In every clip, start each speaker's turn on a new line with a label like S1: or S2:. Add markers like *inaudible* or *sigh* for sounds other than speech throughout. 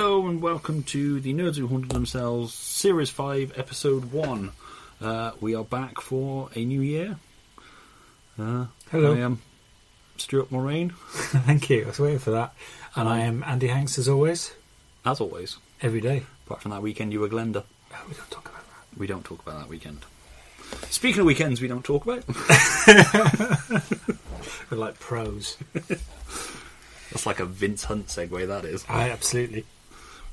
S1: welcome to the Nerds Who Haunted Themselves Series 5, Episode 1. Uh, we are back for a new year. Uh,
S2: Hello.
S1: I am Stuart Moraine,
S2: *laughs* Thank you. I was waiting for that. And I am Andy Hanks, as always,
S1: as always.
S2: every day.
S1: Apart from that weekend, you were Glenda.
S2: Oh, we don't talk about that.
S1: We don't talk about that weekend. Speaking of weekends, we don't talk about. *laughs*
S2: We're like *laughs* pros.
S1: That's like a Vince Hunt segue, that is.
S2: I absolutely.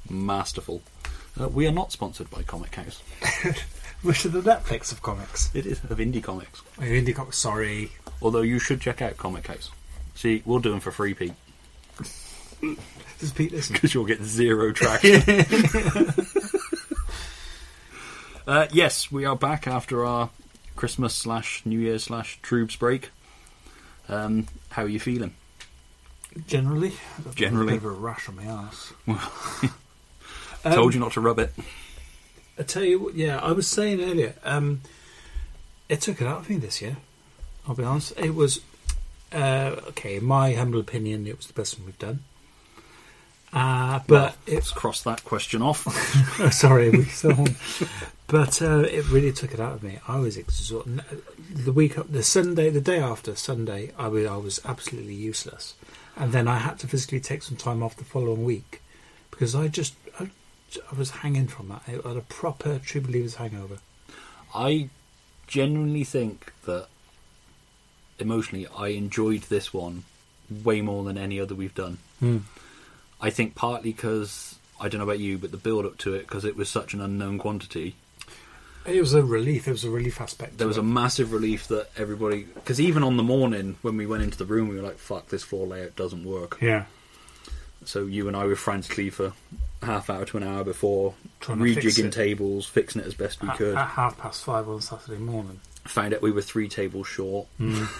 S1: Masterful. Uh, we are not sponsored by Comic House.
S2: Which are the Netflix of comics.
S1: It is of indie comics.
S2: Oh, indie comics. Sorry.
S1: Although you should check out Comic House. See, we'll do them for free, Pete,
S2: Does Pete listen?
S1: because you'll get zero traction. uh, yes, we are back after our Christmas slash New Year slash Troobs break. Um, how are you feeling?
S2: Generally.
S1: Generally.
S2: A bit of a rash on my ass. *laughs* Um,
S1: Told you not to rub it.
S2: I tell you what, yeah, I was saying earlier, um, it took it out of me this year. I'll be honest. It was, uh, okay, in my humble opinion, it was the best one we've done. Uh, but it's
S1: Let's cross that question off.
S2: Oh, *laughs* sorry, we still on. But uh, it really took it out of me. I was exhausted. The week, up- the Sunday, the day after Sunday, I was, I was absolutely useless. And then I had to physically take some time off the following week because I just, I, I was hanging from that. I had a proper true believers hangover.
S1: I genuinely think that emotionally, I enjoyed this one way more than any other we've done. I think partly because I don't know about you, but the build up to it because it was such an unknown quantity.
S2: It was a relief. It was a relief aspect.
S1: There
S2: to
S1: was
S2: it.
S1: a massive relief that everybody because even on the morning when we went into the room, we were like, "Fuck, this floor layout doesn't work."
S2: yeah.
S1: So you and I were frantically for a half hour to an hour before
S2: Trying to fix
S1: rejigging
S2: it. Ah,
S1: tables, fixing it as best we
S2: At,
S1: could.
S2: at half past five on Saturday morning.
S1: Found out we were three tables short.
S2: Hmm.
S1: *laughs*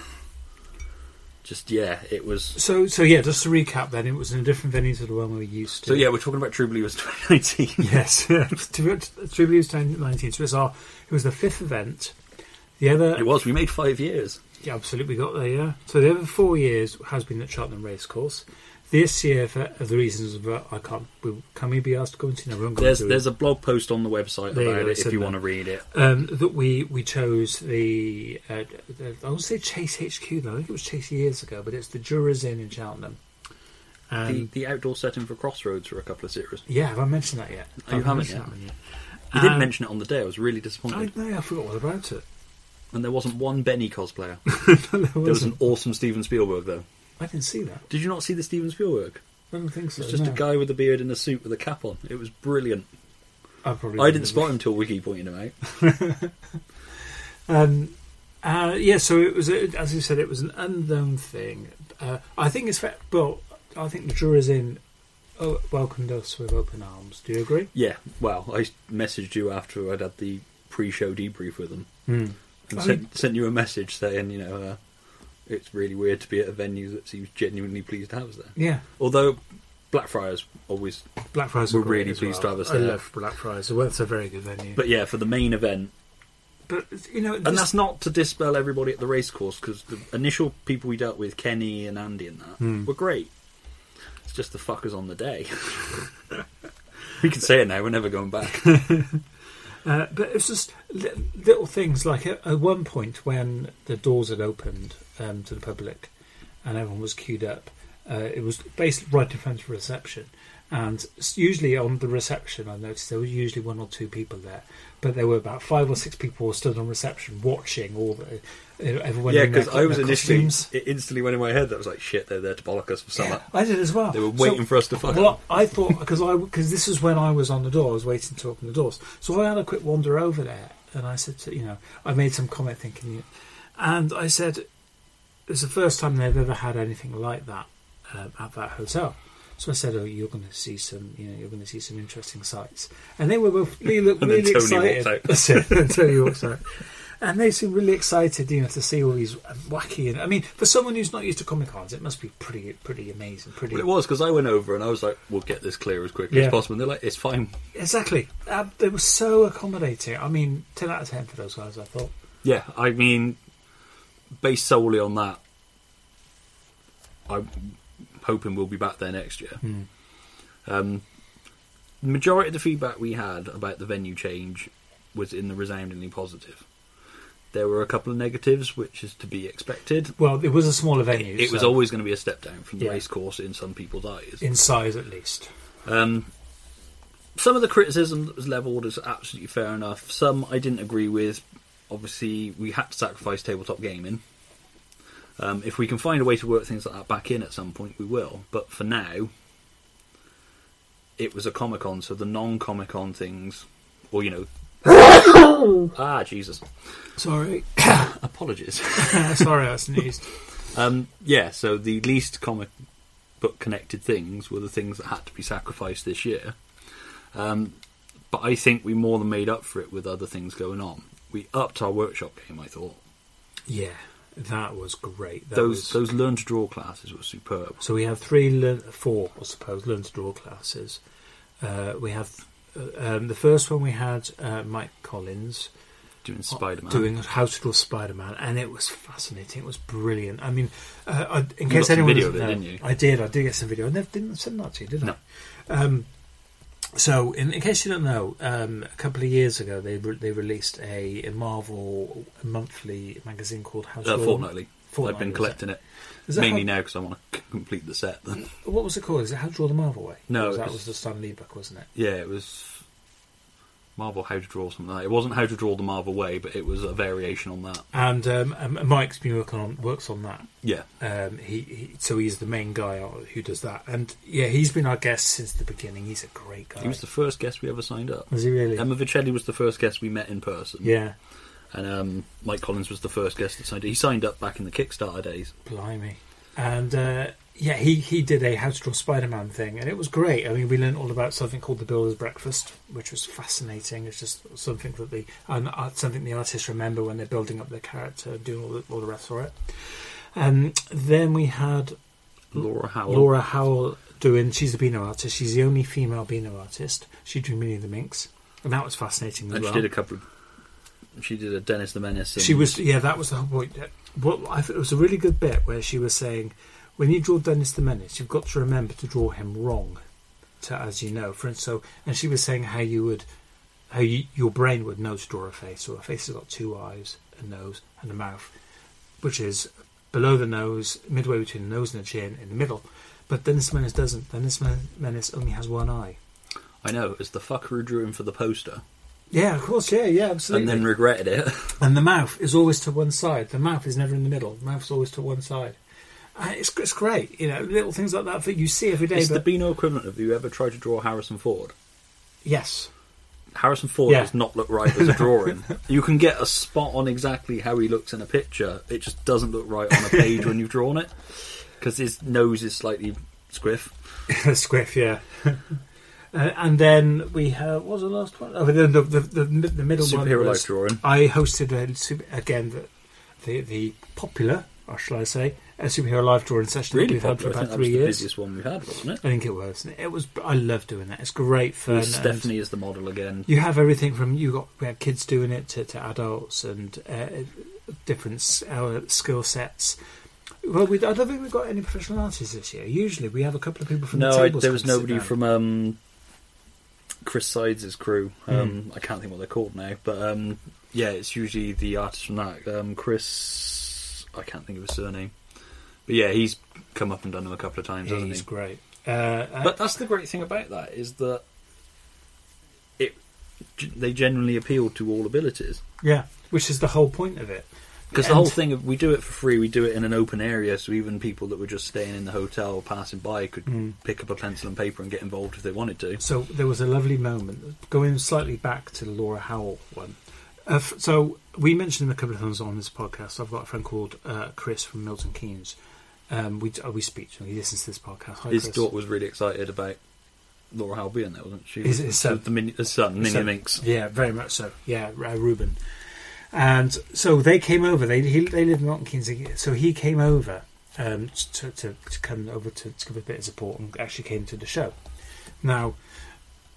S1: Just yeah, it was
S2: So, so yeah, just to recap, then it was in a different venue to the one we were used to.
S1: So yeah, we're talking about True
S2: *laughs*
S1: Believers 2019.
S2: Yes, *laughs* yeah. Tribute Tribute to 19. So it was, our, it was the fifth event. The other,
S1: it was. We made five years.
S2: yeah, absolutely got there, yeah. So the other four years has been at Cheltenham Racecourse. This year, for the reasons that I can't, we, can we be asked to go and see? No, we won't go
S1: There's
S2: and do
S1: there's
S2: it.
S1: a blog post on the website
S2: There you
S1: about
S2: go,
S1: it
S2: it's
S1: if
S2: in
S1: you
S2: there.
S1: want to read it.
S2: Um, that we, we chose the, uh, the, I want to say Chase HQ though, I think it was Chase years ago, but it's the Jurors Inn in Cheltenham. Um,
S1: the, the outdoor setting for Crossroads for a couple of series.
S2: yeah, have I mentioned that yet?
S1: Oh, you
S2: Have I
S1: haven't
S2: mentioned
S1: yet.
S2: that one
S1: You didn't
S2: Um,
S1: mention it on the day. I was really
S2: I,
S1: disappointed.
S2: no, I forgot all about it. *laughs*
S1: and there wasn't one Benny cosplayer.
S2: No, *laughs* there
S1: there was an
S2: wasn't.
S1: awesome Steven Spielberg though.
S2: I didn't see that.
S1: Did you not see the Steven Spielberg?
S2: I don't think so.
S1: It's just
S2: no.
S1: a guy with a beard and a suit with a cap on. It was brilliant.
S2: I, probably
S1: I didn't spot him till Wiki pointed him out.
S2: *laughs* Um, uh, yeah, so it was, a, as you said, it was an unknown thing. Uh, I think it's fair. Well, I think the jurors in oh, welcomed us with open arms. Do you agree?
S1: Yeah. Well, I messaged you after I'd had the pre-show debrief with them. and
S2: Hmm. I
S1: sent, sent you a message saying, you know, uh, it's really weird to be at a venue that seems genuinely pleased to have us there.
S2: Yeah,
S1: Although Blackfriars always,
S2: Blackfriars.
S1: We're
S2: were great
S1: really
S2: as
S1: pleased
S2: well.
S1: to have us
S2: I
S1: there.
S2: love Blackfriars. Well, it's a very good venue.
S1: but yeah, for the main event,
S2: but you know,
S1: and that's not to dispel everybody at the racecourse because the initial people we dealt with, Kenny and Andy and that, were great. It's just the fuckers on the day. *laughs* we can say it now. We're never going back. *laughs*
S2: Uh, but it was just li- little things like at, at one point when the doors had opened um, to the public and everyone was queued up, uh, it was basically right in front of reception. And s- usually on the reception, I noticed there was usually one or two people there, but there were about five or six people stood on reception watching all the uh, everyone.
S1: yeah,
S2: in their
S1: because
S2: co-
S1: I was
S2: their
S1: initially,
S2: costumes.
S1: it instantly went in my head that I was like, shit, they're there to bollock us for summer.
S2: I did as well.
S1: They were waiting
S2: So-
S1: for us to fuck
S2: Well,
S1: up.
S2: I thought because I because this is when I was on the door. I was waiting to open the doors, so I had a quick wander over there, and I said, to, you know, I made some comment thinking, you- and I said, it's the first time they've ever had anything like that um, at that hotel. So I said, "Oh, you're going to see some, you know, you're going to see some interesting sights." And they were both they
S1: *laughs*
S2: looked
S1: And then
S2: really
S1: Tony walked
S2: excited.
S1: out.
S2: *laughs* That's it. And Tony walks out. And they seemed really excited, you know, to see all these um, wacky. And I mean, for someone who's not used to comic cons, it must be pretty, pretty amazing, pretty.
S1: But it was because I went over and I was like, "We'll get this clear as quickly
S2: Yeah.
S1: as possible." And they're like, "It's fine."
S2: Exactly. Uh, they were so accommodating. I mean, 10 out of 10 for those guys, I thought.
S1: Yeah, I mean, based solely on that, I'm hoping we'll be back there next year. Um, majority of the feedback we had about the venue change was in the resoundingly positive. There were a couple of negatives, which is to be expected.
S2: Well, it was a smaller venue.
S1: It was
S2: so-
S1: always going to be a step down from the
S2: Yeah.
S1: race course in some people's eyes.
S2: in size at least.
S1: Um, some of the criticism that was levelled is absolutely fair enough. Some I didn't agree with. Obviously, we had to sacrifice tabletop gaming. Um, if we can find a way to work things like that back in at some point, we will. But for now, it was a Comic Con, so the non Comic Con things, or you know, *coughs* ah Jesus,
S2: Sorry,
S1: apologies.
S2: *coughs* sorry, I sneezed.
S1: Um, yeah, so the least comic book connected things were the things that had to be sacrificed this year. Um, but I think we more than made up for it with other things going on. We upped our workshop game, I thought.
S2: Yeah, that was great. That
S1: those
S2: was-
S1: those learn to draw classes were superb.
S2: So we have three, learn, four, I suppose, learn to draw classes. Uh, we have uh, um, the first one we had uh, Mike Collins
S1: Doing Spider Man.
S2: Oh, doing how to draw Spider Man, and it was fascinating. It was brilliant. I mean, uh, I, in
S1: got
S2: case
S1: some
S2: anyone
S1: video
S2: doesn't
S1: of it,
S2: know-
S1: didn't you?
S2: I did. I did get some video. I never didn't send that to you, did I?
S1: No.
S2: Um, so, in, in case you don't know, um, a couple of years ago they re- they released a, a Marvel monthly magazine called House
S1: uh,
S2: Lawn.
S1: fortnightly.
S2: Fortnightly,
S1: I've been
S2: is it?
S1: collecting it.
S2: Is that
S1: Mainly
S2: how-
S1: now because I want to complete the set. Then. *laughs*
S2: What was it called? Is it How to Draw the Marvel Way?
S1: No,
S2: Or was
S1: it
S2: that
S1: was-
S2: was the Stan Lee book, wasn't it?
S1: Yeah, it was Marvel How to Draw something like that. It wasn't How to Draw the Marvel Way, but it was a variation on that.
S2: And um, um, Mike's been working on works on that.
S1: Yeah.
S2: Um, he, he so he's the main guy on- who does that. And yeah, he's been our guest since the beginning. He's a great guy.
S1: He was the first guest we ever signed up.
S2: Was he really?
S1: Emma Vicelli was the first guest we met in person.
S2: yeah,
S1: And um, Mike Collins was the first guest that signed up. He signed up back in the Kickstarter days.
S2: blimey. And uh, yeah, he he did a How to Draw Spider Man thing, and it was great. I mean, we learned all about something called the Builder's Breakfast, which was fascinating. It's just something that the and art, something the artists remember when they're building up their character, and doing all the, all the rest for it. Um, then we had
S1: Laura Howell.
S2: Laura Howell doing. She's a Beano artist. She's the only female Beano artist. She drew Minnie the Minx, and that was fascinating. As
S1: And she
S2: well.
S1: did a couple of- She did a Dennis the Menace. And
S2: She was yeah. That was the whole point. Yeah. What I thought it was a really good bit where she was saying, when you draw Dennis the Menace, you've got to remember to draw him wrong, to as you know. For instance, so and she was saying how you would, how you, your brain would know to draw a face. So a face has got two eyes, a nose, and a mouth, which is below the nose, midway between the nose and the chin, in the middle. But Dennis the Menace doesn't. Dennis Men- Menace only has one eye.
S1: I know, it's the fucker who drew him for the poster
S2: Yeah, of course. Yeah, yeah,
S1: and
S2: absolutely.
S1: then regretted it.
S2: And the mouth is always to one side. The mouth is never in the middle. The mouth's always to one side. Uh, it's, it's great, you know, little things like that that you see every day.
S1: it's the
S2: but
S1: Beano equivalent of you ever tried to draw Harrison Ford.
S2: yes, *laughs*
S1: Harrison Ford
S2: Yeah.
S1: does not look right
S2: *laughs*
S1: as a drawing. you can get a spot on exactly how he looks in a picture. It just doesn't look right on a page when you've drawn it because his nose is slightly squiff.
S2: Squiff, yeah. *laughs* uh, and then we have what was the last one? Oh, the the the, the, mi- the middle
S1: Superhero
S2: one.
S1: life
S2: was-
S1: drawing.
S2: I hosted a, super- again the, the the popular, or shall I say, a superhero life drawing session. that
S1: Really
S2: we've had for
S1: popular. I think that
S2: about
S1: was
S2: three
S1: the
S2: years.
S1: busiest one we've had, wasn't it?
S2: I think it was. It was. I love doing that. It's great fun.
S1: With
S2: and-
S1: Stephanie is the model again.
S2: you have everything from you got we had kids doing it to, to adults and uh, different s- uh, skill sets. Well, we, I don't think we've got any professional artists this year. Usually, we have a couple of people from the
S1: No, I,
S2: tables.
S1: there
S2: come
S1: was
S2: to sit
S1: nobody
S2: down.
S1: from um, Chris Sides' crew.
S2: Hmm.
S1: Um, I can't think what they're called now, but um, yeah, it's usually the artist from that. Um, Chris, I can't think of his surname, but yeah, he's come up and done them a couple of times,
S2: Yeah,
S1: hasn't
S2: He's
S1: he?
S2: great. Uh, uh,
S1: But that's the great thing about that is that it they generally appeal to all abilities.
S2: yeah, which is the whole point of it.
S1: Because the whole
S2: And-
S1: thing of we do it for free, we do it in an open area, so even people that were just staying in the hotel or passing by could
S2: Hmm.
S1: pick up a pencil and paper and get involved if they wanted to.
S2: So there was a lovely moment going slightly back to the Laura Howell one. Uh, f- so we mentioned him a couple of times on this podcast. I've got a friend called uh, Chris from Milton Keynes. Um, we uh, we speak to him. He listens to this podcast. Hi,
S1: His
S2: Chris.
S1: daughter was really excited about Laura Howell being there, wasn't she?
S2: His- his son.
S1: The mini, his son, Minnie
S2: So-
S1: Minx.
S2: Yeah, very much so. Yeah, uh, Ruben. And so they came over. They he, they live in Milton Keynes, so he came over um, to, to to come over to, to give a bit of support and actually came to the show. Now,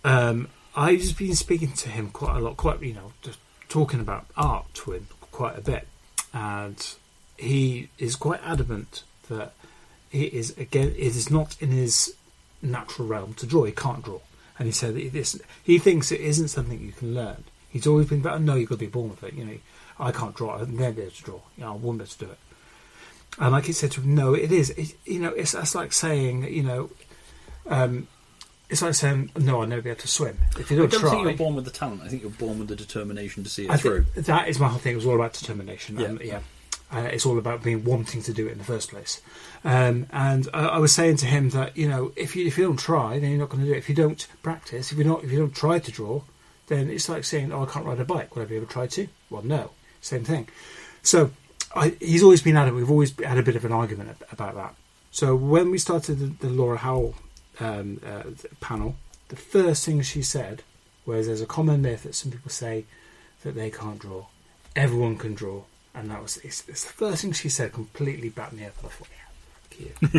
S2: um, I've just been speaking to him quite a lot, quite you know, just talking about art to him quite a bit, and he is quite adamant that it is again it is not in his natural realm to draw. He can't draw, and he said that this he thinks it isn't something you can learn. He's always been about, no, you've got to be born with it. You know, I can't draw. I'll never be able to draw. You know, I won't be able to do it. And like he said to him, no, it is. It, you know, it's that's like saying, you know, um, it's like saying, no, I'll never be able to swim. If you
S1: I
S2: don't,
S1: don't
S2: try,
S1: think you're born with the talent. I think you're born with the determination to see it
S2: I
S1: through.
S2: think that is my whole thing. It was all about determination. Yeah,
S1: Yeah.
S2: um, yeah. Uh, it's all about being wanting to do it in the first place. Um, and I, I was saying to him that you know if you if you don't try, then you're not going to do it. If you don't practice, if you not if you don't try to draw, then it's like saying, oh, I can't ride a bike. Will I be able to try to? Well, no. Same thing. So I, he's always been at it. We've always had a bit of an argument ab- about that. So when we started the, the Laura Howell um, uh, th- panel, the first thing she said was there's a common myth that some people say that they can't draw. Everyone can draw. And that was it's, it's the first thing she said, completely backed me up. And I thought, yeah, fuck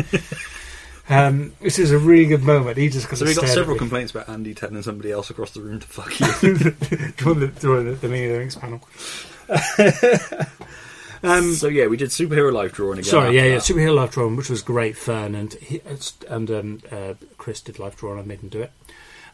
S2: you. um, this is a really good moment. He just
S1: So we got several
S2: complaints.
S1: complaints about Andy telling somebody else across the room to fuck you.
S2: during the, during the, the Meaning of the Rings panel. *laughs* um,
S1: so yeah, we did superhero life drawing again.
S2: Sorry, yeah,
S1: after
S2: yeah,
S1: that.
S2: superhero life drawing, which was great fun, and he, and um, uh, Chris did life drawing. I made him do it,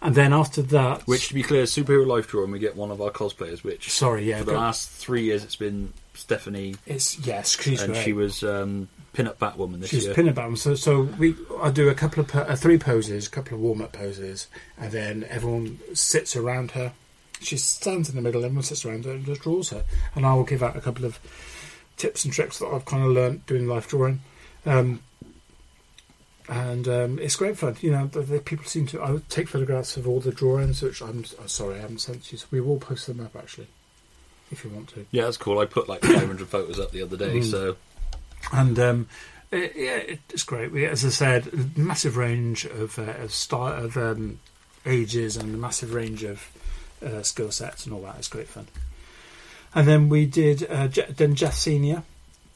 S2: and then after that,
S1: Which, to be clear, superhero life drawing, we get one of our cosplayers. Which
S2: sorry, yeah,
S1: for the
S2: go-
S1: last three years, it's been Stephanie,
S2: it's yes, she's
S1: and
S2: great.
S1: she was um, pin-up Batwoman this
S2: She's
S1: year.
S2: pin about them. So, so we, I do a couple of po- uh, three poses, a couple of warm up poses, and then everyone sits around her. She stands in the middle, everyone sits around her and just draws her. And I will give out a couple of tips and tricks that I've kind of learnt doing life drawing. Um, and um, it's great fun. You know, the, the people seem to. I would take photographs of all the drawings, which I'm oh, sorry I haven't sent you. So we will post them up actually, if you want to.
S1: yeah, that's cool. I put like 500 photos up the other day.
S2: Mm.
S1: So
S2: and um, it, yeah, it's great. We, as I said, massive range of uh, of style of um, ages and a massive range of uh, skill sets and all that. It's great fun. And then we did. Uh, Je- then Jeff Senior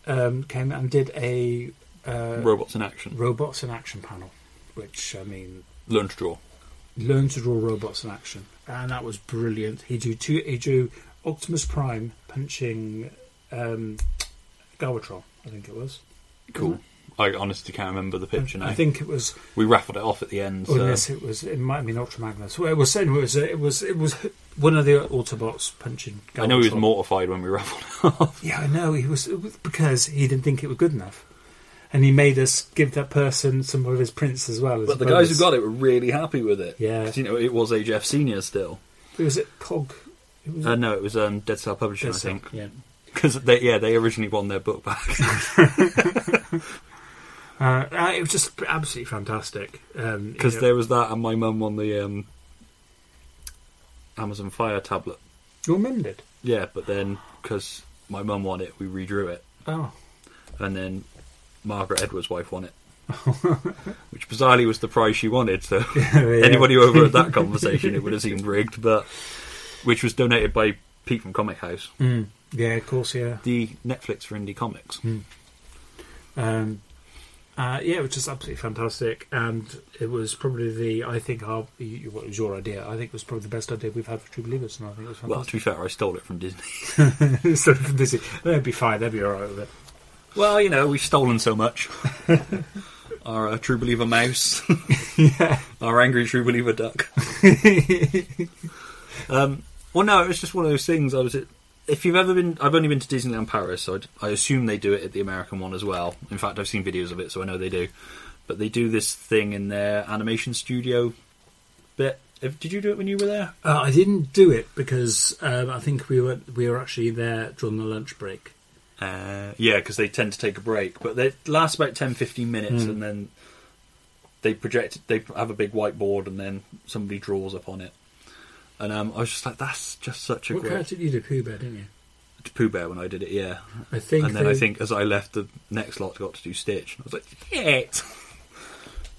S2: um, came and did a uh,
S1: robots in action.
S2: robots in action panel, which I mean,
S1: Learn to draw.
S2: learn to draw robots in action, and that was brilliant. He drew two. He drew Optimus Prime punching um, Galvatron, I think it was.
S1: Cool. I honestly can't remember the picture now.
S2: Mm. I think Oh, it was
S1: we raffled it off at the end. So.
S2: Unless it was, it might have been Ultramagnus. Well, it was, it was, it was, it was one of the Autobots punching.
S1: I know he was
S2: Galvatron.
S1: mortified when we *laughs* raffled it off.
S2: Yeah, I know he was it was because he didn't think it was good enough, and he made us give that person some of his prints as well. As
S1: But the
S2: a
S1: guys who
S2: bonus.
S1: got it were really happy with it.
S2: Yeah.
S1: 'Cause, you know, it was AJF Senior still.
S2: it was at Cog. It was
S1: Uh, no, it was um, Dead Star Publishing,
S2: Dead
S1: I think.
S2: Cell, Yeah.
S1: Because they, yeah, they originally won their book
S2: *laughs*
S1: back. *laughs*
S2: Uh, uh, it was just absolutely fantastic. Because um,
S1: Because
S2: you know,
S1: there was that, and my mum won the um, Amazon Fire tablet.
S2: you're mended.
S1: Yeah, but then because my mum won it, we redrew it,
S2: *laughs* Oh,
S1: and then Margaret Edwards' wife won it, which bizarrely was the prize she wanted. So
S2: Oh, Yeah.
S1: anybody over at that conversation, it would have seemed rigged, but which was donated by Pete from Comic House,
S2: Mm. yeah, of course, yeah.
S1: the Netflix for indie comics.
S2: Um, uh, yeah, it was just absolutely fantastic, and it was probably the I think our you- what was your idea? I think it was probably the best idea we've had for True Believers, and I think it was
S1: Well, to
S2: fantastic.
S1: be
S2: *laughs*
S1: fair, I stole it from Disney.
S2: so this is, they'd be fine, they'd be all right with it.
S1: Well, you know, we've stolen so much. Our uh, true believer mouse. Our angry true believer duck. um, well, no, it was just one of those things. I was at, if you've ever been, I've only been to Disneyland Paris, so I'd, I assume they do it at the American one as well. In fact, I've seen videos of it, so I know they do. But they do this thing in their animation studio bit. If- Did you do it when you were there?
S2: Uh, I didn't do it because um, I think we were we were actually there during the lunch break.
S1: Uh, yeah, because they tend to take a break, but they last about 10, 15 minutes, and then they project. They have a big whiteboard, and then somebody draws upon it. And um, I was just like, "That's just such a
S2: What
S1: great
S2: character did you do, Pooh Bear, didn't you?
S1: Pooh Bear." When I did it, yeah.
S2: I think.
S1: and then
S2: they-
S1: I think as I left, the next lot got to do Stitch. I was like, "Shit!"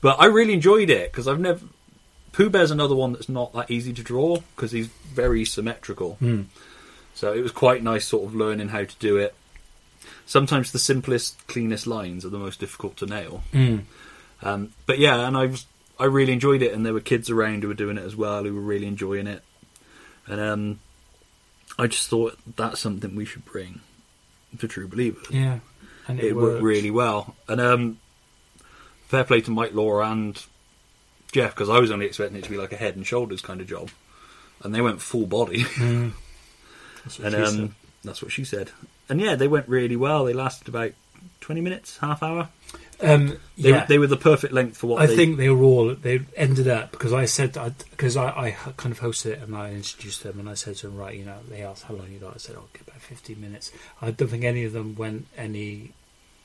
S1: but I really enjoyed it because I've never. Pooh Bear's another one that's not that easy to draw because he's very symmetrical.
S2: Hmm.
S1: So it was quite nice, sort of learning how to do it. Sometimes the simplest, cleanest lines are the most difficult to nail.
S2: Mm.
S1: Um, but yeah, and I was I really enjoyed it, and there were kids around who were doing it as well who were really enjoying it. And um, I just thought that's something we should bring to True Believers.
S2: yeah, and
S1: it worked really well, and um, fair play to Mike Law and Jeff because I was only expecting it to be like a head and shoulders kind of job, and they went full
S2: *laughs*
S1: body.
S2: That's what
S1: and
S2: she said.
S1: um, that's what she said. And yeah, they went really well. They lasted about twenty minutes, half hour.
S2: Um,
S1: They,
S2: yeah.
S1: they were the perfect length for what
S2: I
S1: they,
S2: think they were all they ended up because I said because I, I h- kind of hosted it and I introduced them and I said to them right you know they asked how long you got I said oh okay, about fifteen minutes I don't think any of them went any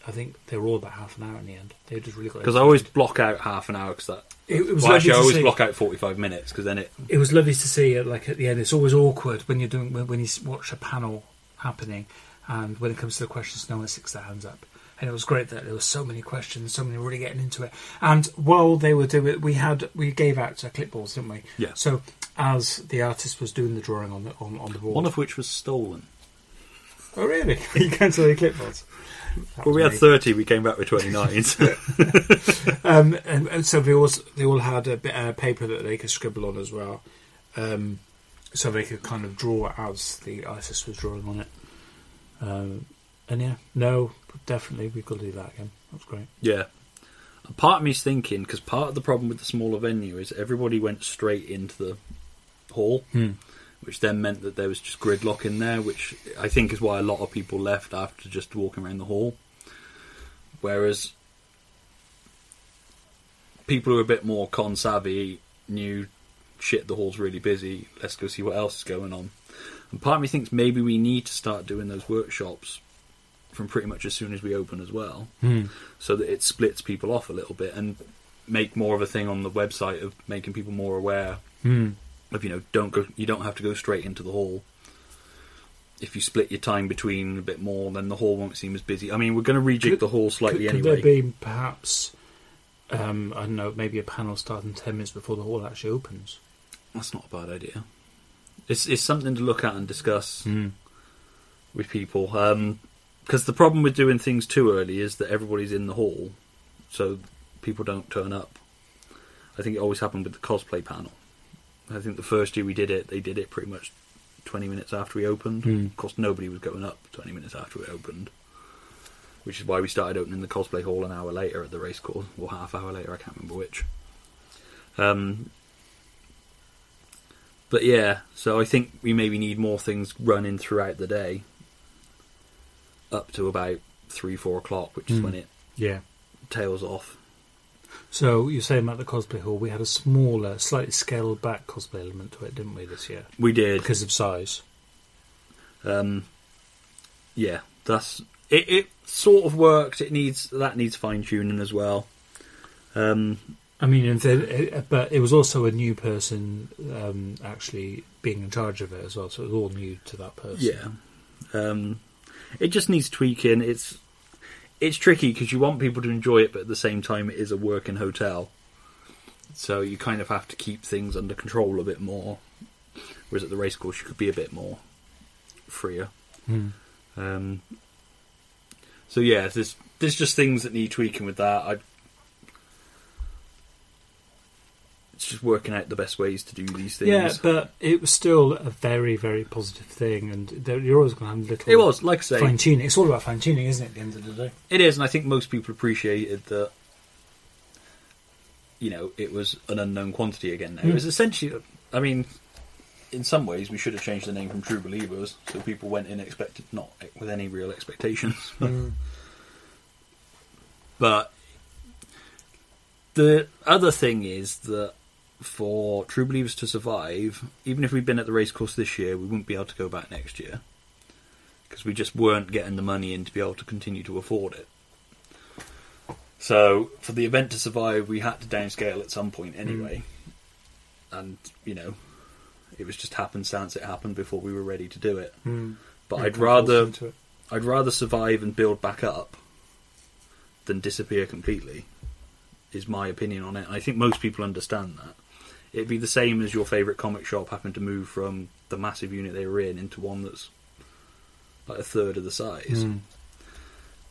S2: I think they were all about half an hour in the end they just really got
S1: Because I always block out half an hour because that.
S2: it, it was
S1: Well, actually,
S2: lovely
S1: I
S2: to
S1: always
S2: see.
S1: block out forty-five minutes because then it.
S2: it was lovely to see it like at the end it's always awkward when you're doing when, when you s- watch a panel happening and when it comes to the questions no one sticks their hands up and it was great that there were so many questions so many really getting into it and while they were doing it we had we gave out uh, clipboards didn't we
S1: Yeah.
S2: so as the artist was doing the drawing on the on, on the board
S1: One of which was stolen.
S2: oh really *laughs* you cancelled the clipboards
S1: Well,
S2: That was
S1: we had
S2: me.
S1: thirty. We came back with twenty-nine. *laughs* so-
S2: Um, and, and so they all they all had a bit of paper that they could scribble on as well, um, so they could kind of draw as the artist was drawing on it. Um, and yeah, no, definitely we've got to do that again. That's great.
S1: yeah. And part of me's thinking because part of the problem with the smaller venue is everybody went straight into the hall, which then meant that there was just gridlock in there, which I think is why a lot of people left after just walking around the hall. Whereas people who are a bit more con savvy knew shit, the hall's really busy, let's go see what else is going on. And part of me thinks maybe we need to start doing those workshops from pretty much as soon as we open as well,
S2: Hmm.
S1: so that it splits people off a little bit and make more of a thing on the website of making people more aware
S2: Hmm.
S1: of you know don't go you don't have to go straight into the hall if you split your time between a bit more then the hall won't seem as busy i mean we're going to rejig
S2: Could-
S1: the hall slightly
S2: could,
S1: anyway
S2: could there be perhaps um, I don't know, maybe a panel starting ten minutes before the hall actually opens?
S1: that's not a bad idea it's, it's something to look at and discuss with people because the problem with doing things too early is that everybody's in the hall so people don't turn up i think it always happened with the cosplay panel i think the first year we did it they did it pretty much 20 minutes after we opened
S2: Hmm.
S1: of course nobody was going up 20 minutes after we opened which is why we started opening the cosplay hall an hour later at the race course or half hour later i can't remember which um, but yeah, so I think we maybe need more things running throughout the day, up to about three, four o'clock, which is
S2: Mm.
S1: when it
S2: Yeah.
S1: tails off.
S2: So you're saying about the cosplay hall? We had a smaller, slightly scaled back cosplay element to it, didn't we, this year?
S1: We did,
S2: Because of size.
S1: um, yeah. That's it. It sort of worked. It needs that needs fine tuning as well. Um,
S2: I mean, and then, eh, but it was also a new person um, actually being in charge of it as well, so it was all new to that person.
S1: Yeah, um, it just needs tweaking. It's it's tricky because you want people to enjoy it, but at the same time, it is a working hotel, so you kind of have to keep things under control a bit more. Whereas at the racecourse, you could be a bit more freer.
S2: Hmm.
S1: Um, so yeah, there's there's just things that need tweaking with that. I, it's just working out the best ways to do these things.
S2: yeah, but it was still a very, very positive thing, and there, you're always going to have little.
S1: it was like I say,
S2: fine tuning. It's all about fine tuning, isn't it? At the end of the day,
S1: It is, and I think most people appreciated that. You know, it was an unknown quantity again. Now. It was essentially, I mean, in some ways, we should have changed the name from True Believers, so people went in expected not with any real expectations. But the other thing is that for True Believers to survive, even if we'd been at the racecourse this year, we wouldn't be able to go back next year because we just weren't getting the money in to be able to continue to afford it. So for the event to survive, we had to downscale at some point anyway, and you know, it was just happenstance. It happened before we were ready to do it. But I'd Mm. rather I'd rather survive and build back up than disappear completely. Is my opinion on it. I think most people understand that. It'd be the same as your favourite comic shop having to move from the massive unit they were in into one that's like a third of the size.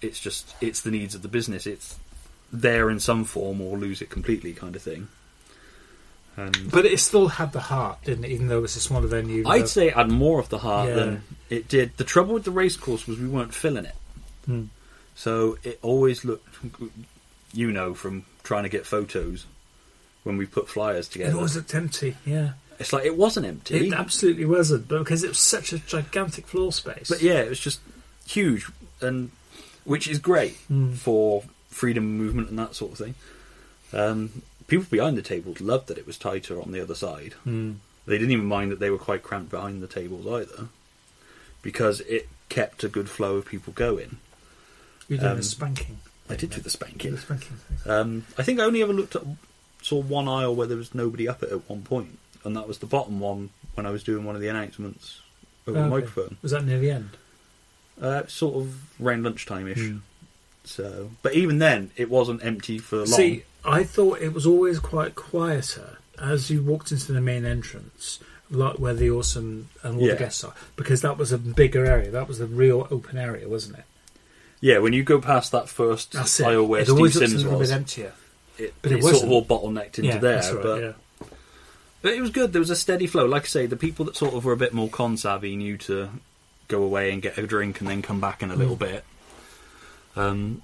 S1: It's just it's the needs of the business. It's there in some form or lose it completely kind of thing. And
S2: But it still had the heart, didn't it? Even though it was a smaller venue,
S1: I'd say it had more of the heart
S2: Yeah.
S1: than it did. The trouble with the race course was we weren't filling it.
S2: Hmm.
S1: So it always looked, you know, from trying to get photos, when we put flyers
S2: It
S1: together.
S2: always looked empty, yeah.
S1: It's like it wasn't empty,
S2: It absolutely wasn't, but because it was such a gigantic floor space.
S1: but yeah, it was just huge, and which is great for freedom movement and that sort of thing. Um, people behind the table loved that it was tighter on the other side.
S2: Mm.
S1: They didn't even mind that they were quite cramped behind the tables either, because it kept a good flow of people going.
S2: You're doing
S1: Um,
S2: a spanking.
S1: I did do the
S2: The
S1: spanking.
S2: spanking thing.
S1: Um, I think I only ever looked at saw one aisle where there was nobody up it at one point, and that was the bottom one when I was doing one of the announcements over
S2: Okay.
S1: the microphone.
S2: Was that near the end?
S1: Uh, sort of around lunchtime ish.
S2: Mm.
S1: So, but even then, it wasn't empty for long.
S2: See, I thought it was always quite quieter as you walked into the main entrance, like where the awesome and all
S1: Yeah.
S2: the guests are, because that was a bigger area. That was the real open area, wasn't it?
S1: yeah, when you go past that first
S2: That's it.
S1: aisle where
S2: It
S1: Steve
S2: always looks a
S1: Sims
S2: little
S1: was,
S2: bit emptier.
S1: it,
S2: but it
S1: it sort of
S2: wasn't.
S1: all bottlenecked into
S2: yeah,
S1: there.
S2: that's right,
S1: but,
S2: yeah.
S1: but it was good. There was a steady flow. Like I say, the people that sort of were a bit more con savvy knew to go away and get a drink and then come back in a little
S2: Hmm.
S1: bit. Um,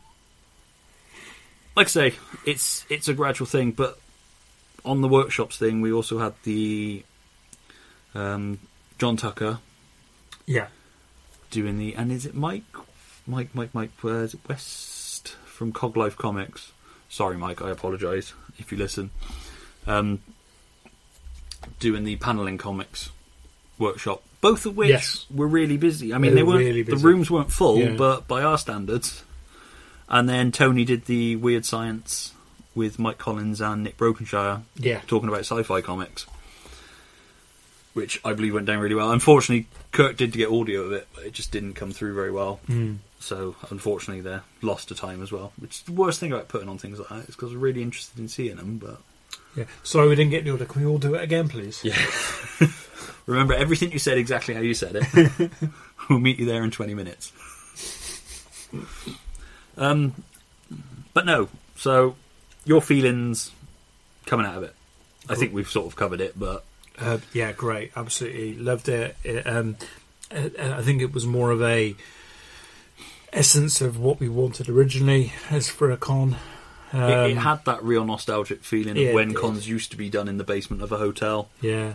S1: like I say, it's it's a gradual thing. But on the workshops thing, we also had the um, John Tucker
S2: yeah,
S1: doing the and is it Mike? Mike, Mike, Mike. Uh, is it West from Coglife Comics? Sorry, Mike. I apologise if you listen. Um, doing the paneling comics workshop, both of which
S2: Yes.
S1: were really busy. I mean,
S2: They
S1: they
S2: were
S1: weren't.
S2: really busy.
S1: The rooms weren't full,
S2: Yeah.
S1: but by our standards. And then Tony did the weird science with Mike Collins and Nick Brokenshire
S2: yeah.
S1: talking about sci-fi comics, which I believe went down really well. Unfortunately, Kirk did get audio of it, but it just didn't come through very well.
S2: Mm.
S1: So unfortunately, they're lost to time as well. Which is the worst thing about putting on things like that is because we're really interested in seeing them. But
S2: yeah. Sorry, we didn't get the order. Can we all do it again, please?
S1: yeah, *laughs* remember everything you said exactly how you said it.
S2: *laughs*
S1: we'll meet you there in twenty minutes. Um, but no. So your feelings coming out of it. I think we've sort of covered it, but
S2: Uh, yeah, great. Absolutely loved it. It, um, uh, uh, I think it was more of a essence of what we wanted originally as for a con. Um,
S1: It, it had that real nostalgic feeling
S2: yeah,
S1: of
S2: it
S1: when
S2: did.
S1: cons used to be done in the basement of a hotel.
S2: yeah,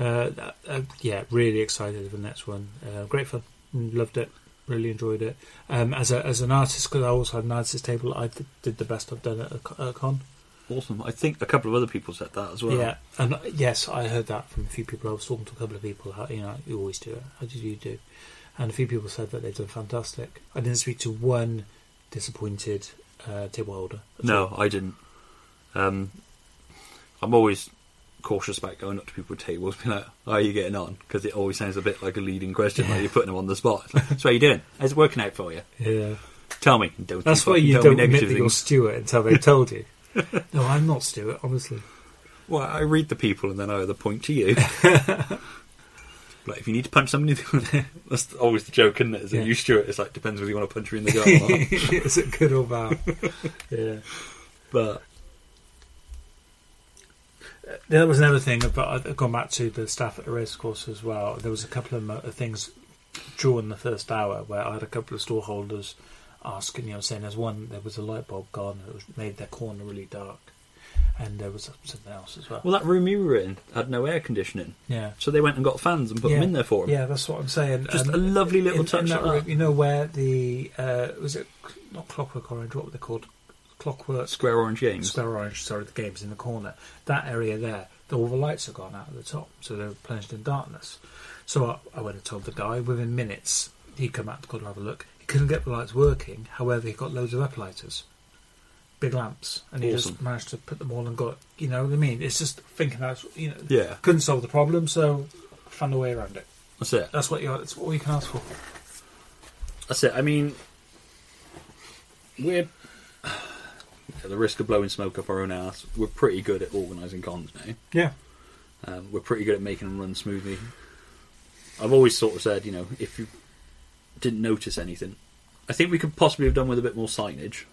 S2: uh, that- uh, yeah. Really excited for the next one. Uh, great fun. Loved it. Really enjoyed it. Um, as a, as an artist, because I also had an artist table, I did, did the best I've done at a, co- at a con.
S1: Awesome. I think a couple of other people said that as well.
S2: Yeah, and uh, yes, I heard that from a few people. I was talking to a couple of people. How, you know, you always do it. How did you do? And a few people said that they've done fantastic. I didn't speak to one disappointed uh, table holder. at
S1: No,
S2: all.
S1: I didn't. Um, I'm always cautious about going up to people at tables, *laughs* being like, "How are you getting on?" Because it always sounds a bit like a leading question, like you're putting them on the spot. It's like, so how you doing? How's it working out for you?
S2: Yeah,
S1: Tell me. Don't
S2: that's
S1: keep
S2: why
S1: up-
S2: you
S1: tell
S2: don't
S1: me
S2: admit
S1: negative
S2: that you're
S1: things.
S2: Stuart until they've told you. no, I'm not Stuart, honestly.
S1: Well, I read the people and then I either point to
S2: *laughs*
S1: you. like, if you need to punch somebody, *laughs* that's always the joke, isn't it? Is
S2: Yeah.
S1: it you, Stuart? It's like, depends whether you want to punch her in the gut or not.
S2: *laughs* Is it good or bad? *laughs* yeah.
S1: But,
S2: There was another thing about I've gone back to the staff at the race course as well. There was a couple of mo- of things during the first hour where I had a couple of storeholders asking, you know, saying there's one there was a light bulb gone that was made their corner really dark, and there was something else as well.
S1: well, that room you were in had no air conditioning.
S2: yeah,
S1: So they went and got fans and put
S2: yeah.
S1: them in there for him.
S2: Yeah, that's what I'm saying.
S1: Just
S2: Um,
S1: a lovely little
S2: in-
S1: touch
S2: in that
S1: like
S2: room,
S1: that.
S2: You know where the uh, was it cl- not Clockwork Orange? What were they called? Clockwork
S1: Square Orange Games.
S2: Square Orange, sorry, the game's in the corner. That area there, all the lights are gone out at the top, so they're plunged in darkness. So I, I went and told the guy within minutes he'd come out to go and have a look. He couldn't get the lights working, however, he got loads of uplighters, big lamps, and he just
S1: Awesome.
S2: managed to put them all and got, you know what I mean? It's just thinking that's, you know,
S1: Yeah,
S2: couldn't solve the problem, so found a way around it.
S1: that's it.
S2: That's what you that's all you can ask for.
S1: That's it. I mean, we're *sighs* at the risk of blowing smoke up our own ass. We're pretty good at organising cons now.
S2: Yeah.
S1: Um, we're pretty good at making them run smoothly. I've always sort of said, you know, if you didn't notice anything, I think we could possibly have done with a bit more signage.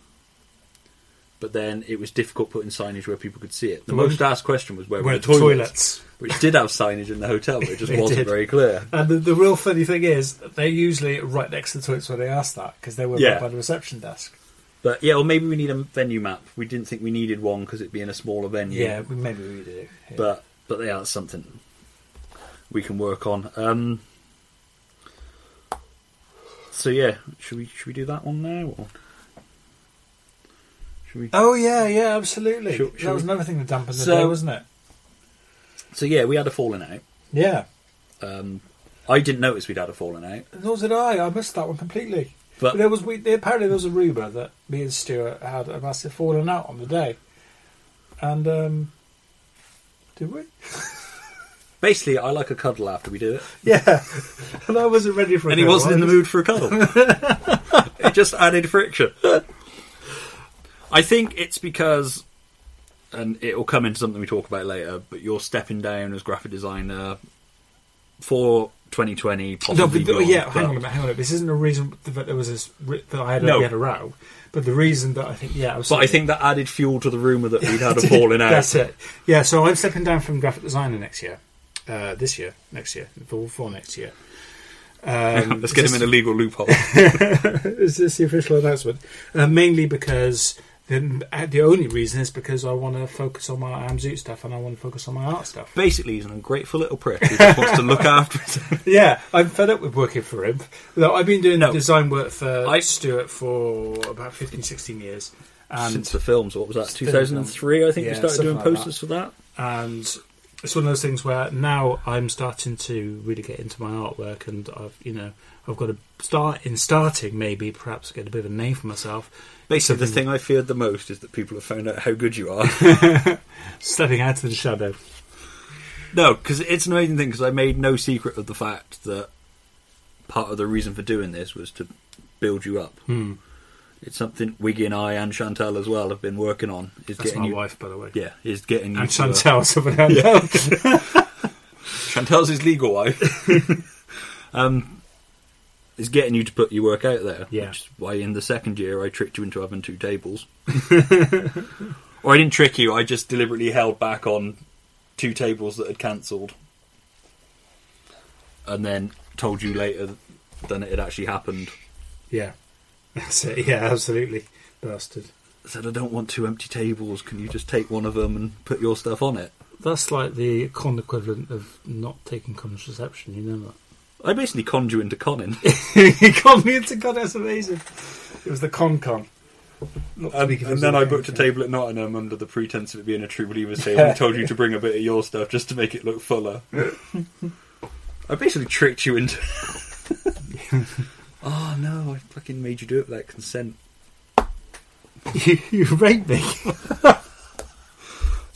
S1: But then it was difficult putting signage where people could see it. The
S2: Well,
S1: most asked question was where
S2: Where
S1: were the
S2: the
S1: toilets,
S2: toilets.
S1: which did have signage in the hotel, but it just
S2: *laughs* It
S1: wasn't
S2: did.
S1: very clear.
S2: And the, the real funny thing is, they're usually right next to the toilets when they ask that because they were
S1: Yeah.
S2: by the reception desk.
S1: But yeah, or maybe we need a venue map. We didn't think we needed one because it'd be in a smaller venue.
S2: Yeah, we maybe we do. Yeah.
S1: But but yeah, that's something we can work on. Um, so yeah, should we should we do that one now? Or should we?
S2: oh yeah, yeah, absolutely.
S1: Shall- shall
S2: that was
S1: we-
S2: another thing that dampened the
S1: So-
S2: day, wasn't it?
S1: So yeah, we had a falling out.
S2: Yeah.
S1: Um, I didn't notice we'd had a falling out,
S2: Nor did I. I missed that one completely. But
S1: but
S2: there was we, there, apparently there was a rumour that me and Stuart had a massive falling out on the day, and um, did we? *laughs*
S1: basically, I like a cuddle after we do it,
S2: Yeah, *laughs* and I wasn't ready for. a
S1: and he
S2: cuddle.
S1: wasn't in the
S2: I
S1: mood for a cuddle.
S2: *laughs*
S1: it just added friction. I think it's because, and it will come into something we talk about later. But you're stepping down as graphic designer for 2020.
S2: just- No,
S1: Possibly
S2: but the-
S1: beyond,
S2: yeah, hang
S1: but-
S2: on a minute, hang on a minute. This isn't a reason that there was this ri- that I had,
S1: No.
S2: we had a row, but the reason that I think yeah,
S1: But I
S2: absolutely.
S1: think that added fuel to the rumour that we'd
S2: *laughs*
S1: had a falling out.
S2: That's it. Yeah, so I'm stepping down from graphic designer next year, uh, this year, next year, for, for next year. Um,
S1: *laughs* Let's get him in a legal
S2: *laughs*
S1: loophole.
S2: is this the official announcement? Uh, mainly because the, uh, the only reason is because I want to focus on my Amzoot stuff and I want to focus on my art stuff.
S1: Basically, he's an ungrateful little prick who just wants to
S2: *laughs*
S1: look after himself.
S2: yeah, I'm fed up with working for him. Look, I've been doing
S1: No.
S2: design work for
S1: I-
S2: Stuart for about 15, 16 years.
S1: *laughs*
S2: And,
S1: Since the films, what was that,
S2: Since
S1: 2003? I think
S2: yeah,
S1: we started
S2: something
S1: doing
S2: like
S1: posters for that.
S2: and it's one of those things where now I'm starting to really get into my artwork and I've, you know, I've got to start in starting maybe perhaps get a bit of a name for myself.
S1: Basically, the thing I feared the most is that people have found out how good you are.
S2: Stepping out of the shadow.
S1: *laughs* no, because it's an amazing thing. Because I made no secret of the fact that part of the reason for doing this was to build you up.
S2: Hmm.
S1: It's something Wiggy and I and Chantal as well have been working on. Is
S2: That's
S1: getting
S2: my
S1: you,
S2: wife, by the way.
S1: Yeah, is getting you.
S2: and
S1: to uh, a-
S2: Chantel, someone else.
S1: Chantel's his legal wife. *laughs* um, is getting you to put your work out there.
S2: Yeah.
S1: Which is why in the second year I tricked you into having two tables. or I didn't trick you, I just deliberately held back on two tables that had cancelled. And then told you later than it had actually happened.
S2: *laughs* Yeah, that's it. Yeah, absolutely, bastard.
S1: I said, I don't want two empty tables. Can you just take one of them and put your stuff on it?
S2: That's like the con equivalent of not taking contraception. You know
S1: I basically conned you into conning.
S2: that. *laughs* he conned me into God. That's amazing. It was the con con.
S1: And, and then I booked a table at Nottingham under the pretense of it being a True Believers *laughs* table and told you to bring a bit of your stuff just to make it look *laughs* fuller. I basically tricked you into. *laughs* oh no, I fucking made you do it without consent.
S2: *laughs* You, you raped me.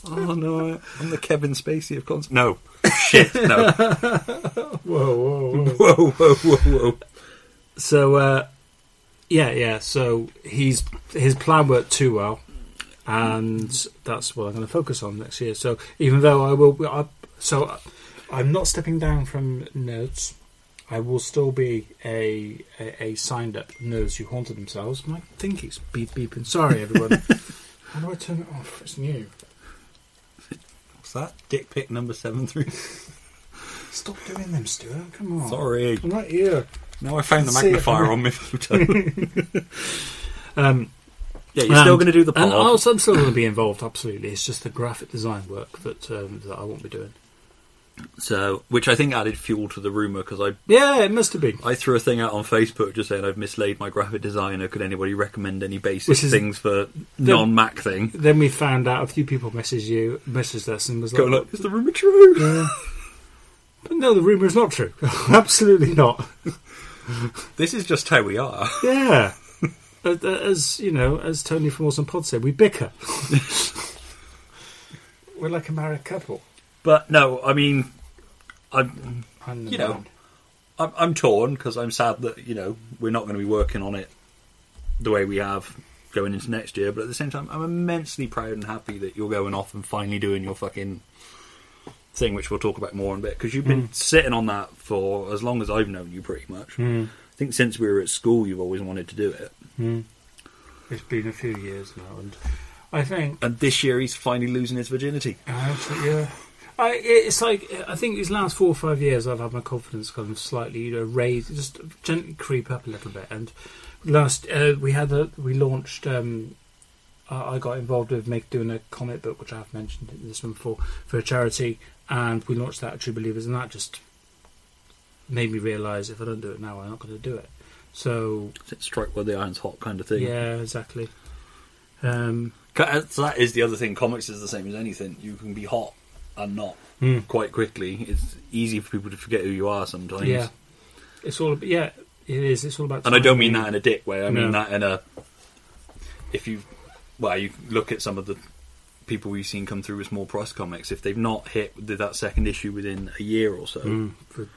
S1: Oh no, I- I'm the Kevin Spacey of consent. No. *laughs* Shit, no.
S2: Whoa, whoa,
S1: *laughs*
S2: whoa.
S1: whoa, whoa, whoa, whoa.
S2: so, uh, yeah, yeah. So he's his plan worked too well, and that's what I'm going to focus on next year. So even though I will, I, so I'm not stepping down from nerds. I will still be a a, a signed up nerds who haunted themselves. My thingy's beep beeping. Sorry, *laughs* everyone. How do I turn it off? It's new.
S1: What's that? Dick pic number 73.
S2: Stop doing them, Stuart. Come
S1: Oh.
S2: on.
S1: Sorry.
S2: I'm right here.
S1: Now I found the
S2: See it.
S1: magnifier *laughs* on my photo. yeah, *laughs*
S2: Um,
S1: you're still
S2: And-
S1: going to do the
S2: And
S1: pod.
S2: also, I'm still going to be involved. Absolutely, it's just the graphic design work that um, that I won't be doing.
S1: So, which I think added fuel to the rumour because I
S2: Yeah, it must have been.
S1: I threw a thing out on Facebook just saying I've mislaid my graphic designer. Could anybody recommend any basic
S2: Which is-
S1: things for non Mac thing?
S2: Then we found out a few people messaged you, messaged us, and was
S1: Go
S2: like,
S1: like, is the rumor true?
S2: "Yeah." but no, the rumor is not true. *laughs* Absolutely not.
S1: This is just how we are.
S2: *laughs* Yeah, as, as you know, as Tony from Awesome Pod said, we bicker. *laughs* We're like a married couple.
S1: But no, I mean, I'm
S2: I'm the
S1: You know.
S2: man.
S1: I'm, I'm torn because I'm sad that you know we're not going to be working on it the way we have going into next year. But at the same time, I'm immensely proud and happy that you're going off and finally doing your fucking thing, which we'll talk about more in a bit because you've been sitting on that for as long as I've known you, pretty much.
S2: Mm,
S1: I think since we were at school, you've always wanted to do it.
S2: mm. It's been a few years now, and I think
S1: and this year he's finally losing his virginity.
S2: I absolutely, yeah. I, it's like I think these last four or five years, I've had my confidence kind of slightly you know, raised, just gently creep up a little bit. And last uh, we had a, we launched. Um, I I got involved with make doing a comic book, which I have mentioned in this one before, for a charity, and we launched that at True Believers, and that just made me realise if I don't do it now, I'm not going to do it. So
S1: It's strike while the iron's hot kind of thing.
S2: yeah, exactly. Um,
S1: Ca- uh, So that is the other thing. Comics is the same as anything. You can be hot and not
S2: Hmm.
S1: quite quickly. It's easy for people to forget who you are sometimes.
S2: yeah, it's all ab- yeah, it is. It's all about.
S1: And I don't mean that in a dick way. I mean
S2: No.
S1: that in a. If you, well, you look at some of the people we've seen come through with small price comics. If they've not hit with that second issue within a year or so,
S2: Mm, for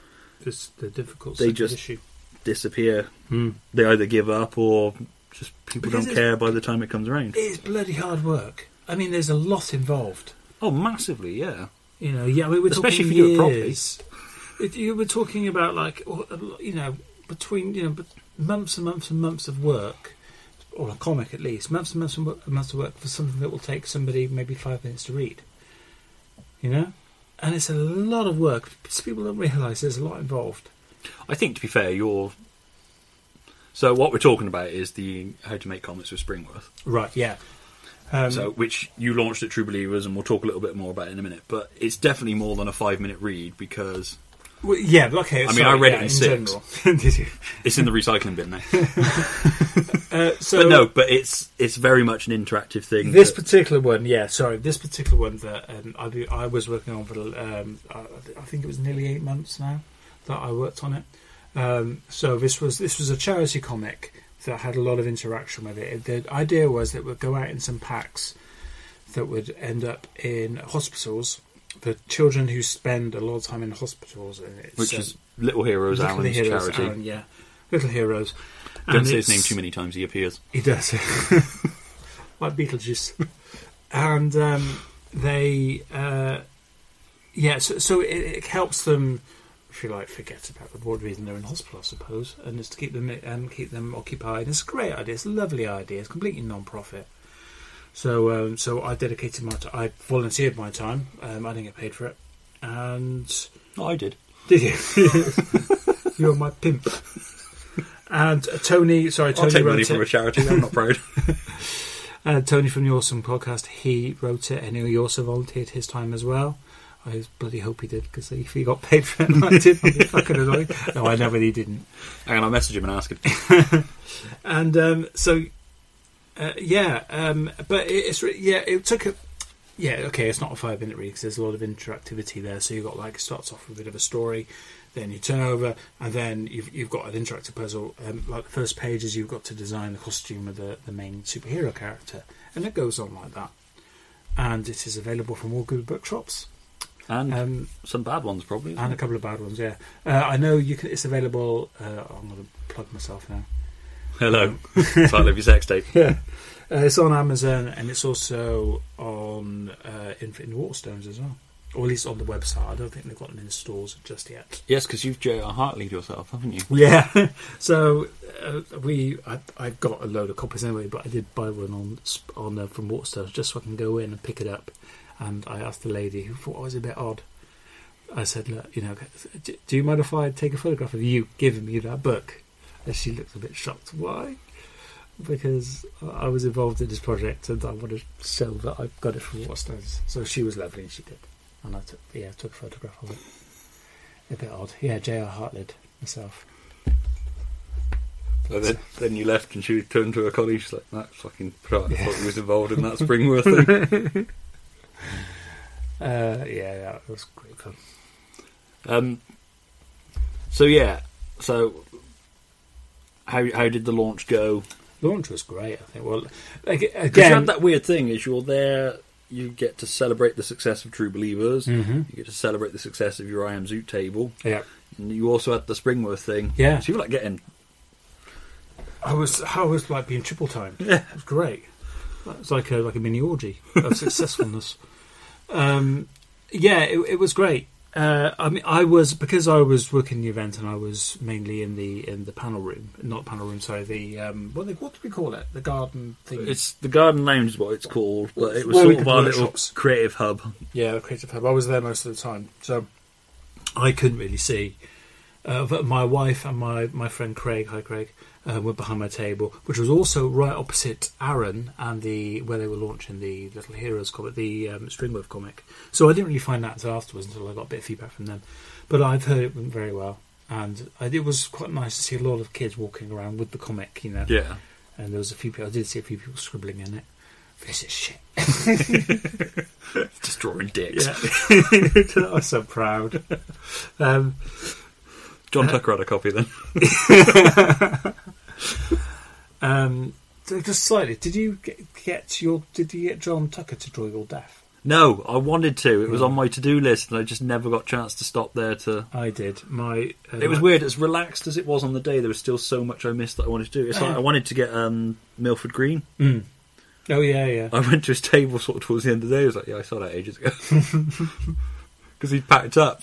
S2: this, the difficult
S1: They
S2: sort of
S1: just-
S2: issue.
S1: disappear.
S2: Mm.
S1: They either give up or just people
S2: Because
S1: don't
S2: it's-
S1: care by the time it comes around.
S2: It is bloody hard work. I mean, there's a lot involved.
S1: Oh, massively, yeah.
S2: You know, yeah, we were
S1: Especially
S2: talking
S1: if you do it properly.
S2: years. If you were talking about like, or, uh, you know, between you know, but months and months and months of work, or a comic at least, months and months and wo- months of work for something that will take somebody maybe five minutes to read. You know, and it's a lot of work. People don't realise there's a lot involved.
S1: I think to be fair, you're. So what we're talking about is the how to make comics with Springworth.
S2: Right? Yeah. Um,
S1: So which you launched at True Believers, and we'll talk a little bit more about in a minute. But it's definitely more than a five minute read because
S2: Well, yeah, but okay. I
S1: mean, I read it in six. *laughs*
S2: Did you?
S1: it's in the recycling bin
S2: *laughs*
S1: now.
S2: Uh, so
S1: but no, but it's it's very much an interactive thing.
S2: this
S1: that-
S2: particular one, yeah, sorry, this particular one that um, I, be, I was working on for, um, I, I think it was nearly eight months now that I worked on it. Um, so this was this was a charity comic that had a lot of interaction with it. The idea was that it would go out in some packs that would end up in hospitals for children who spend a lot of time in hospitals. And it's,
S1: which
S2: um,
S1: is Little Heroes
S2: Little
S1: Alan's
S2: Heroes
S1: charity.
S2: Aaron, yeah, Little Heroes.
S1: Don't
S2: And
S1: say his name
S2: it's-
S1: too many times; he appears.
S2: he does. *laughs* like Beetlejuice. and um, they, uh, yeah, so, so it, it helps them, if you like, forget about the board reason they're in hospital, I suppose, and it's to keep them um, keep them occupied. It's a great idea. It's a lovely idea. It's completely non-profit. So, um, so I dedicated my, t- I volunteered my time. Um, I didn't get paid for it, and
S1: No, I did.
S2: did you? *laughs* You're my pimp. And uh, Tony, sorry, Tony
S1: I'll take
S2: wrote
S1: money
S2: it.
S1: from a charity. I'm not proud.
S2: Uh, Tony from the Awesome Podcast, he wrote it and he also volunteered his time as well. I bloody hope he did because if he got paid for it, *laughs* and I did. I'd be fucking annoyed. No, I know really didn't.
S1: *laughs* Hang on, I'll message him and ask him.
S2: *laughs* And um, so, uh, yeah, um, but it, it's re- yeah, it took a yeah, okay, it's not a five minute read because there's a lot of interactivity there. So you've got like it starts off with a bit of a story, then you turn over, and then you've you've got an interactive puzzle. Um, like the first page is you've got to design the costume of the the main superhero character, and it goes on like that. And it is available from all good bookshops.
S1: And
S2: Um,
S1: some bad ones probably. isn't
S2: and a
S1: it?
S2: couple of bad ones. Yeah, uh, I know you can. It's available. Uh, I'm going to plug myself now. *laughs*
S1: Hello, title of your sex tape.
S2: Yeah, uh, it's on Amazon and it's also on uh, Infinite Waterstones as well, or at least on the website. I don't think they've got them in stores just yet.
S1: Yes, because you've J.R. Hartleyed yourself, haven't you?
S2: Yeah, *laughs* so uh, we I, I got a load of copies anyway, but I did buy one on Sp- on uh, from Waterstones just so I can go in and pick it up. And I asked the lady who thought I was a bit odd. I said, "Look, you know, d- do you mind if I take a photograph of you giving me that book?" And she looked a bit shocked. Why? Because I I was involved in this project and I wanted to show that I got it from Waterstones. So she was lovely and she did. And I took, yeah, I took a photograph of it. A bit odd. Yeah, J.R. Hartlid myself.
S1: And then, then you left, and she turned to her colleague. She's like, "That fucking prick I thought he was involved in that Springworth *laughs* thing."
S2: Uh, yeah, yeah, it was great fun.
S1: Um, so yeah, so how how did the launch go?
S2: Launch was great, I think. Well, like,
S1: Because you had
S2: again,
S1: that weird thing: is you're there, you get to celebrate the success of True Believers,
S2: Mhm.
S1: you get to celebrate the success of your I Am Zoot table,
S2: yeah,
S1: and you also had the Springworth thing.
S2: Yeah.
S1: so you were like getting
S2: I was, I was like being triple timed. Yeah, it was great. It was like a
S1: *laughs*
S2: like a mini orgy of successfulness. Um, yeah, it, it was great. Uh, I mean, I was because I was working the event and I was mainly in the in the panel room, not panel room. Sorry, the um, what they, what do we call it? The garden thing.
S1: It's the Garden Lounge is what it's called, but it was
S2: Well, we
S1: sort
S2: could
S1: of our little
S2: workshops.
S1: creative hub.
S2: yeah, the creative hub. I was there most of the time, so I couldn't really see. Uh, but my wife and my my friend Craig, hi Craig, uh, were behind my table, which was also right opposite Aaron and the where they were launching the Little Heroes comic, the um, Stringwave comic. So I didn't really find that until afterwards, until I got a bit of feedback from them. But I've heard it went very well, and I, it was quite nice to see a lot of kids walking around with the comic, you know
S1: Yeah.
S2: and there was a few people. I did see a few people scribbling in it. This is shit.
S1: Just drawing dicks.
S2: Yeah, *laughs* I was so proud. Um,
S1: John Tucker had a copy then. *laughs*
S2: um, so just slightly. Did you get, get your? Did you get John Tucker to draw your death?
S1: No, I wanted to. It was on my to do list, and I just never got a chance to stop there to.
S2: I did. My uh,
S1: It was
S2: my-
S1: weird. As relaxed as it was on the day, there was still so much I missed that I wanted to do. It's like I wanted to get um, Milford Green. *laughs*
S2: Mm. Oh yeah, yeah.
S1: I went to his table sort of towards the end of the day. I was like, yeah, I saw that ages ago. *laughs* Because he'd packed up.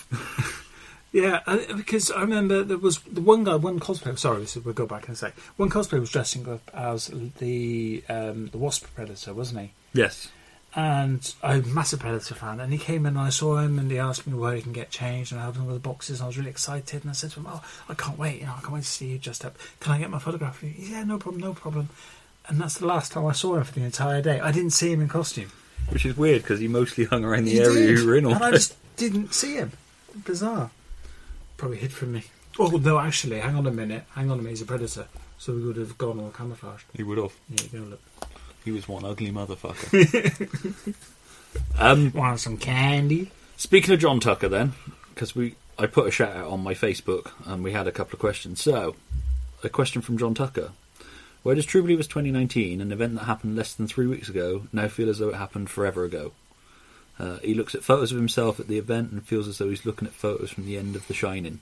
S2: Yeah, I, because I remember there was the one guy, one cosplay. Sorry, this is- we'll go back in a sec. One cosplay was dressing up as the um, the wasp predator, wasn't he?
S1: Yes.
S2: and I'm a massive Predator fan. And he came in and I saw him and he asked me where he can get changed and I helped him with the boxes. And I was really excited and I said to him, "Oh, I can't wait! You know, I can't wait to see you dressed up. Can I get my photograph?" He, yeah, no problem, no problem. And that's the last time I saw him for the entire day. I didn't see him in costume.
S1: Which is weird because he mostly hung around the
S2: He
S1: area
S2: did,
S1: you were in all
S2: and I
S1: day.
S2: just didn't see him. Bizarre. Probably hid from me. Oh no, actually, hang on a minute. Hang on a minute. He's a predator, so we would have gone all camouflaged.
S1: *laughs* He would have.
S2: Yeah, go look.
S1: He was one ugly motherfucker.
S2: *laughs*
S1: um,
S2: Want some candy?
S1: Speaking of John Tucker, then, because we I put a shout out on my Facebook and we had a couple of questions. So, a question from John Tucker: Where does True Believers 2019, an event that happened less than three weeks ago, now feel as though it happened forever ago? Uh, he looks at photos of himself at the event and feels as though he's looking at photos from the end of The Shining.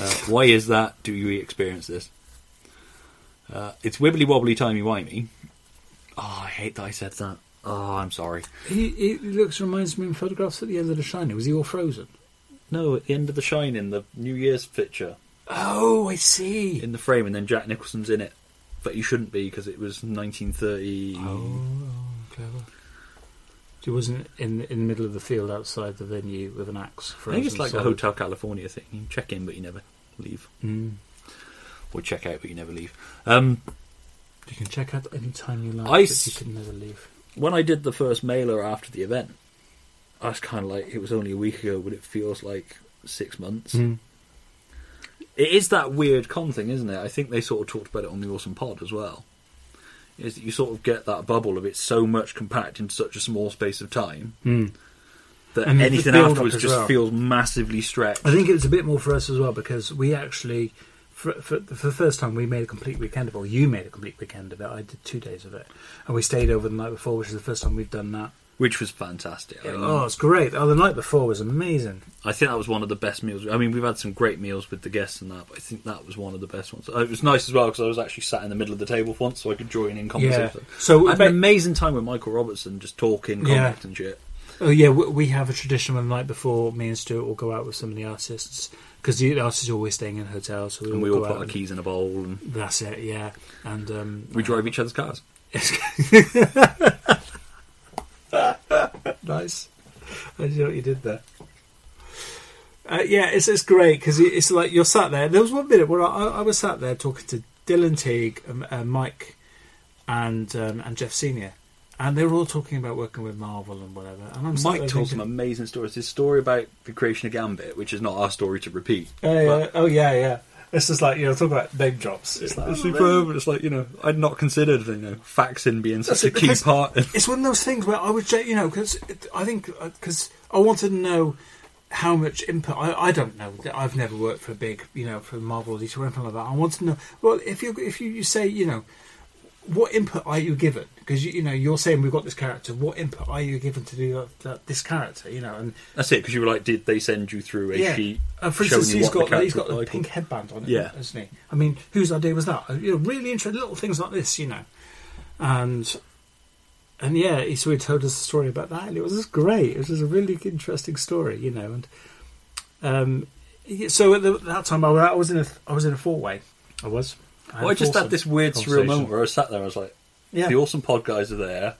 S1: Uh, why is that? Do you experience this? Uh, it's wibbly wobbly timey wimey. Oh, I hate that I said that. Oh, I'm sorry.
S2: He, he looks reminds me in photographs at the end of The Shining. Was he all frozen?
S1: No, at the end of The Shining, the New Year's picture.
S2: Oh, I see.
S1: in the frame, and then Jack Nicholson's in it, but you shouldn't be because it was 1930.
S2: Oh, clever. He wasn't in in the middle of the field outside the venue with an axe.
S1: I think it's like the Hotel California thing. You check in, but you never leave,
S2: Mm.
S1: or check out, but you never leave. Um,
S2: You can check out any time you like,
S1: I
S2: but
S1: s-
S2: you can never leave.
S1: when I did the first mailer after the event, I was kind of like, it was only a week ago, but it feels like six months.
S2: Hmm.
S1: It is that weird con thing, isn't it? I think they sort of talked about it on the Awesome Pod as well. Is that you sort of get that bubble of it's so much compact in such a small space of time that
S2: Hmm. And the
S1: anything
S2: build-up
S1: afterwards
S2: as
S1: just
S2: well.
S1: feels massively stretched.
S2: I think it was a bit more for us as well because we actually, for, for, for the first time, we made a complete weekend of it. Or you made a complete weekend of it. I did two days of it, and we stayed over the night before, which is the first time we've done that.
S1: which was fantastic. I, mean,
S2: Oh, it's great! Oh, the night before was amazing.
S1: I think that was one of the best meals. I mean, we've had some great meals with the guests and that, but I think that was one of the best ones. Uh, It was nice as well because I was actually sat in the middle of the table for once, so I could join in conversation.
S2: So
S1: I had
S2: ba-
S1: an amazing time with Michael Robertson, just talking,
S2: Yeah.
S1: comics and shit.
S2: Oh yeah, we, we have a tradition when the night before me and Stuart will go out with some of the artists because the artists are always staying in hotels, so we
S1: And we
S2: all
S1: all
S2: go
S1: put
S2: out.
S1: our
S2: and-
S1: keys in a bowl and
S2: That's it, yeah. And um, *laughs*
S1: we drove each other's cars.
S2: nice. I see what you did there. Uh, yeah, it's it's great because it's like you're sat there. There was one minute where I, I was sat there talking to Dylan Teague, um, uh, Mike, and um, and Jeff Senior, and they were all talking about working with Marvel and whatever. And I'm sat
S1: Mike
S2: there
S1: told some
S2: thinking,
S1: amazing stories. His story about the creation of Gambit, which is not our story to repeat.
S2: "Oh,
S1: but-
S2: yeah, oh yeah, yeah." It's just like you know, talk about name drops. It's like
S1: It's
S2: oh,
S1: superb. It's like you know, I'd not considered you know faxing being such
S2: That's
S1: a
S2: it,
S1: key
S2: because-
S1: part.
S2: it's one of those things where I would, ju- you know, because I think because I wanted to know how much input. I, I don't know. I've never worked for a big, you know, for Marvel or DC or anything like that. I want to know. Well, if you if you, you say, you know, what input are you given? Because you, you know, you're saying we've got this character. What input are you given to do that, that, this character? You know, and
S1: That's it, because you were like, did they send you through a
S2: yeah.
S1: sheet?
S2: Uh, for
S1: showing
S2: instance,
S1: you
S2: he's
S1: what the
S2: got he's
S1: character
S2: got the
S1: looked like?
S2: pink headband on, it,
S1: Yeah.
S2: hasn't he? I mean, whose idea was that? Uh, You know, really interesting little things like this, you know, and and yeah, he so he told us a story about that, and it was just great. It was just a really interesting story, you know, and Um, yeah, so at the, that time, I was, I was in a I was in a four way. I was. had
S1: Well, I
S2: a
S1: just
S2: foursome
S1: had this weird surreal
S2: conversation.
S1: moment where I was sat there. I was like,
S2: Yeah,
S1: the awesome pod guys are there.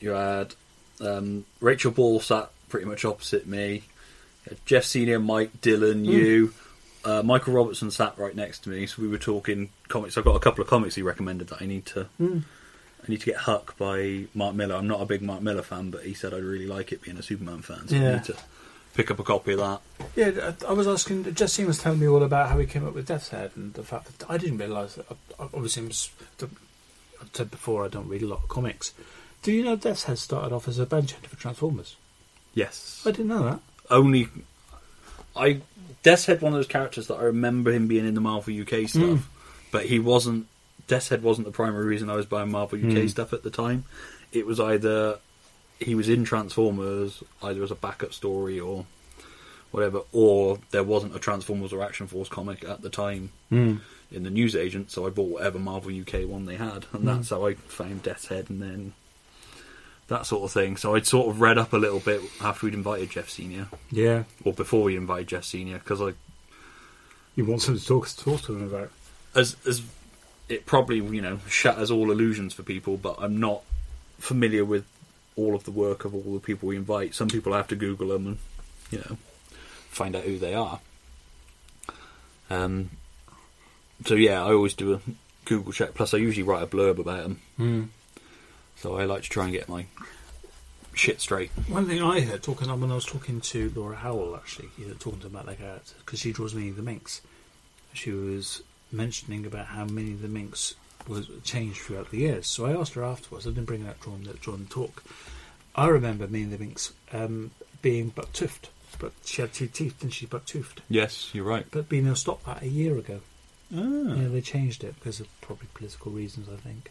S1: You had um, Rachel Ball sat pretty much opposite me. You had Jeff Senior, Mike, Dylan,
S2: Hmm.
S1: you. Uh, Michael Robertson sat right next to me, so we were talking comics. I've got a couple of comics he recommended that I need to.
S2: Hmm.
S1: I need to get Huck by Mark Miller. I'm not a big Mark Miller fan, but he said I'd really like it being a Superman fan, so I
S2: Yeah.
S1: need to pick up a copy of that.
S2: yeah. I I was asking. Justine was telling me all about how he came up with Death's Head and the fact that I didn't realise that. I, I- obviously, I'm, s- I've said before I don't read a lot of comics. Do you know Death's Head started off as a bench hunter for Transformers?
S1: Yes,
S2: I didn't know that.
S1: only I Death's Head one of those characters that I remember him being in the Marvel UK stuff, but he wasn't. Death's Head wasn't the primary reason I was buying Marvel UK stuff at the time. It was either he was in Transformers, either as a backup story or whatever, or there wasn't a Transformers or Action Force comic at the time in the newsagent, so I bought whatever Marvel UK one they had, and that's how I found Death's Head, and then that sort of thing. So I'd sort of read up a little bit after we'd invited Jeff Senior
S2: Yeah,
S1: or before we invite Jeff Senior, because I
S2: you want something to talk, talk to him about.
S1: as as it probably you know shatters all illusions for people, but I'm not familiar with all of the work of all the people we invite. Some people have to Google them and you know find out who they are. Um. So yeah, I always do a Google check. Plus, I usually write a blurb about them,
S2: Mm.
S1: so I like to try and get my shit straight.
S2: One thing I heard talking when I was talking to Laura Howell, actually, you know, talking to her about their character, because she draws many of the minks. She was mentioning about how many of the minks was changed throughout the years. So I asked her afterwards. I didn't bring that drawn that drawn talk. I remember many of the minks um, being buck toothed, but she had two teeth, and she buck toothed.
S1: Yes, you're right.
S2: But being able to stop that a year ago, yeah, they changed it because of probably political reasons, I think.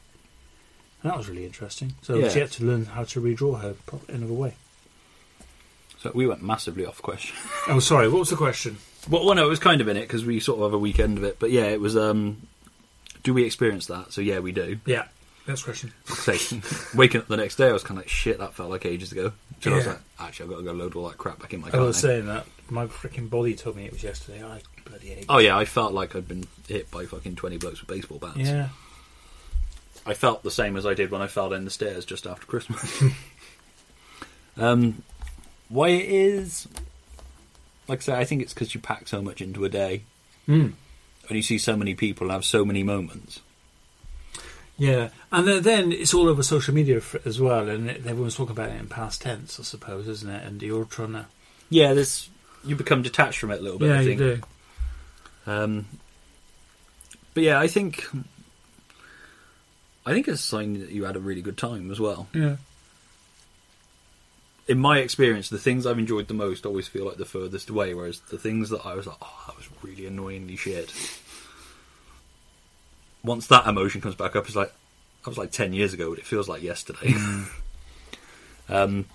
S2: And that was really interesting. So
S1: Yeah.
S2: she had to learn how to redraw her pro- another way.
S1: So we went massively off question.
S2: Oh, sorry. What was the question?
S1: Well, well, no, it was kind of in it because we sort of have a weekend of it. But yeah, it was. um Do we experience that? So yeah, we do. *laughs*
S2: Yeah. Next question.
S1: Say, waking up the next day, I was kind of like, shit, that felt like ages ago. So I was
S2: Yeah.
S1: like, actually, I've got to go load all that crap back in my
S2: I
S1: car.
S2: was
S1: now.
S2: saying that my freaking body told me it was yesterday. I bloody hate.
S1: oh yeah, I felt like I'd been hit by fucking twenty blokes with baseball bats.
S2: yeah.
S1: I felt the same as I did when I fell down the stairs just after Christmas.
S2: *laughs*
S1: um, why it is? Like I say, I think it's because you pack so much into a day,
S2: Mm.
S1: and you see so many people have so many moments.
S2: Yeah, and then, then it's all over social media f as well, and it, everyone's talking about it in past tense, I suppose, isn't it? And you're trying to.
S1: Yeah, there's you become detached from it a little bit. I think.
S2: do.
S1: Um, but yeah, I think I think it's a sign that you had a really good time as well.
S2: Yeah.
S1: In my experience, the things I've enjoyed the most always feel like the furthest away, whereas the things that I was like, oh, that was really annoyingly shit. Once that emotion comes back up, it's like that was like ten years ago, but it feels like yesterday. *laughs* um,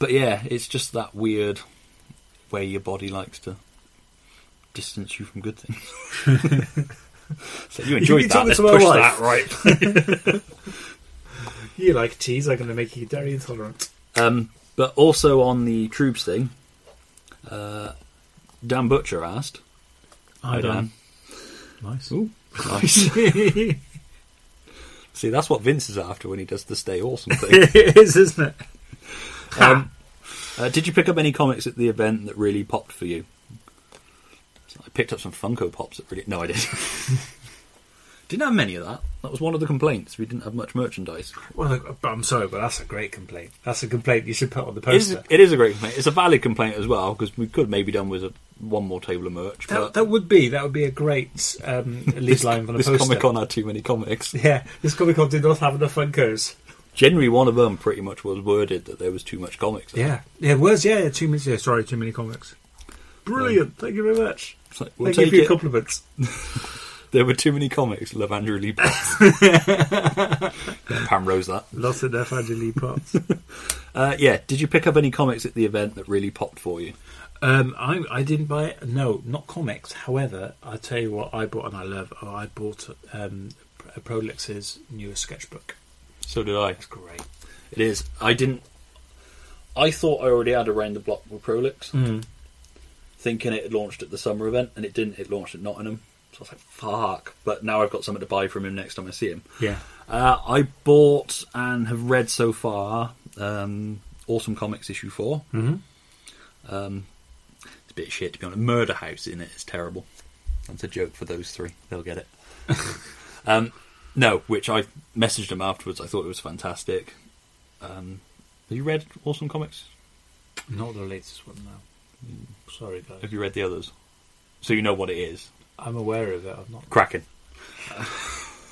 S1: but yeah, it's just that weird way your body likes to distance you from good things. *laughs* so you enjoyed
S2: You
S1: that.
S2: took me
S1: Let's
S2: to my
S1: push
S2: life.
S1: that right.
S2: You like cheese, I'm going to make you dairy intolerant.
S1: Um, but also on the troops thing, uh, Dan Butcher asked. Hi, Dan.
S2: Nice.
S1: Ooh, *laughs* nice. *laughs* See, that's what Vince is after when he does the stay *laughs* awesome thing.
S2: *laughs* it is, isn't it?
S1: um, uh, did you pick up any comics at the event that really popped for you? So I picked up some Funko Pops that really. No, I didn't. *laughs* didn't have many of that. That was one of the complaints. We didn't have much merchandise.
S2: Well, look, but I'm sorry, but that's a great complaint. That's a complaint you should put on the
S1: It is,
S2: poster.
S1: it is a great complaint. It's a valid complaint as well because we could maybe done with a, one more table of merch.
S2: That,
S1: but
S2: that would be that would be a great *laughs* um, lead line on a
S1: this
S2: poster.
S1: Comic Con had too many comics.
S2: Yeah, this Comic Con did not have enough Funkos.
S1: generally one of them pretty much was worded that there was too much comics.
S2: Yeah, yeah, words. Yeah, yeah too many. Yeah, sorry, too many comics. Brilliant. Thank you very much.
S1: It's like, we'll
S2: Thank
S1: take
S2: you for your
S1: it.
S2: compliments.
S1: there were too many comics. Love Andrew Lee *laughs* Potts. Yeah, Pam Rose that.
S2: *laughs* Lots of Death Angel Lee *laughs* Potts.
S1: Uh, yeah. Did you pick up any comics at the event that really popped for you?
S2: um, I I didn't buy no not comics. However, I tell you what I bought and I love. Oh, I bought um, Prolix's newest sketchbook.
S1: So did I.
S2: It's great.
S1: It is. I didn't. I thought I already had around the block with Prolix,
S2: Mm.
S1: thinking it had launched at the summer event, and it didn't. It launched at Nottingham. So I was like, fuck. But now I've got something to buy from him next time I see him.
S2: Yeah.
S1: Uh, I bought and have read so far um, Awesome Comics issue 4.
S2: hmm
S1: Um, it's a bit shit to be honest. Murder House in it is terrible. That's a joke for those three. They'll
S2: *laughs*
S1: get it. um, no, which I messaged him afterwards. I thought it was fantastic. Um, have you read Awesome Comics?
S2: Not the latest one now. Sorry, guys.
S1: Have you read the others? So you know what it is.
S2: I'm aware of it. I've not.
S1: Kraken.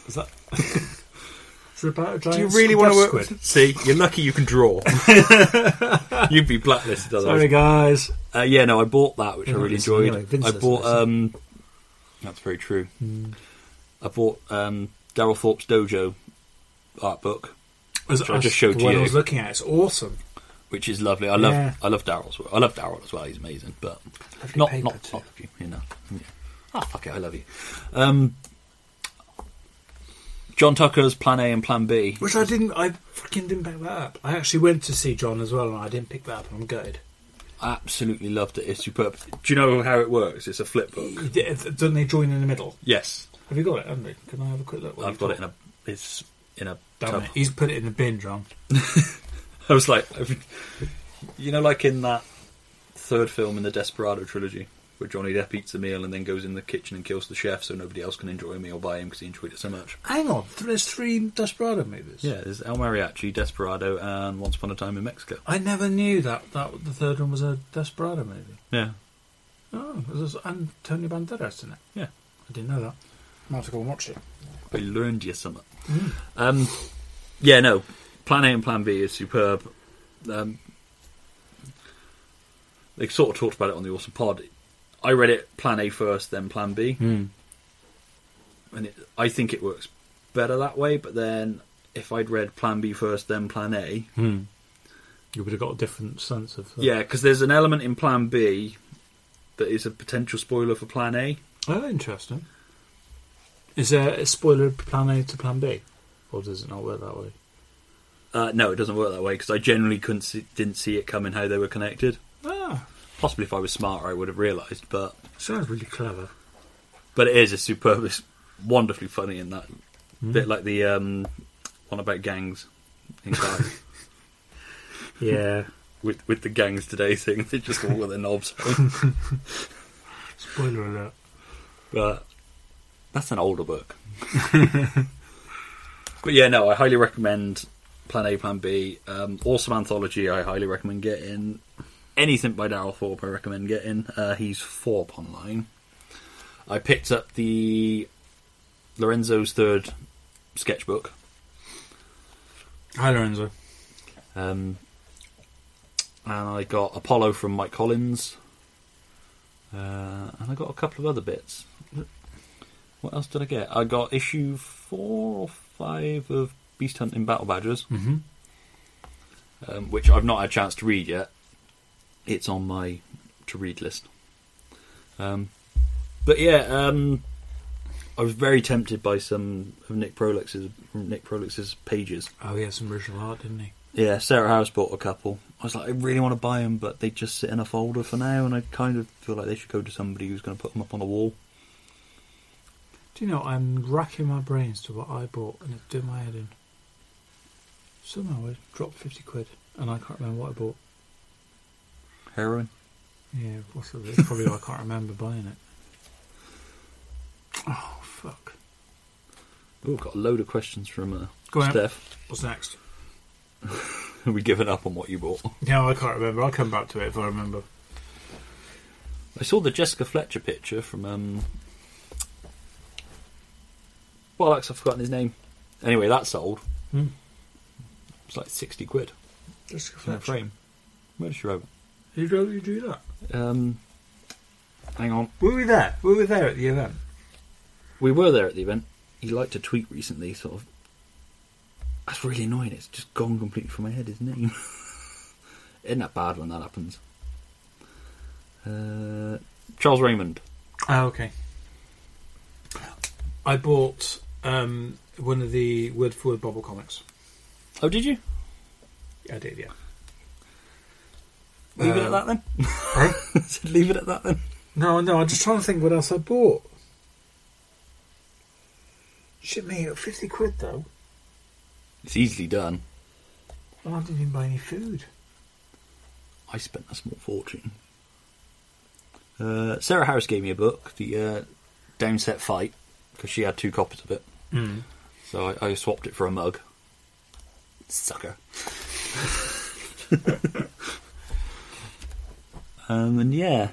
S2: Is that? Is it about a giant
S1: Do you really want to
S2: stuffed
S1: work?
S2: squid?
S1: See, you're lucky you can
S2: *laughs*
S1: draw. You'd be blacklisted otherwise.
S2: Sorry, guys.
S1: Uh, yeah, no, I bought that, which
S2: You're
S1: I
S2: not
S1: really
S2: listening,
S1: enjoyed.
S2: are you? Vince
S1: I
S2: doesn't
S1: bought.
S2: listen.
S1: Um, that's very true.
S2: Mm.
S1: I bought um, Daryl Thorpe's Dojo art book,
S2: As,
S1: I just showed
S2: the one
S1: you.
S2: I was looking at. It's awesome.
S1: which is lovely. I love.
S2: Yeah.
S1: I love Daryl's work. I love Daryl as well. He's amazing, but
S2: Lovely
S1: not
S2: paper,
S1: not
S2: too.
S1: not love you. You know. Yeah. Ah, fuck it. I love you. Um, John Tucker's Plan A and Plan B.
S2: Which I didn't. I fucking didn't pick that up. I actually went to see John as well, and I didn't pick that up. And I'm gutted.
S1: Absolutely loved it. It's superb. Do you know how it works? It's a flip book.
S2: You did- Don't they join in the middle?
S1: Yes,
S2: Have you got it? Haven't you? Can I have a quick look?
S1: I've got it in a. It's in a.
S2: Damn
S1: tub.
S2: it! He's put it in the bin, John.
S1: I was like, *laughs* you know, like in that third film in the Desperado trilogy, where Johnny Depp eats a meal and then goes in the kitchen and kills the chef so nobody else can enjoy a meal by him because he enjoyed it so much.
S2: Hang on. th- There's three Desperado movies.
S1: Yeah, there's El Mariachi, Desperado, and Once Upon a Time in Mexico.
S2: I never knew that, that the third one was a Desperado movie.
S1: Yeah,
S2: Oh, there's Antonio Banderas in it.
S1: yeah.
S2: I didn't know that. i have to go and watch it.
S1: I learned you something. Um, yeah, no. Plan A and Plan B is superb. Um, they sort of talked about it on the Awesome Pod. I read it Plan A first, then Plan B. and it, I think it works better that way. But then, if I'd read Plan B first, then Plan A,
S2: You would have got a different sense of.
S1: Yeah, 'cause yeah, because there's an element in Plan B that is a potential spoiler for Plan A.
S2: Oh, interesting. Is there a spoiler plan A to plan B? Or does it not work that way?
S1: Uh, no, it doesn't work that way because I generally couldn't see, didn't see it coming how they were connected.
S2: Ah,
S1: Possibly if I was smarter, I would have realised. But
S2: sounds really clever.
S1: but it is a superb, it's wonderfully funny in that bit, like the um, one about gangs in Clive.
S2: Yeah.
S1: With, with the gangs today thing, they just all with their knobs.
S2: *laughs* spoiler alert.
S1: but that's an older book. but yeah, no, I highly recommend Plan A, Plan B. Um, awesome anthology. I highly recommend getting anything by Daryl Thorpe. I recommend getting. Uh, he's Thorpe online. I picked up the Lorenzo's third sketchbook.
S2: Hi, Lorenzo.
S1: Um, and I got Apollo from Mike Collins. Uh, and I got a couple of other bits. What else did I get? I got issue four or five of Beast Hunting Battle Badgers,
S2: Mm-hmm.
S1: um, which I've not had a chance to read yet. It's on my to read list. Um, but yeah, um, I was very tempted by some of Nick Prolix's Nick Prolix's pages.
S2: Oh, he had some original art, didn't he?
S1: Yeah, Sarah Harris bought a couple. I was like, I really want to buy them, but they just sit in a folder for now, and I kind of feel like they should go to somebody who's going to put them up on a wall.
S2: Do you know, I'm racking my brains to what I bought and it's doing my head in. Somehow I dropped 50 quid and I can't remember what I bought.
S1: Heroin.
S2: Yeah, possibly. It's Probably why I can't remember buying it. Oh, fuck.
S1: Ooh, got a load of questions from uh,
S2: Go on.
S1: Steph. *laughs*
S2: What's next?
S1: Have we given up on what you bought?
S2: No, I can't remember. I'll come back to it if I remember.
S1: I saw the Jessica Fletcher picture from. um Bollocks, I've forgotten his name. Anyway, that sold.
S2: Hmm.
S1: It's like 60 quid.
S2: Just
S1: in a frame. Where did she write
S2: You do you do that?
S1: it? Um, hang on.
S2: Were we there? Were we there at the event?
S1: We were there at the event. He liked to tweet recently, sort of. That's really annoying. It's just gone completely from my head, his name. *laughs* Isn't that bad when that happens? Uh, Charles Raymond.
S2: Oh, okay. I bought um, one of the word for word bubble comics.
S1: Oh, did you?
S2: I did, yeah.
S1: Leave it
S2: Um,
S1: at that *laughs* then. Said Leave it at that then.
S2: No, no, I'm just trying to think what else I bought. Shit me, it was 50 quid though,
S1: It's easily done.
S2: and I didn't even buy any food.
S1: I spent a small fortune. Uh, Sarah Harris gave me a book, the uh, Downset Fight, because she had two copies of it.
S2: Mm.
S1: So I, I swapped it for a mug. Sucker. *laughs* um, and yeah.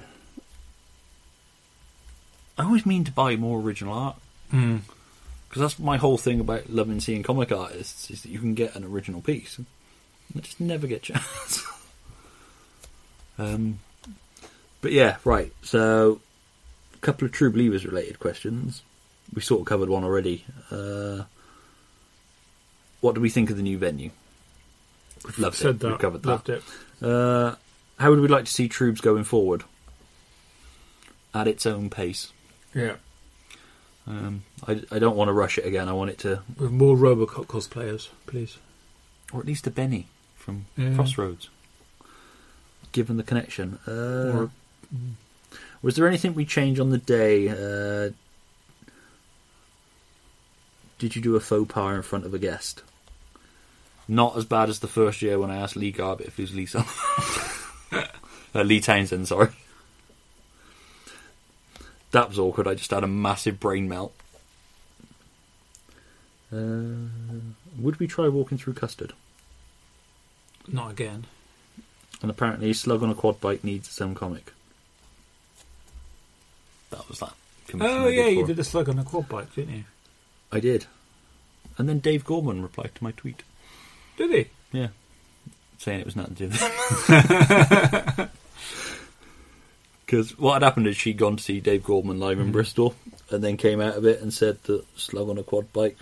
S1: I always mean to buy more original art,
S2: Mm.
S1: because that's my whole thing about loving seeing comic artists, is that you can get an original piece. I just never get a chance. *laughs* um, but yeah, right. So, a couple of True Believers related questions. We sort of covered one already. Uh, what do we think of the new venue? We've loved
S2: Said
S1: it.
S2: that.
S1: We've covered
S2: Loved
S1: that.
S2: it.
S1: Uh, how would we like to see Troobs going forward? At its own pace.
S2: Yeah,
S1: Um, I, I don't want to rush it again. I want it to,
S2: with more Robocop cosplayers, please.
S1: or at least a Benny from
S2: Yeah.
S1: Crossroads. Given the connection, uh,
S2: Or-
S1: Was there anything we changed on the day? Uh, did you do a faux pas in front of a guest? Not as bad as the first year when I asked Lee Garbutt if he was Lee *laughs* Sullivan. uh, Lee Townsend, sorry. That was awkward. I just had a massive brain melt. Uh, would we try walking through custard?
S2: Not again.
S1: And apparently, Slug on a Quad Bike needs its own comic. That was that. commission
S2: Oh
S1: I
S2: yeah, you
S1: for
S2: did a slug on a quad bike, didn't you?
S1: I did. And then Dave Gorman replied to my tweet.
S2: Did he?
S1: Yeah. Saying it was nothing to do *laughs* Because what had happened is she'd gone to see Dave Gorman live in Bristol and then came out of it and said that Slug on a Quad Bike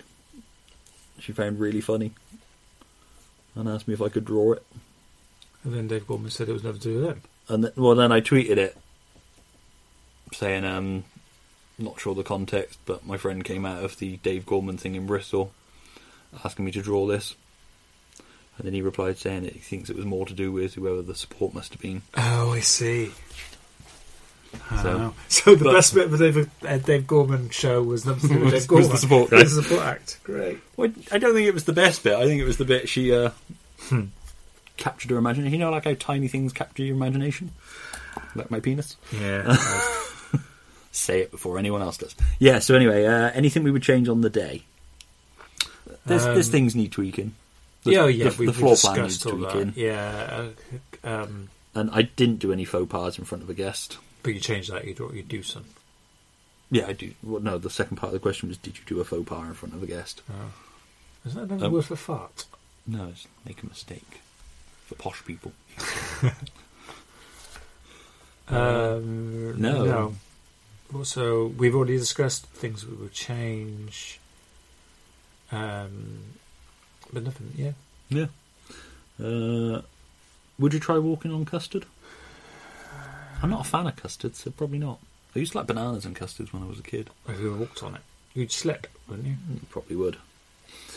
S1: she found really funny and asked me if I could draw it.
S2: And then Dave Gorman said it was never to do with him.
S1: And th- well, then I tweeted it saying, um, not sure the context, but my friend came out of the Dave Gorman thing in Bristol asking me to draw this. And then he replied saying that he thinks it was more to do with whoever the support must have been.
S2: Oh, I see.
S1: So-
S2: So, *laughs* so the
S1: but-
S2: best bit of the Dave, uh, Dave Gorman show was nothing
S1: *laughs*
S2: to do with
S1: Was-
S2: Dave Gorman.
S1: was the support guy.
S2: Was the support act. Great.
S1: Well, I don't think it was the best bit. I think it was the bit she uh, captured her imagination. You know, like how tiny things capture your imagination? Like my penis?
S2: *laughs* Yeah.
S1: Say it before anyone else does. Yeah, so anyway, uh, anything we would change on the day? There's, there's
S2: Um,
S1: things need tweaking. The,
S2: yeah, oh, yeah.
S1: the,
S2: we,
S1: the
S2: we
S1: floor plan needs
S2: discussed all
S1: tweaking.
S2: that. Yeah. uh, Um,
S1: And I didn't do any faux pas in front of a guest.
S2: but you change that. You do. You do some.
S1: Yeah, I do. Well, no, the second part of the question was did you do a faux pas in front of a guest?
S2: Is that another
S1: Um,
S2: word for fart?
S1: No, it's make a mistake. For posh people.
S2: Um,
S1: Uh, no.
S2: no. Also, we've already discussed things we would change. Um, but nothing. Yeah.
S1: Yeah. Uh, would you try walking on custard? I'm not a fan of custard, so probably not. I used to like bananas and custards when I was a kid.
S2: If you walked on it, you'd slip, wouldn't you?
S1: You probably would.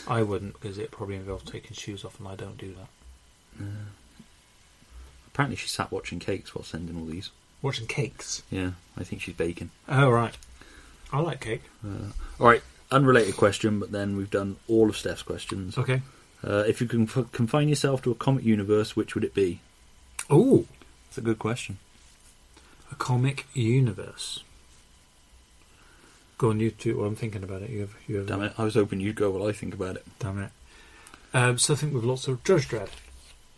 S2: I wouldn't because it probably involved taking shoes off, and I don't do that.
S1: Apparently, she sat watching cakes while sending all these.
S2: Watching cakes.
S1: Yeah, I think she's baking. Uh,
S2: Oh right. I like cake.
S1: All right, unrelated question, but then we've done all of Steph's questions.
S2: Okay.
S1: Uh, if you can f- confine yourself to a comic universe, which would it be?
S2: Oh,
S1: It's a good question.
S2: a comic universe. Go on, you two. Well, I'm thinking about it. You have. You have.
S1: Damn it, I was hoping you'd go while I think about it.
S2: Damn it. Um, so I think with lots of Judge Dredd.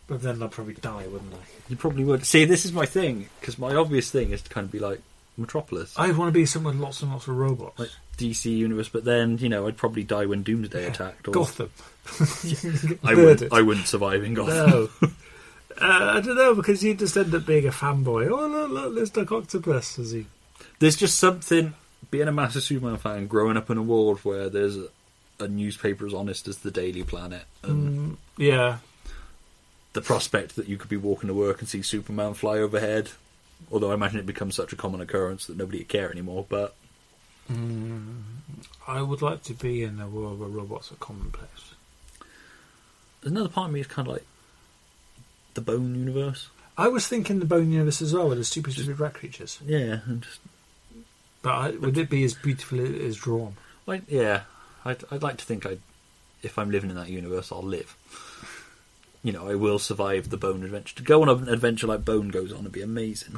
S2: But then I'd probably die, wouldn't I?
S1: You probably would. See, this is my thing, because my obvious thing is to kind of be like Metropolis,
S2: I want to be someone with lots and lots of robots.
S1: like DC universe. But then, you know, I'd probably die when Doomsday attacked. Or
S2: Gotham. *laughs*
S1: I
S2: Murdered.
S1: wouldn't. I wouldn't survive in Gotham.
S2: No. uh, I don't know, because you just end up being a fanboy. Oh, look, look, there's Doc Octopus. Is he?
S1: There's just something being a massive Superman fan, growing up in a world where there's a, a newspaper as honest as the Daily Planet, and
S2: Yeah.
S1: the prospect that you could be walking to work and see Superman fly overhead. Although I imagine it becomes such a common occurrence that nobody would care anymore. But
S2: I would like to be in a world where robots are commonplace.
S1: there's another part of me is kind of like the Bone universe.
S2: I was thinking the Bone Universe as well with the stupid, stupid rat creatures.
S1: Yeah, and just
S2: But I, would it be as beautiful as drawn?
S1: I, yeah, I'd, I'd like to think I, if I'm living in that universe, I'll live. You know, I will survive the Bone adventure. To go on an adventure like Bone goes on would be amazing.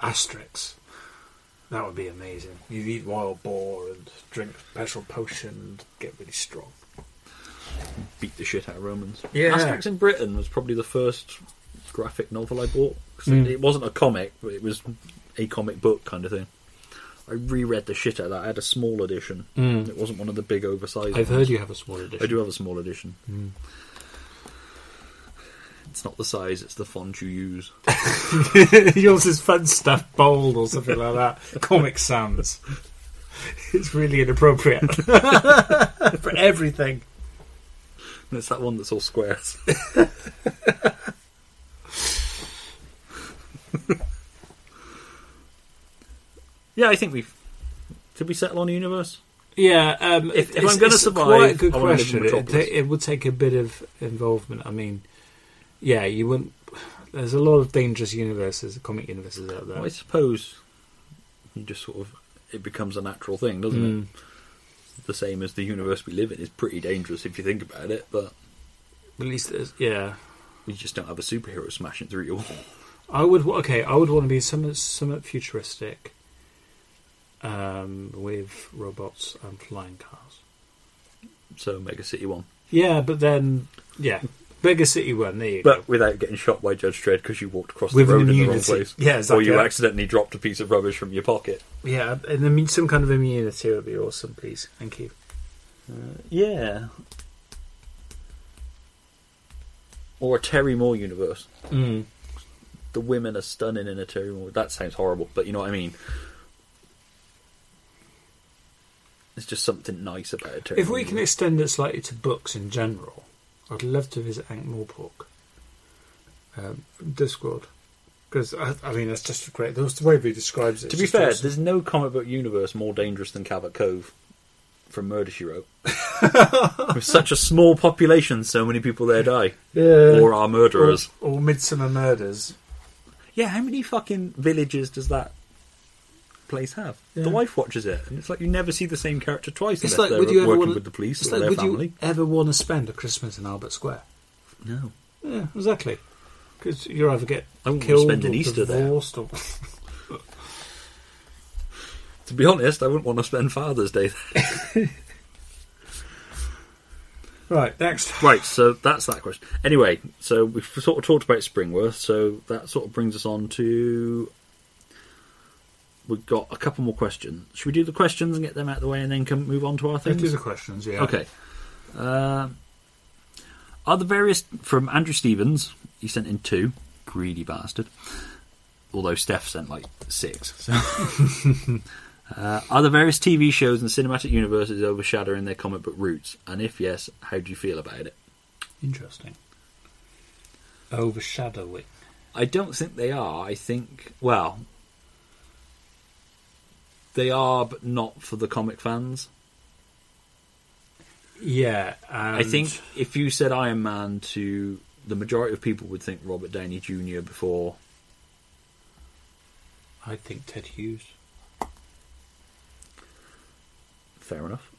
S2: Asterix. That would be amazing. You'd eat wild boar and drink special potion and get really strong.
S1: Beat the shit out of Romans.
S2: Yeah.
S1: Asterix in Britain was probably the first graphic novel I bought. 'Cause
S2: Mm.
S1: It, it wasn't a comic, but it was a comic book kind of thing. I reread the shit out of that. I had a small edition.
S2: Mm.
S1: It wasn't one of the big oversized.
S2: I've
S1: ones.
S2: heard you have a small edition.
S1: I do have a small edition.
S2: Mm.
S1: It's not the size; it's the font you use.
S2: *laughs* Yours is fun stuff, bold or something like that. Comic Sans. It's really inappropriate *laughs* for everything.
S1: And it's that one that's all squares. *laughs* yeah, I think we've. Did we settle on a universe?
S2: Yeah, um,
S1: If- if
S2: it's-
S1: I'm gonna
S2: it's
S1: survive,
S2: quite a good
S1: I wanna live in
S2: question. It,
S1: Metropolis.
S2: it would take a bit of involvement. I mean, yeah, you wouldn't. There's a lot of dangerous universes, comic universes out there.
S1: Well, I suppose you just sort of. It becomes a natural thing, doesn't
S2: Mm.
S1: it? The same as the universe we live in is pretty dangerous if you think about it, but
S2: At least, there's- yeah.
S1: we just don't have a superhero smashing through your wall. *laughs*
S2: I would wa- okay. I would want to be somewhat, somewhat futuristic, um, with robots and flying cars.
S1: So, Mega City 1.
S2: Yeah, but then yeah, bigger city one. There you go.
S1: But without getting shot by Judge Dredd because you walked across
S2: With
S1: the road in the wrong
S2: immunity.
S1: place.
S2: Yeah, exactly.
S1: Or you accidentally dropped a piece of rubbish from your pocket.
S2: Yeah, and I mean some kind of immunity would be awesome, please. Thank you.
S1: Yeah. Or a Terry Moore universe.
S2: Mm.
S1: The women are stunning in a Terry Moore. That sounds horrible, but you know what I mean. There's just something nice about a Terry
S2: If
S1: Moore
S2: we can
S1: universe.
S2: extend it slightly to books in general, I'd love to visit Ankh Morpork um, from Discord. Because, I, I mean, that's just great. That's the way he describes it.
S1: To
S2: it's
S1: be
S2: just
S1: fair,
S2: awesome.
S1: there's no comic book universe more dangerous than Cavett Cove from Murder She Wrote. *laughs* With such a small population, so many people there die.
S2: yeah.
S1: or are murderers.
S2: Or, or Midsummer Murders.
S1: Yeah, how many fucking villages does that place have?
S2: Yeah.
S1: The wife watches it, and it's like you never see the same character twice.
S2: It's
S1: unless
S2: like,
S1: they're
S2: would you ever
S1: working
S2: wanna-
S1: with the police
S2: It's
S1: or
S2: like,
S1: their
S2: would
S1: family.
S2: you ever want to spend a Christmas in Albert Square?
S1: No,
S2: Yeah, exactly. Because you either get
S1: I wouldn't
S2: killed
S1: spend an
S2: or
S1: Easter there.
S2: divorced or... *laughs*
S1: to be honest, I wouldn't want to spend Father's Day. there.
S2: *laughs* Right, next.
S1: right, so that's that question. Anyway, so we've sort of talked about Springworth, so that sort of brings us on to. We've got a couple more questions. Should we do the questions and get them out of the way, and then can move on to our things?
S2: These are questions, yeah.
S1: Okay. Um are the various from Andrew Stevens? He sent in two. Greedy bastard. Although Steph sent like six. So. *laughs* uh, are the various TV shows and cinematic universes overshadowing their comic book roots? And if yes, how do you feel about it?
S2: Interesting. Overshadowing.
S1: I don't think they are. I think well, they are, but not for the comic fans.
S2: Yeah, and
S1: I think if you said Iron Man to the majority of people would think Robert Downey Jr. before
S2: I think Ted Hughes.
S1: Fair enough.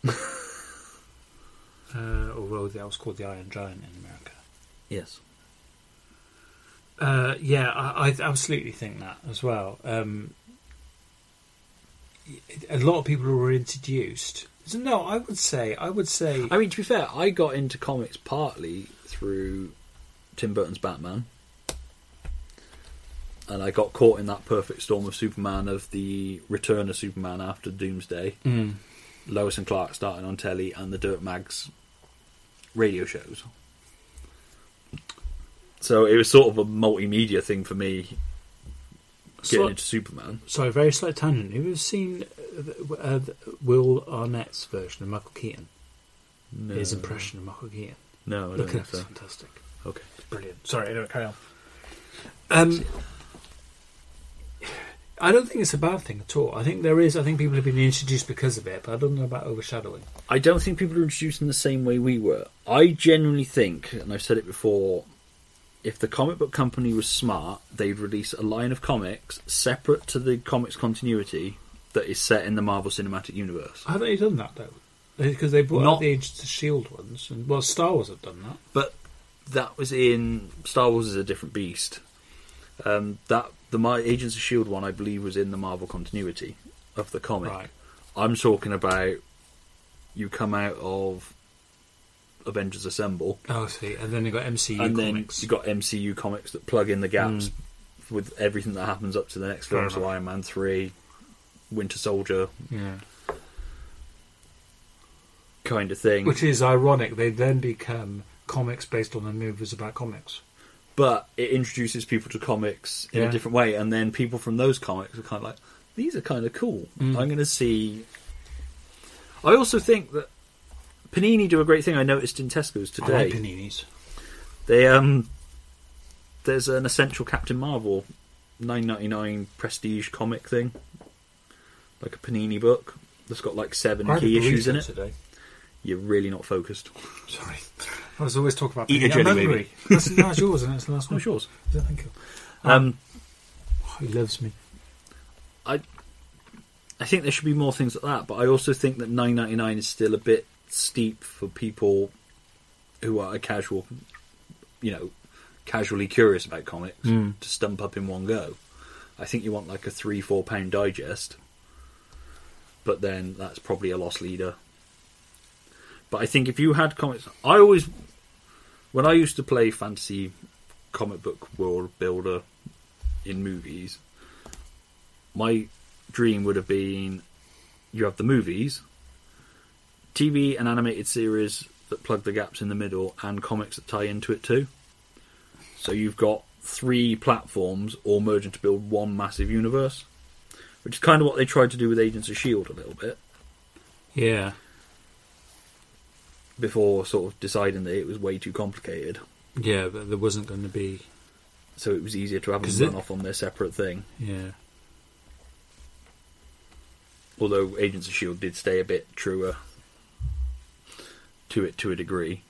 S2: Uh, although that was called the Iron Giant in America.
S1: Yes.
S2: Uh, yeah, I, I absolutely think that as well. Um, a lot of people were introduced. So no, I would say, I would say,
S1: I mean, to be fair, I got into comics partly through Tim Burton's Batman. And I got caught in that perfect storm of Superman, of the return of Superman after Doomsday,
S2: Mm,
S1: Lois and Clark starting on telly, and the Dirt Mags radio shows. So it was sort of a multimedia thing for me getting
S2: Slight-
S1: into Superman.
S2: sorry, very slight tangent. Have you ever seen uh, the- uh, the- Will Arnett's version of Michael Keaton?
S1: No,
S2: His impression of Michael Keaton.
S1: No, I don't
S2: Look at
S1: think
S2: it, it's
S1: so.
S2: fantastic.
S1: Okay.
S2: Brilliant. Sorry, anyway, carry on. Um, I don't think it's a bad thing at all. I think there is. I think people have been introduced because of it, but I don't know about overshadowing.
S1: I don't think people are introduced in the same way we were. I genuinely think, and I've said it before, if the comic book company was smart, they'd release a line of comics separate to the comics continuity that is set in the Marvel Cinematic Universe.
S2: Haven't they done that though? Because they brought
S1: Not-
S2: out the Agents of Shield ones, and well, Star Wars have done that.
S1: But that was in Star Wars is a different beast. Um, that the my Agents of Shield one, I believe, was in the Marvel continuity of the comic.
S2: Right.
S1: I'm talking about you come out of Avengers Assemble,
S2: Oh, I see. And then they got MCU
S1: and then
S2: comics. Hmm.
S1: you got MCU comics that plug in the gaps with everything that happens up to the next
S2: Fair
S1: film. So
S2: enough.
S1: Iron Man three, Winter Soldier,
S2: yeah.
S1: kind of thing.
S2: Which is ironic. They then become comics based on the movies about comics.
S1: but it introduces people to comics in
S2: Yeah.
S1: a different way, and then people from those comics are kind of like, these are kind of cool.
S2: Mm.
S1: I'm going to see. I also think that Panini do a great thing. I noticed in Tesco's
S2: I like
S1: today.
S2: paninis.
S1: they um, there's an essential Captain Marvel, 9.99 prestige comic thing, like a Panini book that's got like seven
S2: I had a
S1: key issues
S2: burrito
S1: in it.
S2: today.
S1: You're really not focused.
S2: Sorry, I was always talking about
S1: Eat a
S2: panini. I'm
S1: jelly,
S2: hungry.
S1: baby.
S2: That's, no, it's yours, and that's the
S1: *laughs*
S2: last
S1: Oh,
S2: one.
S1: it's yours.
S2: Yeah, Thank you.
S1: Um,
S2: Oh, he loves me.
S1: I think there should be more things like that, but I also think that nine ninety nine is still a bit steep for people who are casual, you know, casually curious about comics
S2: Mm.
S1: to stump up in one go. I think you want like a three four pound digest, but then that's probably a loss leader. But I think if you had comics, I always when I used to play fantasy comic book world builder in movies, my dream would have been you have the movies, TV and animated series that plug the gaps in the middle, and comics that tie into it too. So you've got three platforms all merging to build one massive universe, which is kind of what they tried to do with Agents of S.H.I.E.L.D. E a little bit
S2: Yeah.
S1: before sort of deciding that it was way too complicated.
S2: Yeah, but there wasn't going to be.
S1: So it was easier to have them
S2: 'Cause
S1: run
S2: it-
S1: off on their separate thing.
S2: Yeah.
S1: although Agents of Shield E did stay a bit truer to it to a degree.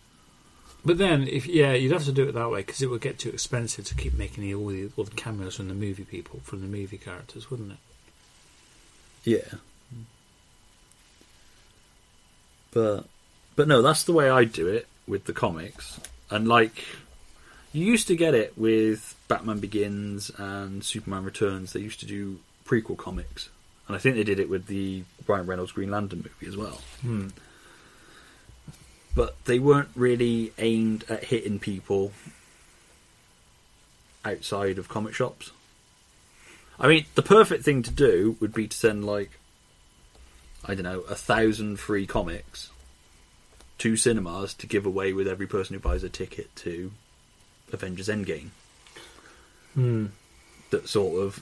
S2: But then, if yeah, you'd have to do it that way because it would get too expensive to keep making the, all the all the cameos from the movie people, from the movie characters, wouldn't it?
S1: Yeah. But but no, that's the way I do it with the comics. And like you used to get it with Batman Begins and Superman Returns. They used to do prequel comics. And I think they did it with the Ryan Reynolds Green Lantern movie as well.
S2: Hmm.
S1: but they weren't really aimed at hitting people outside of comic shops. I mean, the perfect thing to do would be to send like I don't know a thousand free comics to cinemas to give away with every person who buys a ticket to Avengers Endgame.
S2: Hmm.
S1: That sort of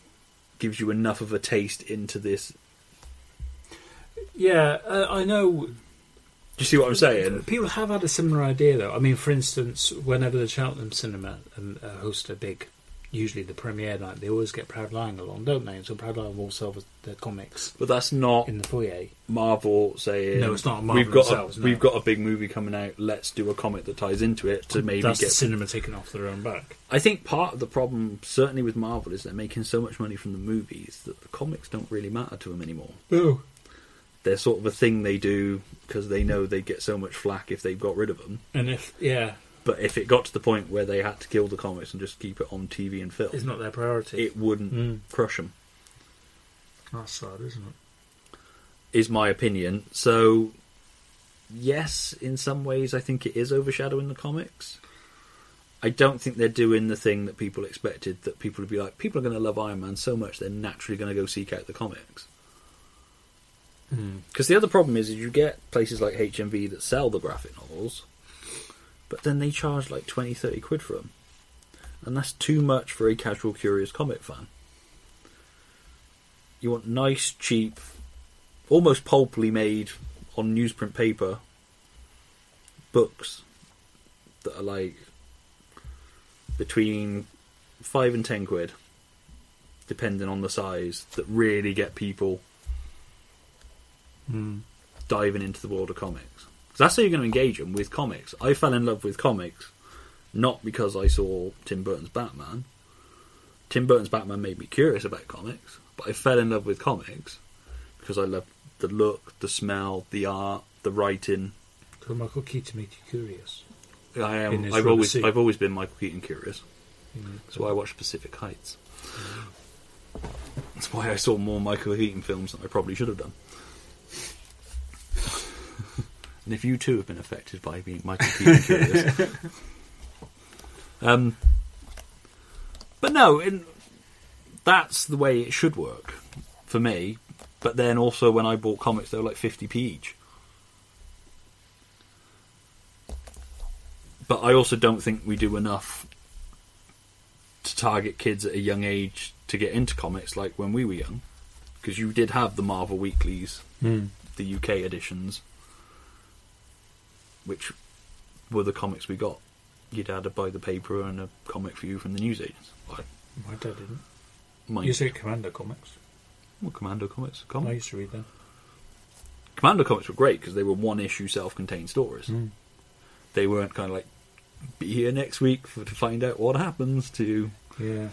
S1: gives you enough of a taste into this. Do
S2: Yeah, uh, I know.
S1: you see what I'm saying?
S2: People have had a similar idea though. I mean, for instance, whenever the Cheltenham Cinema um, uh, host a big, usually the premiere night, they always get Proud Lion along, don't they? And so Proud Lion will sell their comics
S1: But that's not
S2: in the foyer.
S1: Marvel saying
S2: No, it's not Marvel
S1: We've got
S2: themselves,
S1: a,
S2: no.
S1: we've got a big movie coming out. Let's do a comic that ties into it to maybe
S2: That's
S1: get.
S2: the cinema taking off their own back.
S1: I think part of the problem, certainly with Marvel, is they're making so much money from the movies that the comics don't really matter to them anymore.
S2: Oh.
S1: They're sort of a thing they do because they know they get so much flack if they've got rid of them.
S2: And if yeah,
S1: But if it got to the point where they had to kill the comics and just keep it on TV and film,
S2: it's not their priority.
S1: it wouldn't
S2: Mm.
S1: crush them.
S2: That's sad, isn't it?
S1: Is my opinion. So, yes, in some ways, I think it is overshadowing the comics. I don't think they're doing the thing that people expected. That people would be like, people are going to love Iron Man so much they're naturally going to go seek out the comics. Because the other problem is, is you get places like HMV that sell the graphic novels, but then they charge like 20, 30 quid for them. And that's too much for a casual, curious comic fan. You want nice, cheap, almost pulpily made on newsprint paper books that are like between five and ten quid, depending on the size, that really get people
S2: Mm.
S1: diving into the world of comics. 'Cause that's how you're going to engage them with comics. I fell in love with comics not because I saw Tim Burton's Batman. Tim Burton's Batman made me curious about comics, but I fell in love with comics because I loved the look, the smell, the art, the writing.
S2: Could Michael Keaton make you curious?
S1: I
S2: In
S1: am.
S2: his
S1: I've
S2: rubber
S1: always.
S2: suit.
S1: I've always been Michael Keaton curious.
S2: You know,
S1: That's why I watched Pacific Heights. That's why I saw more Michael Keaton films than I probably should have done. *laughs* and if you too have been affected by being Michael Keaton curious, um, but no, in, that's the way it should work for me. But then also when I bought comics, they were like fifty p each. But I also don't think we do enough to target kids at a young age to get into comics like when we were young because you did have the marvel weeklies
S2: Hmm.
S1: the uk editions which were the comics we got you'd had to buy the paper and a comic for you from the newsagents I,
S2: My dad didn't.
S1: mine,
S2: You used to get Commando comics.
S1: well, commando comics are
S2: I
S1: comics.
S2: used to read them.
S1: commando comics were great because they were one issue self-contained stories
S2: Mm.
S1: they weren't kind of like be here next week for, to find out what happens to,
S2: Yeah.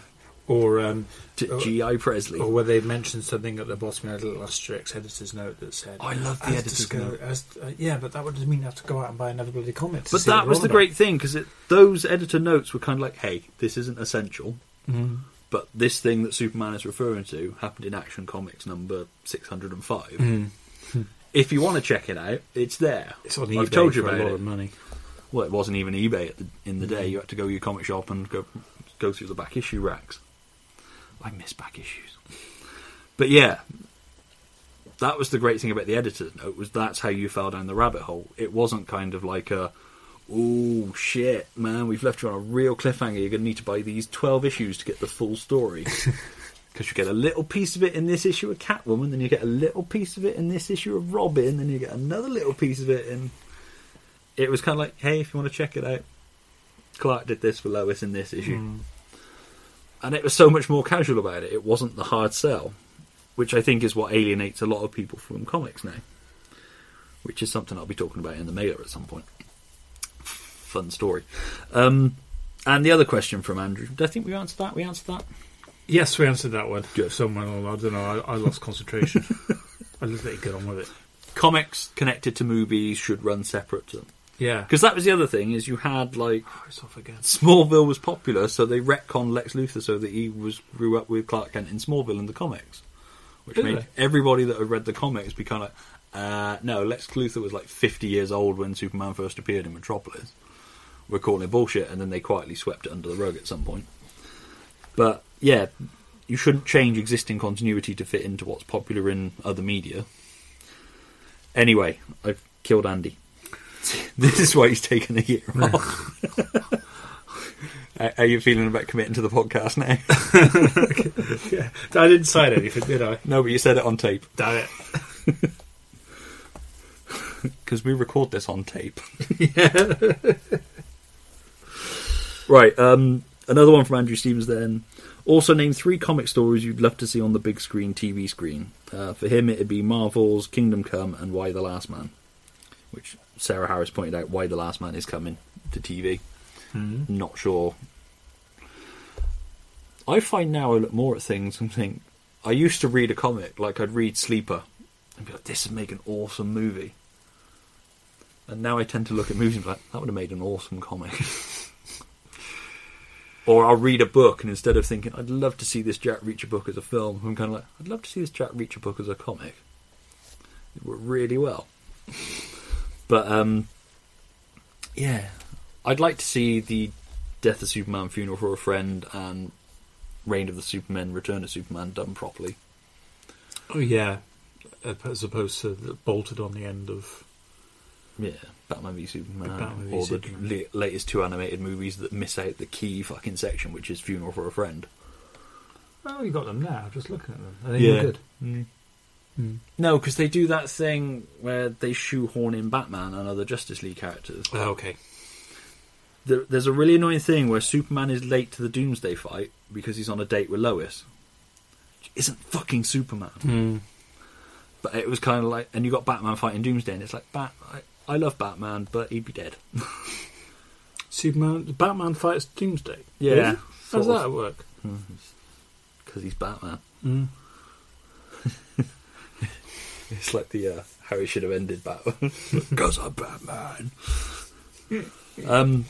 S2: Or um,
S1: to
S2: Oh.
S1: gi presley
S2: or where they mentioned something at the bottom and had a little asterisk editor's note that said,
S1: I love the
S2: "As
S1: editor's
S2: disco-
S1: note."
S2: as- uh, yeah, but that would mean I have to go out and buy another bloody comic. to
S1: But
S2: see what
S1: that was
S2: they're
S1: the
S2: on
S1: great thing because those editor notes were kind of like, "Hey, this isn't essential,
S2: about. Mm.
S1: but this thing that Superman is referring to happened in Action Comics number 605.
S2: Mm.
S1: If you want to check it out, it's there.
S2: It's on eBay
S1: I've told you
S2: for
S1: about
S2: a lot
S1: it.
S2: of money.
S1: Well, it wasn't even eBay at the, in the day. You had to go to your comic shop and go go through the back issue racks. I miss back issues. But yeah, that was the great thing about the editor's note was that's how you fell down the rabbit hole. It wasn't kind of like a oh shit man we've left you on a real cliffhanger you're going to need to buy these 12 issues to get the full story because you get a little piece of it in this issue of catwoman then you get a little piece of it in this issue of robin then you get another little piece of it in it was kind of like, hey, if you want to check it out, Clark did this for Lois in this issue. And it was so much more casual about it. It wasn't the hard sell, which I think is what alienates a lot of people from comics now, which is something I'll be talking about in the mailer at some point. Fun story. Um, and the other question from Andrew, do I think we answered that? We answered that?
S2: Yes, we answered that one.
S1: Good.
S2: Someone, I don't know, I, I lost
S1: *laughs*
S2: concentration. I just let you get on with it.
S1: Comics connected to movies should run separate to them. *laughs*
S2: Yeah.
S1: Because that was the other thing, is you had like
S2: Oh, it's off again. *laughs*
S1: Smallville was popular, so they retconned Lex Luthor so that he was grew up with Clark Kent in Smallville in the comics, which
S2: Did
S1: made everybody that had read the comics be kind of uh, no. Lex Luthor was like fifty years old when Superman first appeared in Metropolis. We're calling it bullshit, and then they quietly swept it under the rug at some point. But yeah, you shouldn't change existing continuity to fit into what's popular in other media. Anyway, I've killed Andy. *laughs* This is why he's taken a year off. *laughs* How how are you feeling about committing to the podcast now? *laughs*
S2: Yeah. I didn't sign anything, did I?
S1: no, but you said it on tape
S2: Damn it.
S1: because we record this on tape. *laughs* right. Um, another one from Andrew Stevens. Then also name three comic stories you'd love to see on the big screen TV screen. Uh, for him, it'd be Marvel's Kingdom Come and Why the Last Man, which Sarah Harris pointed out. Why the Last Man is coming to TV. Not sure. I find now I look more at things and think. I used to read a comic like I'd read Sleeper and be like, "This would make an awesome movie." And now I tend to look at movies and be like, that would have made an awesome comic. *laughs* or I'll read a book and instead of thinking, I'd love to see this Jack Reacher book as a film, I'm kind of like, I'd love to see this Jack Reacher book as a comic. It worked really well. *laughs* but, um, yeah. I'd like to see the Death of Superman Funeral for a Friend and Reign of the Supermen Return of Superman done properly.
S2: Oh, yeah. As opposed to the- bolted on the end of.
S1: Yeah, Batman v Superman,
S2: Batman v
S1: or
S2: Superman.
S1: the la- latest two animated movies that miss out the key fucking section, which is Funeral for a Friend.
S2: Oh, you got them now, just looking at them. I
S1: Yeah. No, because they do that thing where they shoehorn in Batman and other Justice League characters.
S2: Oh, okay.
S1: There, there's a really annoying thing where Superman is late to the Doomsday fight because he's on a date with Lois, which isn't fucking Superman.
S2: Hmm.
S1: But it was kind of like, and you got Batman fighting Doomsday, and it's like, Bat, I, I love Batman, but he'd be dead.
S2: Superman, Batman fights Doomsday.
S1: Yeah,
S2: Really? How
S1: sort
S2: does that work?
S1: because he's Batman.
S2: Mm.
S1: It's like the uh, how it should have ended Batman. *laughs* Because I'm Batman. um,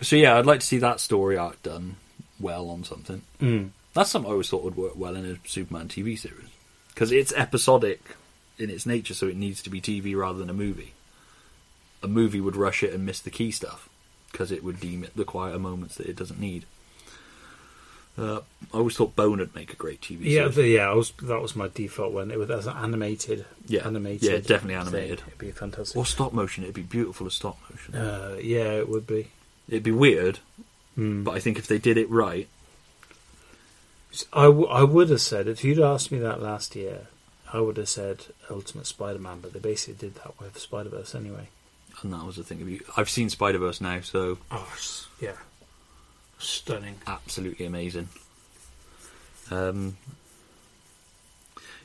S1: so yeah, I'd like to see that story arc done well on something.
S2: Mm.
S1: That's something I always thought would work well in a Superman TV series because it's episodic in its nature, so it needs to be TV rather than a movie. A movie would rush it and miss the key stuff because it would deem it the quieter moments that it doesn't need. Uh, I always thought Bone would make a great TV
S2: Yeah,
S1: series.
S2: but yeah. I was, that was my default one. It was, that was an animated.
S1: Yeah.
S2: animated.
S1: Yeah, definitely
S2: thing.
S1: animated.
S2: It'd be fantastic.
S1: Or stop motion. It'd be beautiful as stop motion.
S2: Uh, yeah, it would be.
S1: It'd be weird,
S2: Mm.
S1: but I think if they did it right,
S2: I, w- I would have said if you'd asked me that last year, I would have said Ultimate Spider-Man, but they basically did that with Spider-Verse anyway.
S1: and that was the thing. Of you, I've seen Spider Verse now, so
S2: Oh, s- yeah, stunning.
S1: absolutely amazing. Um,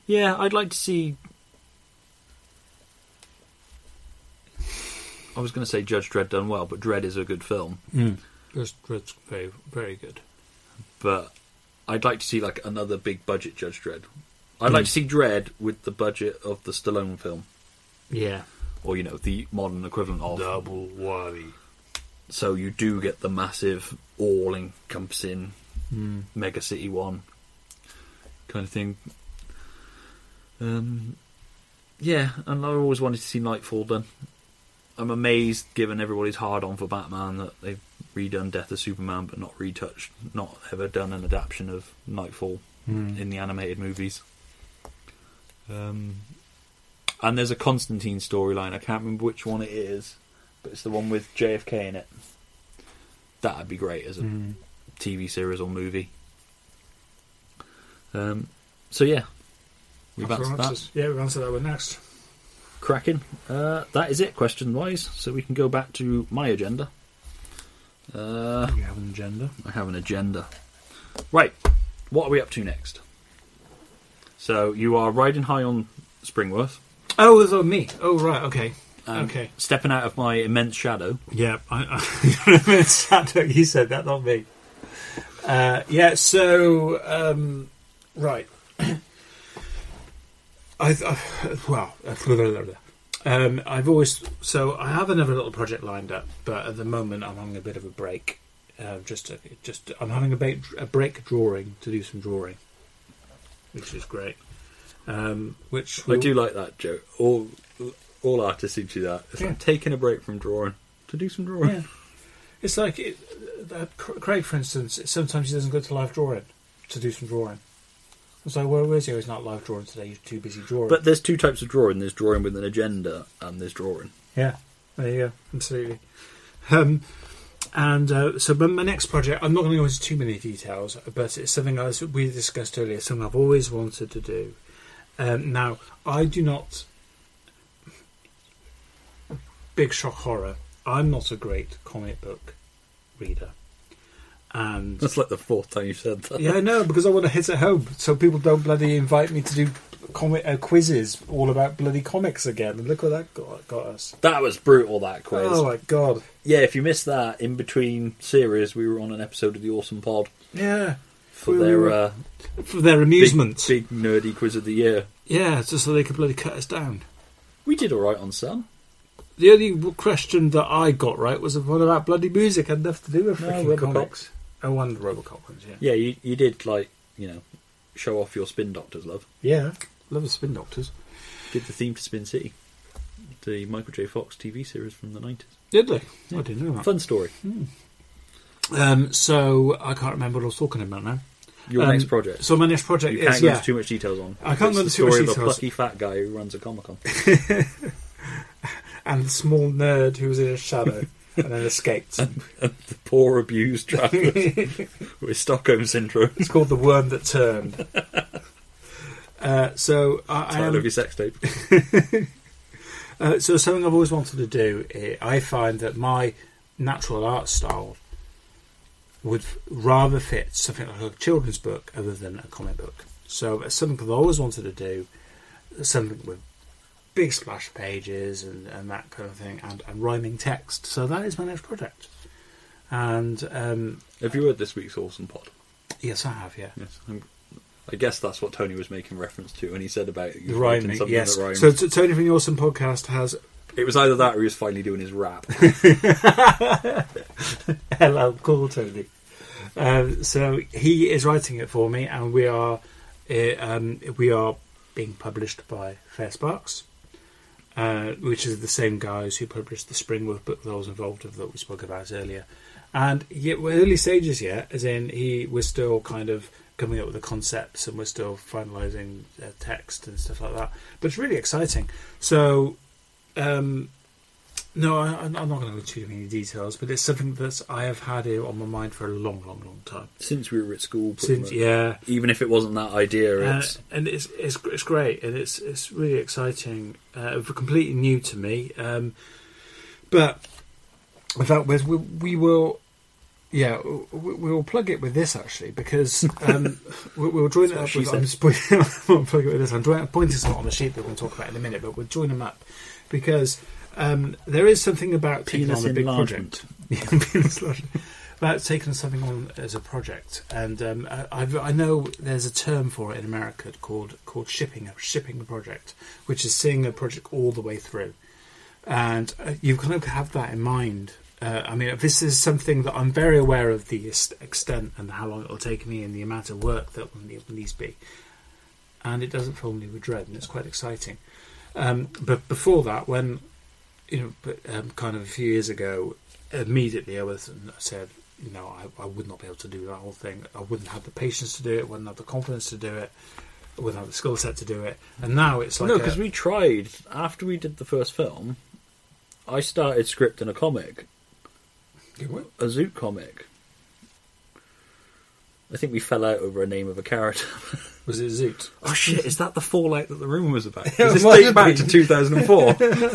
S1: yeah, I'd like to see. I was going to say Judge Dredd done well, but Dredd is a good film.
S2: Mm. It's, it's very very good.
S1: But I'd like to see like another big budget Judge Dredd. I'd like to see Dredd with the budget of the Stallone film,
S2: Yeah,
S1: or you know the modern equivalent of
S2: worry.
S1: so you do get the massive, all-encompassing
S2: Mm.
S1: mega city one kind of thing. Um, yeah, and I always wanted to see Nightfall done. I'm amazed, given everybody's hard on for Batman, that they've redone Death of Superman, but not retouched, not ever done an adaptation of Nightfall
S2: Mm.
S1: in the animated movies. Um, and there's a Constantine storyline. I can't remember which one it is, but it's the one with JFK in it. That'd be great as a
S2: Mm.
S1: TV series or movie. Um, so yeah, we've
S2: That's
S1: answered
S2: our
S1: that.
S2: answers. Yeah, we've answered that one next.
S1: Cracking. Uh, that is it, question wise. So we can go back to my agenda. Uh,
S2: You have an agenda.
S1: I have an agenda. Right, what are we up to next? So you are riding high on Springworth.
S2: Oh, it's on me. Oh, right. Okay.
S1: and
S2: okay.
S1: Um, Stepping out of my immense shadow.
S2: Yeah, I, I, *laughs* sad that you said that, not me. Uh, yeah, so um, right. *clears throat* I, I well, uh, um, I've always so I have another little project lined up, but at the moment I'm having a bit of a break. Uh, just, to, just I'm having a break, a break drawing to do some drawing, which is great. Um, which
S1: I
S2: will-
S1: do like that joke. All all artists seem to do that. It's
S2: Yeah.
S1: like taking a break from drawing to do some drawing.
S2: Yeah. *laughs* It's like it, uh, Cra- Craig, for instance, sometimes he doesn't go to live drawing to do some drawing. It's like, where is he? Oh, He's not live drawing today. He's too busy drawing.
S1: But there's two types of drawing. There's drawing with an agenda, and there's drawing. *laughs*
S2: yeah, there you go. Absolutely. Um, and uh, so my, my next project, I'm not going to go into too many details, but it's something I was, we discussed earlier, something I've always wanted to do. Um, now, I do not. Big shock horror. I'm not a great comic book reader, and
S1: That's like the fourth time you've said that.
S2: Yeah, I know because I want to hit it home, so people don't bloody invite me to do comic uh, quizzes all about bloody comics again. And look what that got, got us.
S1: That was brutal. That quiz.
S2: Oh my god!
S1: Yeah, if you missed that in between series, we were on an episode of the Awesome Pod
S2: Yeah,
S1: for
S2: We
S1: their
S2: were-
S1: uh,
S2: for their
S1: big,
S2: amusement.
S1: big nerdy quiz of the year.
S2: Yeah, just so they could bloody cut us down.
S1: We did all right on some.
S2: The only w- question that I got right was the one about bloody music. Had nothing to do with
S1: No,
S2: freaking
S1: Robocop.
S2: comics. Oh, one of the Robocop ones. Yeah,
S1: Yeah, you you did like you know show off your Spin Doctors love.
S2: yeah. Love the Spin Doctors.
S1: Did the theme to Spin City, the Michael J. Fox TV series from the nineties.
S2: Did they? I didn't know that.
S1: Fun story.
S2: Um, so I can't remember what I was talking about now.
S1: Your
S2: Um,
S1: next project.
S2: So my next project
S1: you
S2: is
S1: can't go
S2: yeah.
S1: into too much details on.
S2: I can't
S1: It's the
S2: go into too much
S1: story of a
S2: details.
S1: plucky fat guy who runs a comic con.
S2: and the small nerd who was in a *laughs* shadow and then escaped.
S1: *laughs* the poor abused
S2: *laughs*
S1: travelers with Stockholm syndrome.
S2: It's called the worm that *laughs* turned. Uh, so I, I
S1: Title of
S2: am,
S1: your sex tape.
S2: uh, so something I've always wanted to do. eh, I find that my natural art style would f- rather fit something like a children's book other than a comic book. So it's something I've always wanted to do, something with big splash pages and, and that kind of thing, and, and rhyming text. So that is my next project. And um,
S1: Have you heard this week's Awesome Pod?
S2: yes, I have. Yeah,
S1: Yes. I'm, I guess that's what Tony was making reference to when he said about
S2: the
S1: you
S2: rhyming.
S1: something
S2: Yes.
S1: that rhymes.
S2: So t- Tony from the Awesome Podcast has
S1: it was either that or he was finally doing his
S2: *laughs*
S1: rap.
S2: Hello, cool Tony. Um, so he is writing it for me, and we are uh, um, we are being published by Fair Sparks, uh, which is the same guys who published the Springworth book that I was involved with that we spoke about earlier. And yet we're early stages yet, as in he we're still kind of coming up with the concepts and we're still finalising uh, text and stuff like that. But it's really exciting. So. Um, no, I, I'm I'm not going to go into too many details, but it's something that I have had here on my mind for a long, long, long time.
S1: Since we were at school, pretty
S2: Since
S1: much.
S2: yeah,
S1: even if it wasn't that idea,
S2: uh,
S1: it's
S2: and it's it's it's great, and it's it's really exciting, uh, completely new to me. Um, but in fact, we, we we will, yeah, we, we will plug it with this actually because
S1: *laughs*
S2: um, we, we'll join it
S1: That's
S2: up.
S1: what
S2: With,
S1: she said.
S2: I'm just point, *laughs* I'll plug it with this. I'm drawing, pointing something on the sheet that we're going to talk about in a minute, but we'll join them up because um, there is something about taking
S1: Penis
S2: on a big
S1: enlargement.
S2: project. *laughs* Yeah, penis enlargement. About taking something on as a project, and um, I, I've, I know there's a term for it in America called called shipping shipping a project, which is seeing a project all the way through and uh, you kind of have that in mind. Uh, I mean, this is something that I'm very aware of the est- extent and how long it will take me and the amount of work that will need, needs to be, and it doesn't fill me with dread, and it's quite exciting. Um, but before that, when you know, but, um, kind of a few years ago, immediately I was I said, you know, I, I would not be able to do that whole thing. I wouldn't have the patience to do it. wouldn't have the confidence to do it. I wouldn't have the skill set to do it. And now it's like
S1: no,
S2: a-
S1: because we tried after we did the first film. I started scripting a comic, a Zoot comic. I think we fell out over a name of a character.
S2: was it Zoot?
S1: *laughs* oh shit! Is that the fallout that the rumor was *laughs* about?
S2: It
S1: Does this
S2: might
S1: date
S2: have
S1: back
S2: been.
S1: to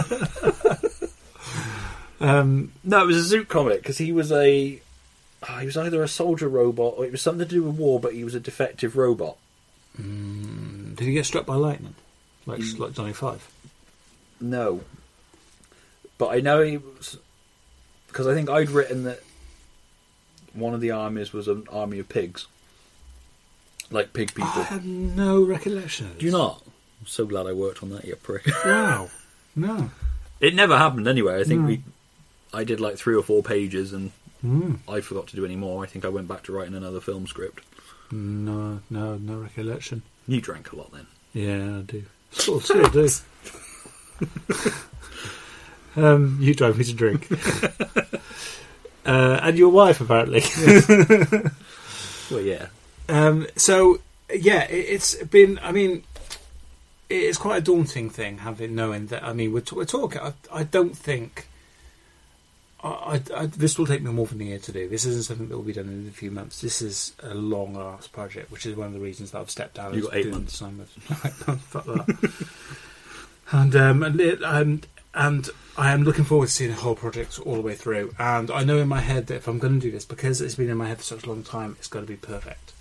S1: *laughs* 2004?
S2: Um,
S1: no, it was a Zoot comic because he was a ah, he was either a soldier robot or it was something to do with war, but he was a defective robot.
S2: Mm. Did he get struck by lightning, like like Johnny Five?
S1: No. But I know he was. Because I think I'd written that one of the armies was an army of pigs. Like pig people.
S2: Oh, I have no recollection. Of
S1: Do you not? I'm so glad I worked on that, you prick. *laughs*
S2: Wow. No.
S1: it never happened anyway. I think
S2: No.
S1: we. I did like three or four pages and
S2: Mm.
S1: I forgot to do any more. I think I went back to writing another film script.
S2: No. No. No recollection.
S1: You drank a lot then.
S2: Yeah, I do. Sort of, sort of do. um, you drive me to *laughs* drink. uh, and your wife, apparently.
S1: Well, yeah.
S2: Um, so yeah, it, it's been. I mean, it's quite a daunting thing having knowing that. I mean, we're, t- we're talking. I, I don't think. I, I, I, this will take me more than a year to do. This isn't something that will be done in a few months. This is a long ass project, which is one of the reasons that I've stepped down.
S1: You've
S2: as
S1: got eight
S2: doing
S1: months.
S2: this *laughs* time of- Eight months, Fuck that. and um, and, it, and and I am looking forward to seeing the whole project all the way through. And I know in my head that if I'm going to do this, because it's been in my head for such a long time, it's got to be perfect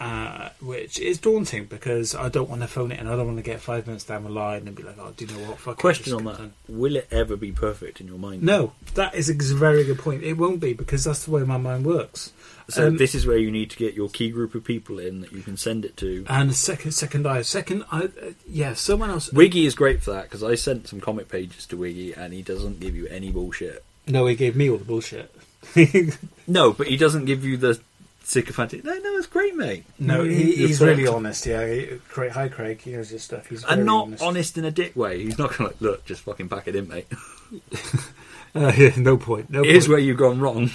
S2: uh, which is daunting because I don't want to phone it and I don't want to get five minutes down the line and be like, oh, do you know what? Fuck it,
S1: Question
S2: it's
S1: on that.
S2: done."
S1: Will it ever be perfect in your mind?
S2: No, that is a very good point. It won't be because that's the way my mind works.
S1: So
S2: Um,
S1: this is where you need to get your key group of people in that you can send it to.
S2: And second, second eye, second, I, uh, yeah, someone else.
S1: Wiggy is great for that because I sent some comic pages to Wiggy and he doesn't give you any bullshit.
S2: No, he gave me all the bullshit. *laughs* no,
S1: No, but he doesn't give you the sycophantic. No, no, it's great, mate.
S2: he,
S1: You're
S2: he's really
S1: fucked.
S2: honest. Yeah, he, Craig, hi Craig, he knows his stuff. He's very
S1: And not
S2: honest.
S1: honest. in a dick way. He's not going to like, look, just fucking back it in, mate.
S2: *laughs* Uh, yeah, no point. No
S1: Here's
S2: point.
S1: where you've gone wrong.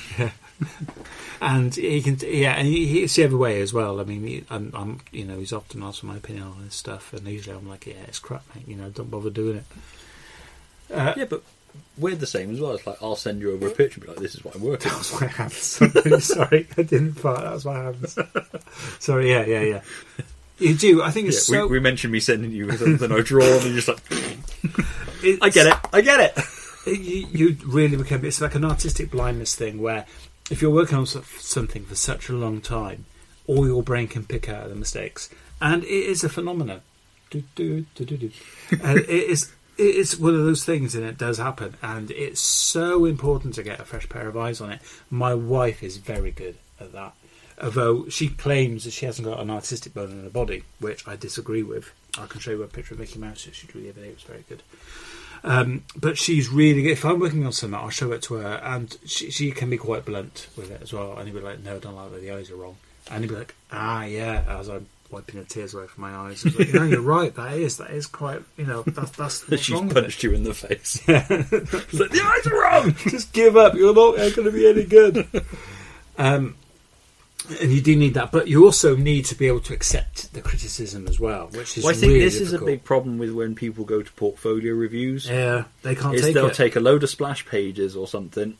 S2: and he can yeah and he, he, it's the other way as well i mean he, I'm, I'm you know he's often asked for my opinion on this stuff and usually i'm like yeah it's crap mate you know don't bother doing it uh,
S1: Yeah, but we're the same as well. It's like, I'll send you over a picture and be like, this is what I'm working *laughs*
S2: that
S1: on.
S2: was my
S1: *laughs*
S2: hands sorry i didn't fart that was my hands *laughs* sorry yeah yeah yeah you do i think
S1: Yeah,
S2: it's so
S1: we, we mentioned me sending you something I draw and you're just like,
S2: it's-
S1: I get it, I get it.
S2: it- you, you really become it's like an artistic blindness thing where if you're working on so- something for such a long time all your brain can pick out the mistakes and it is a phenomenon do, do, do, do, do. Uh, it is it's one of those things, and it does happen. And it's so important to get a fresh pair of eyes on it. My wife is very good at that, although she claims that she hasn't got an artistic bone in her body, which I disagree with. I can show you a picture of Mickey Mouse that she drew the other day. It was very good. Um, but she's really good. If I'm working on something, I'll show it to her, and she, she can be quite blunt with it as well. And he'll be like, "No, don't like that. The eyes are wrong." And he'll be like, "Ah, yeah." As I'm wiping the tears away from my eyes, I was like, "No, you're right. That is that is quite. You know, that's that's what's
S1: *laughs* She's
S2: wrong with it."
S1: punched you in the *laughs* face.
S2: It's like, the eyes are wrong. *laughs* Just give up. You're not going to be any good. Um, and you do need that, but you also need to be able to accept the criticism as well, which is
S1: Well, I think
S2: really
S1: this is a
S2: difficult.
S1: big problem with when people go to portfolio reviews.
S2: Yeah, they can't
S1: is
S2: take
S1: they'll
S2: it.
S1: take a load of splash pages or something,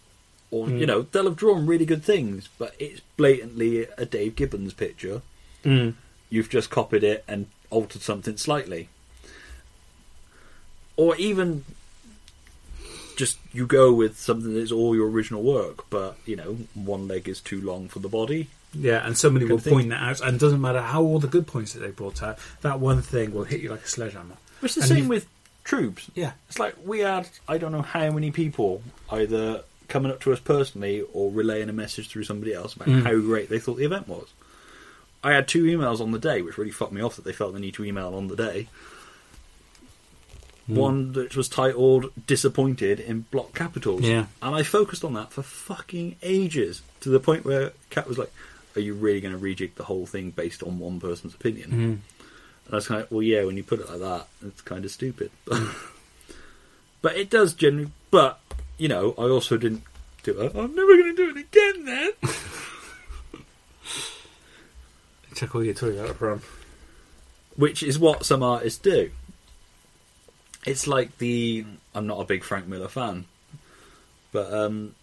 S1: or you know they'll have drawn really good things, but it's blatantly a Dave Gibbons picture. Hmm.
S2: Mm.
S1: You've just copied it and altered something slightly, or even just you go with something that's all your original work, but you know one leg is too long for the body.
S2: Yeah, and somebody will
S1: Couldn't think.
S2: point that out, and it doesn't matter how all the good points that they brought out, that one thing will hit you like a sledgehammer.
S1: It's the
S2: And
S1: same
S2: you-
S1: with troops.
S2: Yeah,
S1: It's like we had I don't know how many people either coming up to us personally or relaying a message through somebody else about
S2: Mm.
S1: how great they thought the event was. I had two emails on the day, which really fucked me off that they felt the need to email on the day.
S2: Mm.
S1: One that was titled "Disappointed" in block capitals,
S2: Yeah.
S1: and I focused on that for fucking ages to the point where Kat was like, "Are you really going to rejig the whole thing based on one person's opinion?"
S2: Mm.
S1: And I was kind of like, well, yeah, when you put it like that, it's kind of stupid. *laughs* but it does generally. But, you know, I also didn't do it.
S2: "Oh,
S1: I'm never going to do it again then. *laughs*
S2: check all your toys out of run.
S1: Which is what some artists do. It's like the. I'm not a big Frank Miller fan. But um,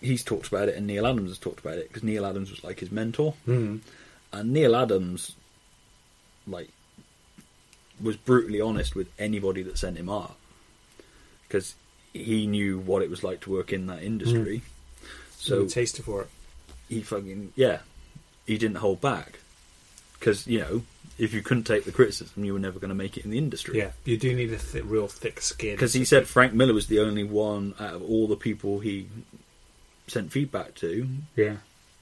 S1: he's talked about it and Neil Adams has talked about it because Neil Adams was like his mentor.
S2: Mm.
S1: and Neil Adams, like, was brutally honest with anybody that sent him art because he knew what it was like to work in that industry.
S2: So
S1: So
S2: taster for it.
S1: he fucking yeah, he didn't hold back because you know if you couldn't take the criticism, you were never going to make it in the industry.
S2: Yeah, you do need a th- real thick skin.
S1: Because he said Frank Miller was the only one out of all the people he sent feedback to
S2: yeah,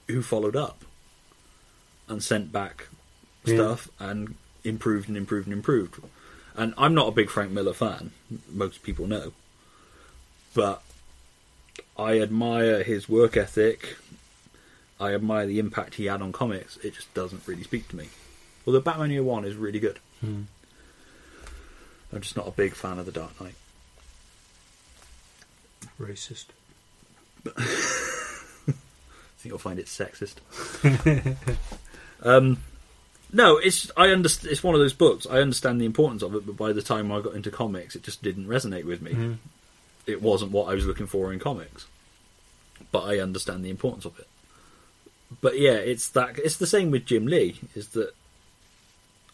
S1: who followed up and sent back
S2: Yeah.
S1: stuff and improved and improved and improved. And I'm not a big Frank Miller fan, most people know. But I admire his work ethic. I admire the impact he had on comics. It just doesn't really speak to me. Although Batman Year One is really good.
S2: Hmm.
S1: I'm just not a big fan of The Dark Knight.
S2: racist.
S1: I think you'll find it sexist. um, no, it's I underst- It's one of those books. I understand the importance of it, but by the time I got into comics, it just didn't resonate with me.
S2: Mm.
S1: It wasn't what I was looking for in comics. But I understand the importance of it. But yeah, it's that. It's the same with Jim Lee. Is that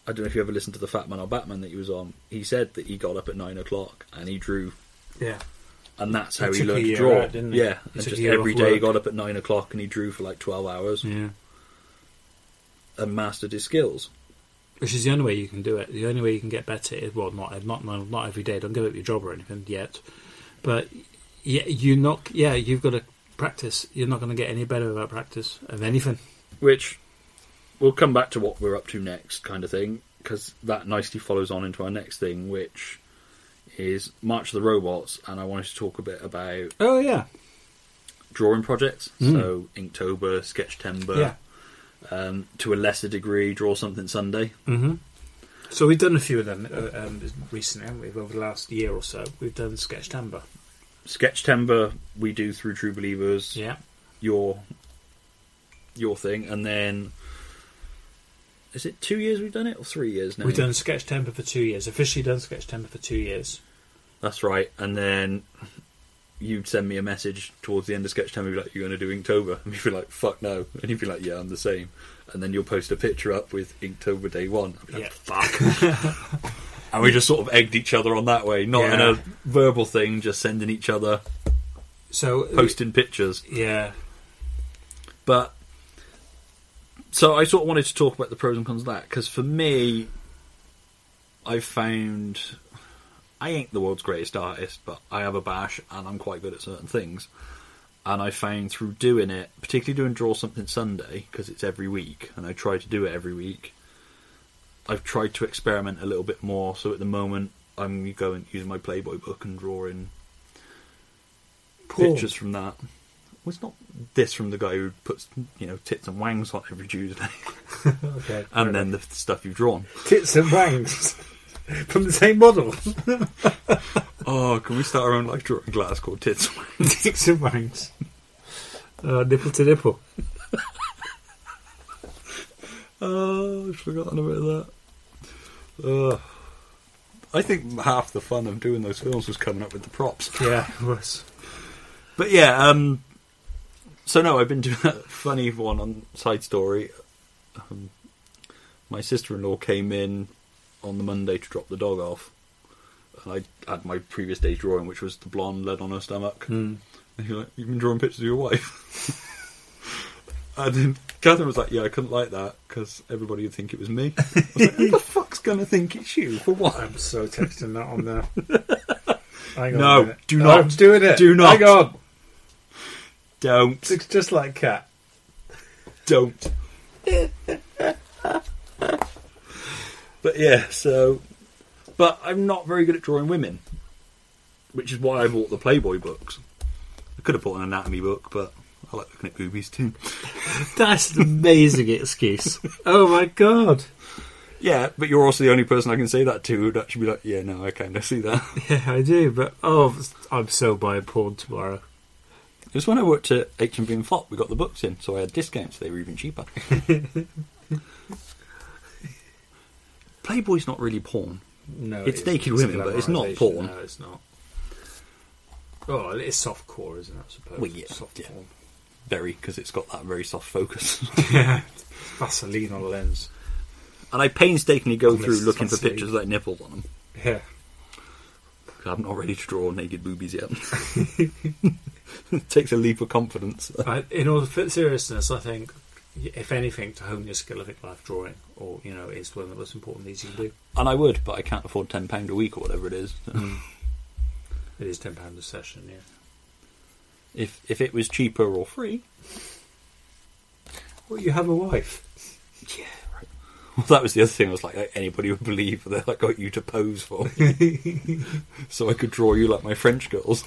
S1: I don't know if you ever listened to the Fat Man or Batman that he was on. He said that he got up at nine o'clock and he drew
S2: Yeah,
S1: and that's
S2: He
S1: how he
S2: took a
S1: learned to
S2: year
S1: draw.
S2: out, didn't he?
S1: yeah,
S2: He
S1: and
S2: took a
S1: just
S2: year
S1: every
S2: off
S1: day he
S2: work. Mm.
S1: got up at nine o'clock and he drew for like twelve hours
S2: yeah.
S1: and mastered his skills.
S2: Which is the only way you can do it. The only way you can get better is well, not not not, not every day. Don't give up your job or anything yet, but yeah, you not yeah, you've got to practice. You're not going to get any better without practice of anything.
S1: Which we'll come back to what we're up to next, kind of thing, because that nicely follows on into our next thing, which is March of the Robots. And I wanted to talk a bit about
S2: Oh yeah,
S1: drawing projects,
S2: Mm.
S1: so Inktober, Sketchtember,
S2: yeah.
S1: um, to a lesser degree, Draw Something Sunday.
S2: hmm So we've done a few of them uh, um, recently, haven't we? Over the last year or so, we've done Sketch Timber.
S1: Sketchtember we do through True Believers.
S2: Yeah,
S1: your your thing, and then is it two years we've done it or three years now?
S2: we've done Sketch Timber for two years. Officially done Sketch Timber for two years.
S1: That's right, and then you'd send me a message towards the end of sketch time. You'd be like, "You're going to do Inktober," and you'd be like, "Fuck no," and you'd be like, "Yeah, I'm the same." And then you'll post a picture up with Inktober day one. I'd be like,
S2: Yeah.
S1: Fuck.
S2: *laughs*
S1: and we just sort of egged each other on that way, not in
S2: Yeah.
S1: a verbal thing, just sending each other
S2: So
S1: posting pictures.
S2: yeah,
S1: But so I sort of wanted to talk about the pros and cons of that because for me, I found I ain't the world's greatest artist, but I have a bash and I'm quite good at certain things. And I found through doing it, particularly doing Draw Something Sunday, because it's every week, and I try to do it every week, I've tried to experiment a little bit more. So at the moment, I'm going using my Playboy book and drawing
S2: Porn.
S1: pictures from that. Well, it's not this from the guy who puts, you know, tits and wangs on every Tuesday, *laughs*
S2: Okay.
S1: and then the stuff you've drawn.
S2: tits and wangs *laughs* from the same model.
S1: Oh, can we start our own like drawing class called Tits and Wangs?
S2: tits and wangs. Uh, nipple to nipple.
S1: Oh, I've forgotten about that. Ugh. I think half the fun of doing those films was coming up with the props.
S2: Yeah, *laughs* it was.
S1: But yeah, um, so no, I've been doing a funny one on side story. Um, my sister-in-law came in on the Monday to drop the dog off, and I had my previous day's drawing, which was the blonde lead on her stomach. And he was like, "You've been drawing pictures of your wife." *laughs* and then Catherine was like, "Yeah, I couldn't like that because everybody would think it was me." I was like, "Who the fuck's gonna think it's you for what?"
S2: I'm so texting that on there. *laughs* Hang on
S1: No,
S2: a minute.
S1: do not.
S2: I'm doing it.
S1: Do not.
S2: Hang on.
S1: Don't,
S2: It's just like cat.
S1: don't. but yeah, so, but I'm not very good at drawing women, which is why I bought the Playboy books. I could have bought an anatomy book, but I like looking at boobies too.
S2: *laughs* That's an amazing excuse. *laughs* Oh my god.
S1: Yeah, but you're also the only person I can say that to who'd actually be like, yeah, no, I kind of see that. *laughs*
S2: Yeah, I do, but oh, I'm so buying porn tomorrow.
S1: It was when I worked at H&B and Flop, we got the books in, so I had discounts. They were even cheaper. Playboy's not really porn.
S2: No,
S1: It's
S2: isn't.
S1: naked women, but it's not
S2: glamorisation.
S1: porn.
S2: No, it's not. Oh, it's soft core, isn't it? I suppose.
S1: Well, yeah,
S2: soft
S1: yeah.
S2: porn.
S1: Very, because it's got that very soft focus. *laughs*
S2: Yeah, *laughs* Vaseline on a lens.
S1: and I painstakingly go
S2: Unless
S1: through
S2: it's
S1: looking for
S2: Vaseline.
S1: pictures with like nipples on them.
S2: Yeah,
S1: i I'm not ready to draw naked boobies *laughs* yet. Takes a leap of confidence.
S2: I, in all fit seriousness, I think if anything, to hone your skill of it, life drawing, or you know, is one of the most important things you can do.
S1: And I would, but I can't afford £10 a week or whatever it is.
S2: It is ten pound a session. Yeah,
S1: *laughs* if if it was cheaper or free. *laughs*
S2: well, you have a wife.
S1: Yeah, right. Well, that was the other thing. I was like, like, anybody would believe that I got you to pose for me. *laughs* so I could draw you like my French girls.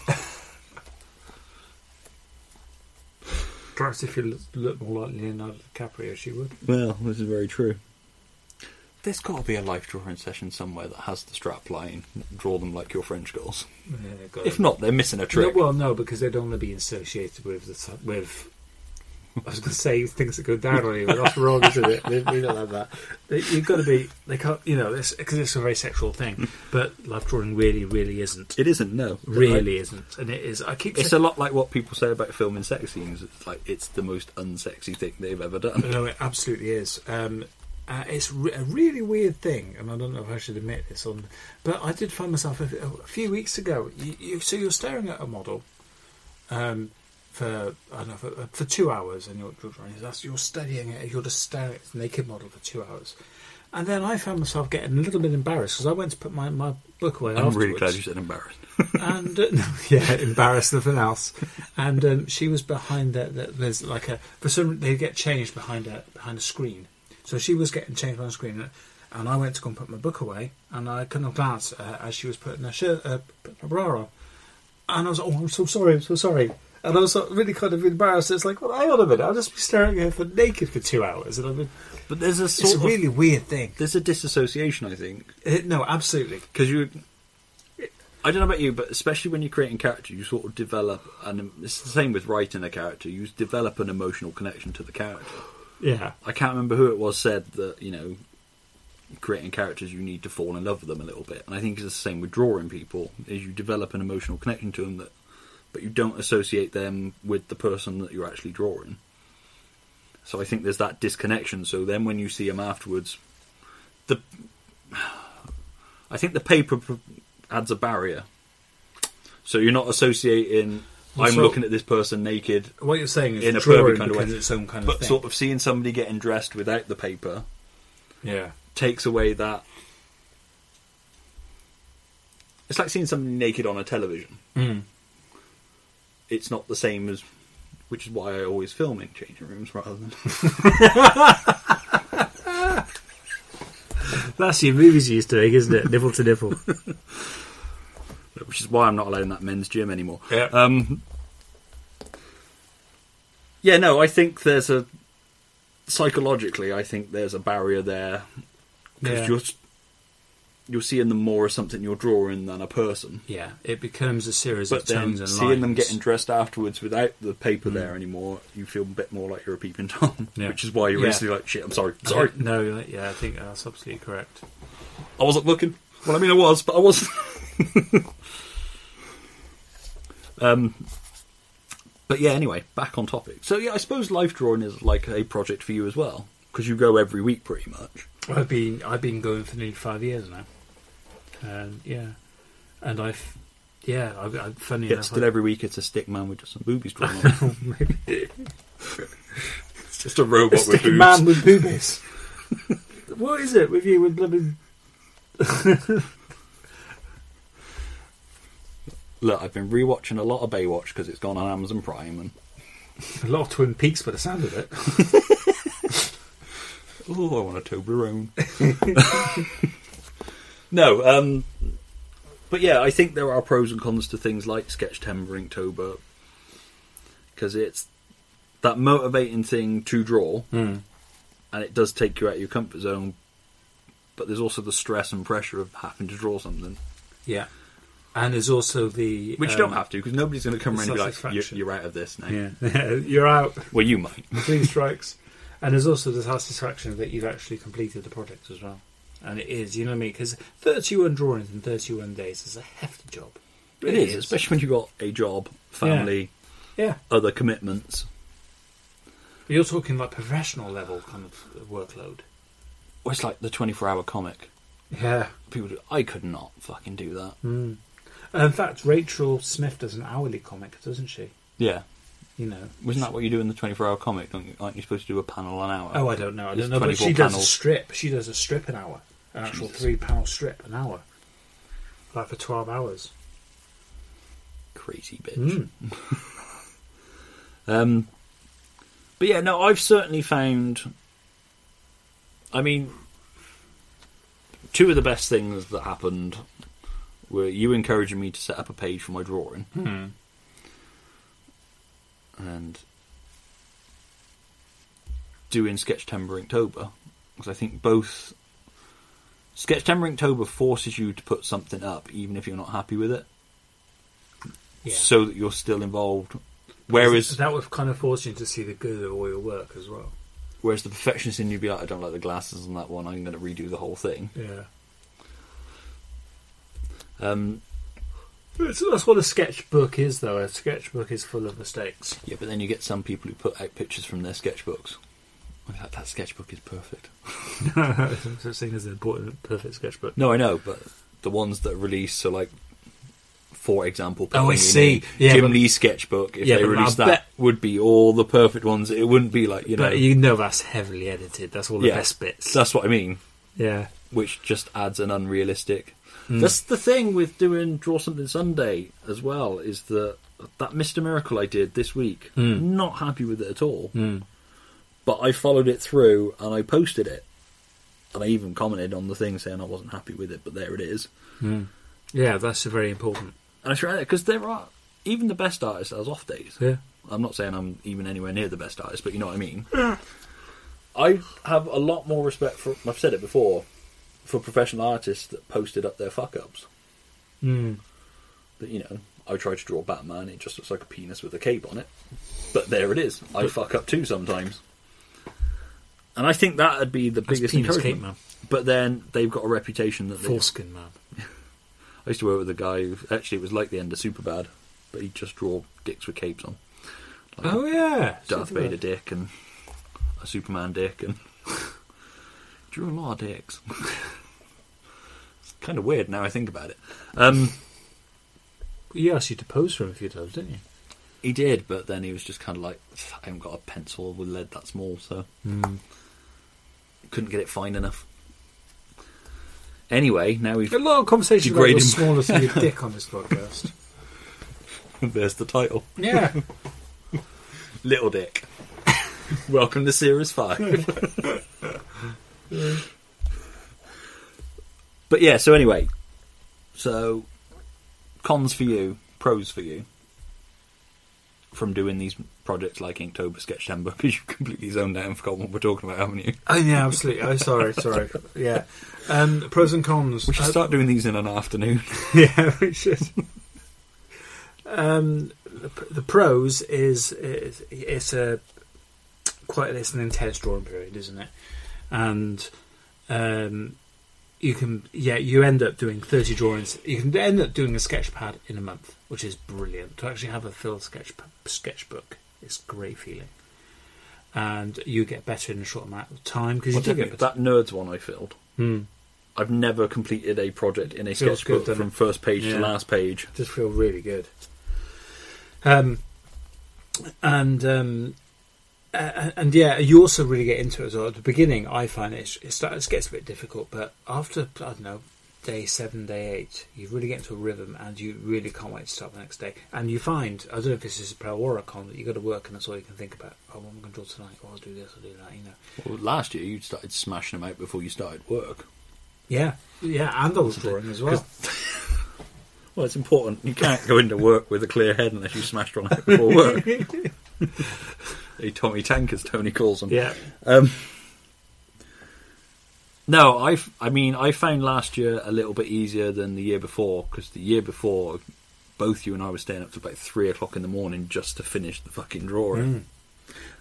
S2: Perhaps if you look, look more like Leonardo DiCaprio, she would.
S1: *laughs* Well, this is very true. There's got to be a life drawing session somewhere that has the strap line, draw them like your French girls.
S2: Yeah, God.
S1: If not, they're missing a trick.
S2: No, well, no, because they don't want to be associated with the t- with. I was going to say things that go down on you, but that's wrong, isn't it? They, they don't have that. They, you've got to be. They can't. You know, because it's, a very sexual thing. But life drawing really, really isn't.
S1: It isn't, no.
S2: really isn't, and it is. I keep.
S1: It's a
S2: saying,
S1: lot like what people say about filming sex scenes. It's like it's the most unsexy thing they've ever *laughs* done.
S2: no, it absolutely is. Um, uh, it's re- a really weird thing, and I don't know if I should admit this on, but I did find myself a, a few weeks ago. You, you, so you're staring at a model, um, for I don't know for, uh, for two hours, and you're you're trying- that's you're studying it. You're just staring at the naked model for two hours, and then I found myself getting a little bit embarrassed because I went to put my, my book away.
S1: I'm really
S2: afterwards
S1: glad you said embarrassed.
S2: and uh, *laughs* no, yeah, embarrassed nothing else. And um, she was behind that. The, there's like a for some they get changed behind a behind a screen. So she was getting changed behind a screen, uh, and I went to go and put my book away, and I couldn't have glanced at her as she was putting her shirt, uh, putting her bra on, and I was oh I'm so sorry, I'm so sorry. And I was like, really kind of embarrassed. It's like, well, hang on a minute. I'll just be staring at her for naked for two hours. And I mean,
S1: But there's a
S2: it's
S1: sort
S2: a
S1: of
S2: really weird thing.
S1: there's a disassociation, I think,
S2: Uh, no, absolutely.
S1: because you. I don't know about you, but especially when you're creating character, you sort of develop, and it's the same with writing a character. You develop an emotional connection to the character.
S2: Yeah.
S1: I can't remember who it was said that you know, creating characters, you need to fall in love with them a little bit, and I think it's the same with drawing people. Is you develop an emotional connection to them that, but you don't associate them with the person that you're actually drawing. So I think there's that disconnection. So then when you see them afterwards, the *sighs* I think the paper pr- adds a barrier. So you're not associating.
S2: Well,
S1: I'm
S2: so-
S1: looking at this person naked
S2: What you're saying is
S1: in a
S2: drawing
S1: pervy kind of way,
S2: becomes its own kind
S1: but
S2: of thing.
S1: sort of seeing somebody getting dressed without the paper
S2: yeah.
S1: takes away that It's like seeing somebody naked on a television.
S2: Hmm.
S1: It's not the same as, which is why I always film in changing rooms rather than. *laughs*
S2: That's your movies you used to make, isn't it? nipple to *laughs* nipple.
S1: which is why I'm not allowed in that men's gym anymore.
S2: Yeah.
S1: Um, yeah, no, I think there's a psychologically, I think there's a barrier there because
S2: Yeah.
S1: you're s- you're seeing them more as something you're drawing than a person.
S2: yeah, it becomes a series
S1: But
S2: of turns
S1: then
S2: and
S1: seeing them
S2: lines. Hmm.
S1: getting dressed afterwards without the paper there anymore, you feel a bit more like you're a peeping tom, *laughs*
S2: Yeah.
S1: which is why you're
S2: Yeah.
S1: instantly like, "Shit, I'm sorry,
S2: I
S1: sorry,
S2: think- *laughs* No, you're like- yeah, I think that's absolutely correct.
S1: I wasn't looking." Well, I mean, I was, but I wasn't. *laughs* um, but yeah, anyway, back on topic. So yeah, I suppose life drawing is like a project for you as well because you go every week pretty much.
S2: I've been I've been going for nearly five years now, and yeah, and I've yeah, I've, i funny
S1: Yeah,
S2: enough,
S1: still
S2: I-
S1: every week it's a stick man with just some boobies drawn on.
S2: *laughs*
S1: it. it's just *laughs* a robot
S2: Stick a man with boobies. *laughs* what is it with you with blooming?
S1: Look, I've been rewatching a lot of Baywatch because it's gone on Amazon Prime, and
S2: A lot of Twin Peaks by the sound of it.
S1: oh, I want a Toblerone.
S2: *laughs*
S1: no, um, but yeah, I think there are pros and cons to things like Sketchtember, Inktober, because it's that motivating thing to draw,
S2: Hmm.
S1: and it does take you out of your comfort zone. But there's also the stress and pressure of having to draw something,
S2: Yeah, and there's also the
S1: which you
S2: um,
S1: don't have to, because nobody's going to come around and be like, "You're,
S2: satisfaction.
S1: you're out of this now."
S2: Yeah, *laughs* you're out.
S1: Well, you might.
S2: Three strikes, and there's also the satisfaction that you've actually completed the project as well. And it is, you know what I mean? Because 31 drawings in 31 days is a hefty job.
S1: It is, especially when you've got a job, family,
S2: Yeah.
S1: other commitments.
S2: You're talking like professional level kind of workload.
S1: Well, it's like the 24 hour comic.
S2: Yeah.
S1: People, do, I could not fucking do that.
S2: Hmm. In fact, Rachel Smith does an hourly comic, doesn't she?
S1: Yeah.
S2: You know.
S1: Wasn't that what you do in the 24 hour comic? Don't you, aren't you supposed to do a panel an hour?
S2: Oh, I don't know. I
S1: There's
S2: don't know. But
S1: 24
S2: she does a
S1: panels.
S2: strip. She does a strip an hour, an actual
S1: Jesus.
S2: three-panel strip an hour, like for 12 hours.
S1: Crazy bitch. *laughs* Um, but yeah, no, I've certainly found. I mean, two of the best things that happened were you encouraging me to set up a page for my drawing, and doing Sketchtember Inktober because I think both Sketchtember Inktober forces you to put something up even if you're not happy with it,
S2: Yeah.
S1: so that you're still involved. Whereas
S2: that would kind of force you to see the good of all your work as well.
S1: Whereas the perfectionist in you'd be like, I don't like the glasses on that one. I'm going to redo the whole thing.
S2: Yeah.
S1: Um,
S2: It's, that's what a sketchbook is, though. A sketchbook is full of *laughs* mistakes.
S1: yeah, but then you get some people who put out pictures from their sketchbooks. I'm like, that sketchbook is perfect.
S2: Such thing as a perfect sketchbook.
S1: No, I know, but the ones that are released, so like, for example,
S2: Oh, I
S1: putting in
S2: see. Yeah,
S1: Jim
S2: but-
S1: Lee's sketchbook. If
S2: Yeah,
S1: they
S2: but I
S1: released that,
S2: bet-
S1: would be all the perfect ones. It wouldn't be like you know.
S2: But you know that's heavily edited. That's all the
S1: Yeah.
S2: best bits.
S1: That's what I mean.
S2: yeah.
S1: which just adds an unrealistic. That's the thing with doing Draw Something Sunday as well is that that Mr. Miracle I did this week, not happy with it at all. But I followed it through and I posted it. And I even commented on the thing saying I wasn't happy with it, but there it is.
S2: Yeah, that's very important.
S1: And I tried it because there are, even the best artist has off days.
S2: Yeah.
S1: I'm not saying I'm even anywhere near the best artist, but you know what I mean. I have a lot more respect for. I've said it before, for professional artists that posted up their fuck ups.
S2: Mm.
S1: That you know, I tried to draw Batman. It just looks like a penis with a cape on it. But there it is. I fuck up too sometimes. And I think that'd be the
S2: That's
S1: biggest
S2: penis cape
S1: encouragement.
S2: man.
S1: But then they've got a reputation that they
S2: Foreskin man.
S1: I used to work with a guy who actually it was like the end of Superbad, but he'd just draw dicks with capes on. Like
S2: Oh yeah.
S1: Darth
S2: Superman.
S1: Vader dick and a Superman dick and *laughs* drew a lot of dicks. it's kind of weird now I think about it. Um,
S2: He asked you to pose for him a few times, didn't you?
S1: he did, but then he was just kind of like, I haven't got a pencil with lead that small, so couldn't get it fine enough. Anyway, now we've
S2: A lot of conversation about
S1: Degrade
S2: your
S1: him.
S2: smallness and *laughs* your dick on this podcast.
S1: *laughs* there's the title,
S2: Yeah.
S1: Little Dick. Welcome to Series
S2: *laughs*
S1: Five. but yeah, so anyway, so cons for you, pros for you from doing these projects like Inktober, Sketchtember, *laughs* because you've completely zoned out and forgotten what we're talking about, haven't you?
S2: Oh, yeah, absolutely. Oh, sorry, *laughs* sorry. Yeah. Um, pros and cons.
S1: We should
S2: Uh,
S1: start doing these in an
S2: *laughs*
S1: afternoon.
S2: yeah, we should. um, the, the pros is it's, it's a quite it's an intense drawing period, isn't it? And um, you can yeah you end up doing thirty drawings. You can end up doing a sketch pad in a month, which is brilliant. To actually have a filled sketch sketchbook is a great feeling. And you get better in a short amount of time because you
S1: Well,
S2: do get
S1: definitely,
S2: better.
S1: that nerds one I filled.
S2: Hmm.
S1: I've never completed a project in a
S2: Feels
S1: sketchbook
S2: good, doesn't
S1: from
S2: it?
S1: first page
S2: Yeah.
S1: to last page.
S2: just feel really good. Um, and um, uh, and yeah, you also really get into it as well. At the beginning, I find it it, starts, it gets a bit difficult, but after I don't know day seven, day eight, you really get into a rhythm, and you really can't wait to start the next day. And you find I don't know if this is a pro or a con that you got to work, and that's all you can think about. Oh, what am I going to draw tonight? Oh, I'll do this, I'll do that. You know.
S1: Well, last year you started smashing them out before you started work.
S2: Yeah, yeah, and I was drawing as well.
S1: Well, it's important. You can't go into work with a clear head unless you smashed one out before *laughs* work. a Tommy Tank, as Tony calls them.
S2: Yeah,
S1: Um, no, I I mean I found last year a little bit easier than the year before because the year before both you and I were staying up to about three o'clock in the morning just to finish the fucking drawing.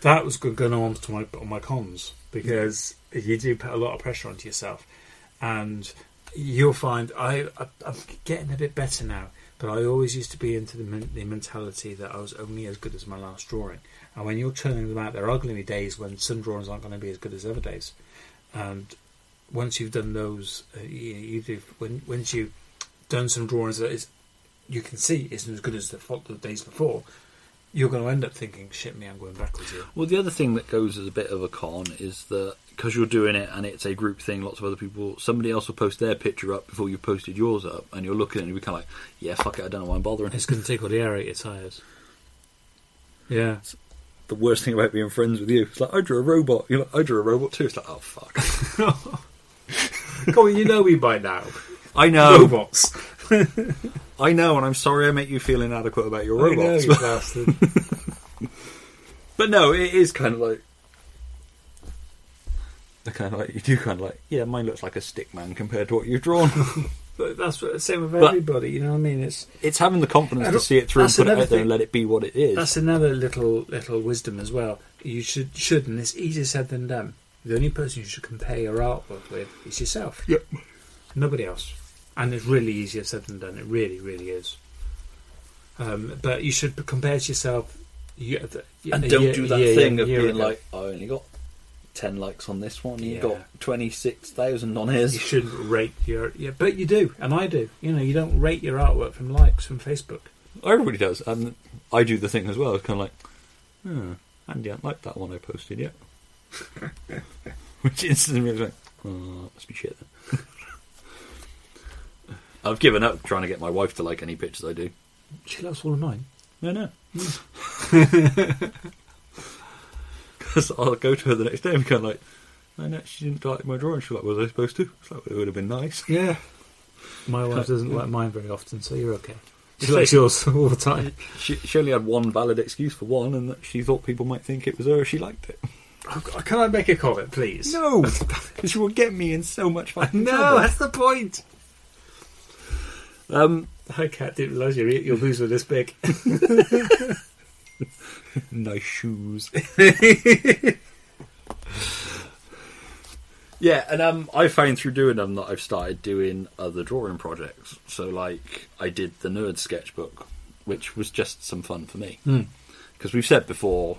S2: That was good going on to my on my cons because you do put a lot of pressure onto yourself, and you'll find I, I I'm getting a bit better now. But I always used to be into the, men- the mentality that I was only as good as my last drawing. And when you're turning them out, there are going to be days when some drawings aren't going to be as good as other days. And once you've done those, uh, you, you do when once you've done some drawings that is you can see isn't as good as the, fo- the days before, you're going to end up thinking, "Shit, me, I'm going backwards here."
S1: Well, the other thing that goes as a bit of a con is that because you're doing it and it's a group thing, lots of other people, somebody else will post their picture up before you posted yours up, and you're looking and you're kind of like, yeah, fuck it, I don't know why I'm bothering.
S2: It's going to take all the air out of your tyres. *laughs* Yeah.
S1: the worst thing about being friends with you. It's like I drew a robot. You're like I drew a robot too. It's like oh *laughs* fuck.
S2: Come on, you know me by now.
S1: I know.
S2: Robots.
S1: I know, and I'm sorry I make you feel inadequate about your
S2: I know,
S1: robots.
S2: you bastard.
S1: But no, it is kind of like. they're Kind of like you do, kind of like yeah. Mine looks like a stick man compared to what you've *laughs* drawn.
S2: But that's what, same with
S1: But-
S2: everybody, you know what I mean? It's
S1: it's having the confidence
S2: I
S1: to
S2: don't-
S1: see it through and
S2: that's
S1: put it out
S2: another
S1: there
S2: thing.
S1: and let it be what it is.
S2: That's another little little wisdom as well. You should, should, and it's easier said than done. The only person you should compare your artwork with is yourself.
S1: Yep.
S2: Nobody else. And it's really easier said than done. It really, really is. Um, but you should compare to yourself. You,
S1: and don't do that thing of being like, I only got ten likes on this one. You
S2: Yeah.
S1: got twenty six thousand on
S2: You
S1: *laughs* his.
S2: shouldn't rate your yeah, but you do, and I do. You know, you don't rate your artwork from likes from Facebook.
S1: Oh, Everybody does, and I do the thing as well. It's kind of like, hmm, Andy, I don't like that one I posted yet. *laughs* Which instantly was like, oh, that must be shit. Then. *laughs* I've given up trying to get my wife to like any pictures I do.
S2: She loves all of mine.
S1: No, no. Because *laughs* I'll go to her the next day and be kind of like, I know she didn't like my drawing. She's like, was I supposed to? It's like, it would have been nice.
S2: Yeah, my *laughs* wife doesn't
S1: Yeah.
S2: like mine very often, so you're okay. She
S1: It's like-
S2: likes yours *laughs* all the time.
S1: *laughs* She, she only had one valid excuse for one, and that she thought people might think it was her if she liked it.
S2: Oh, Can I make a comment, please?
S1: *laughs*
S2: *laughs*
S1: No! Because you will get me in so much fucking
S2: no,
S1: trouble.
S2: that's the point.
S1: Um,
S2: I can't do realise your your boobs were this big. *laughs*
S1: *laughs* nice shoes. yeah, and um, I found through doing them that I've started doing other drawing projects. So, like, I did the nerd sketchbook, which was just some fun for me because we've said before,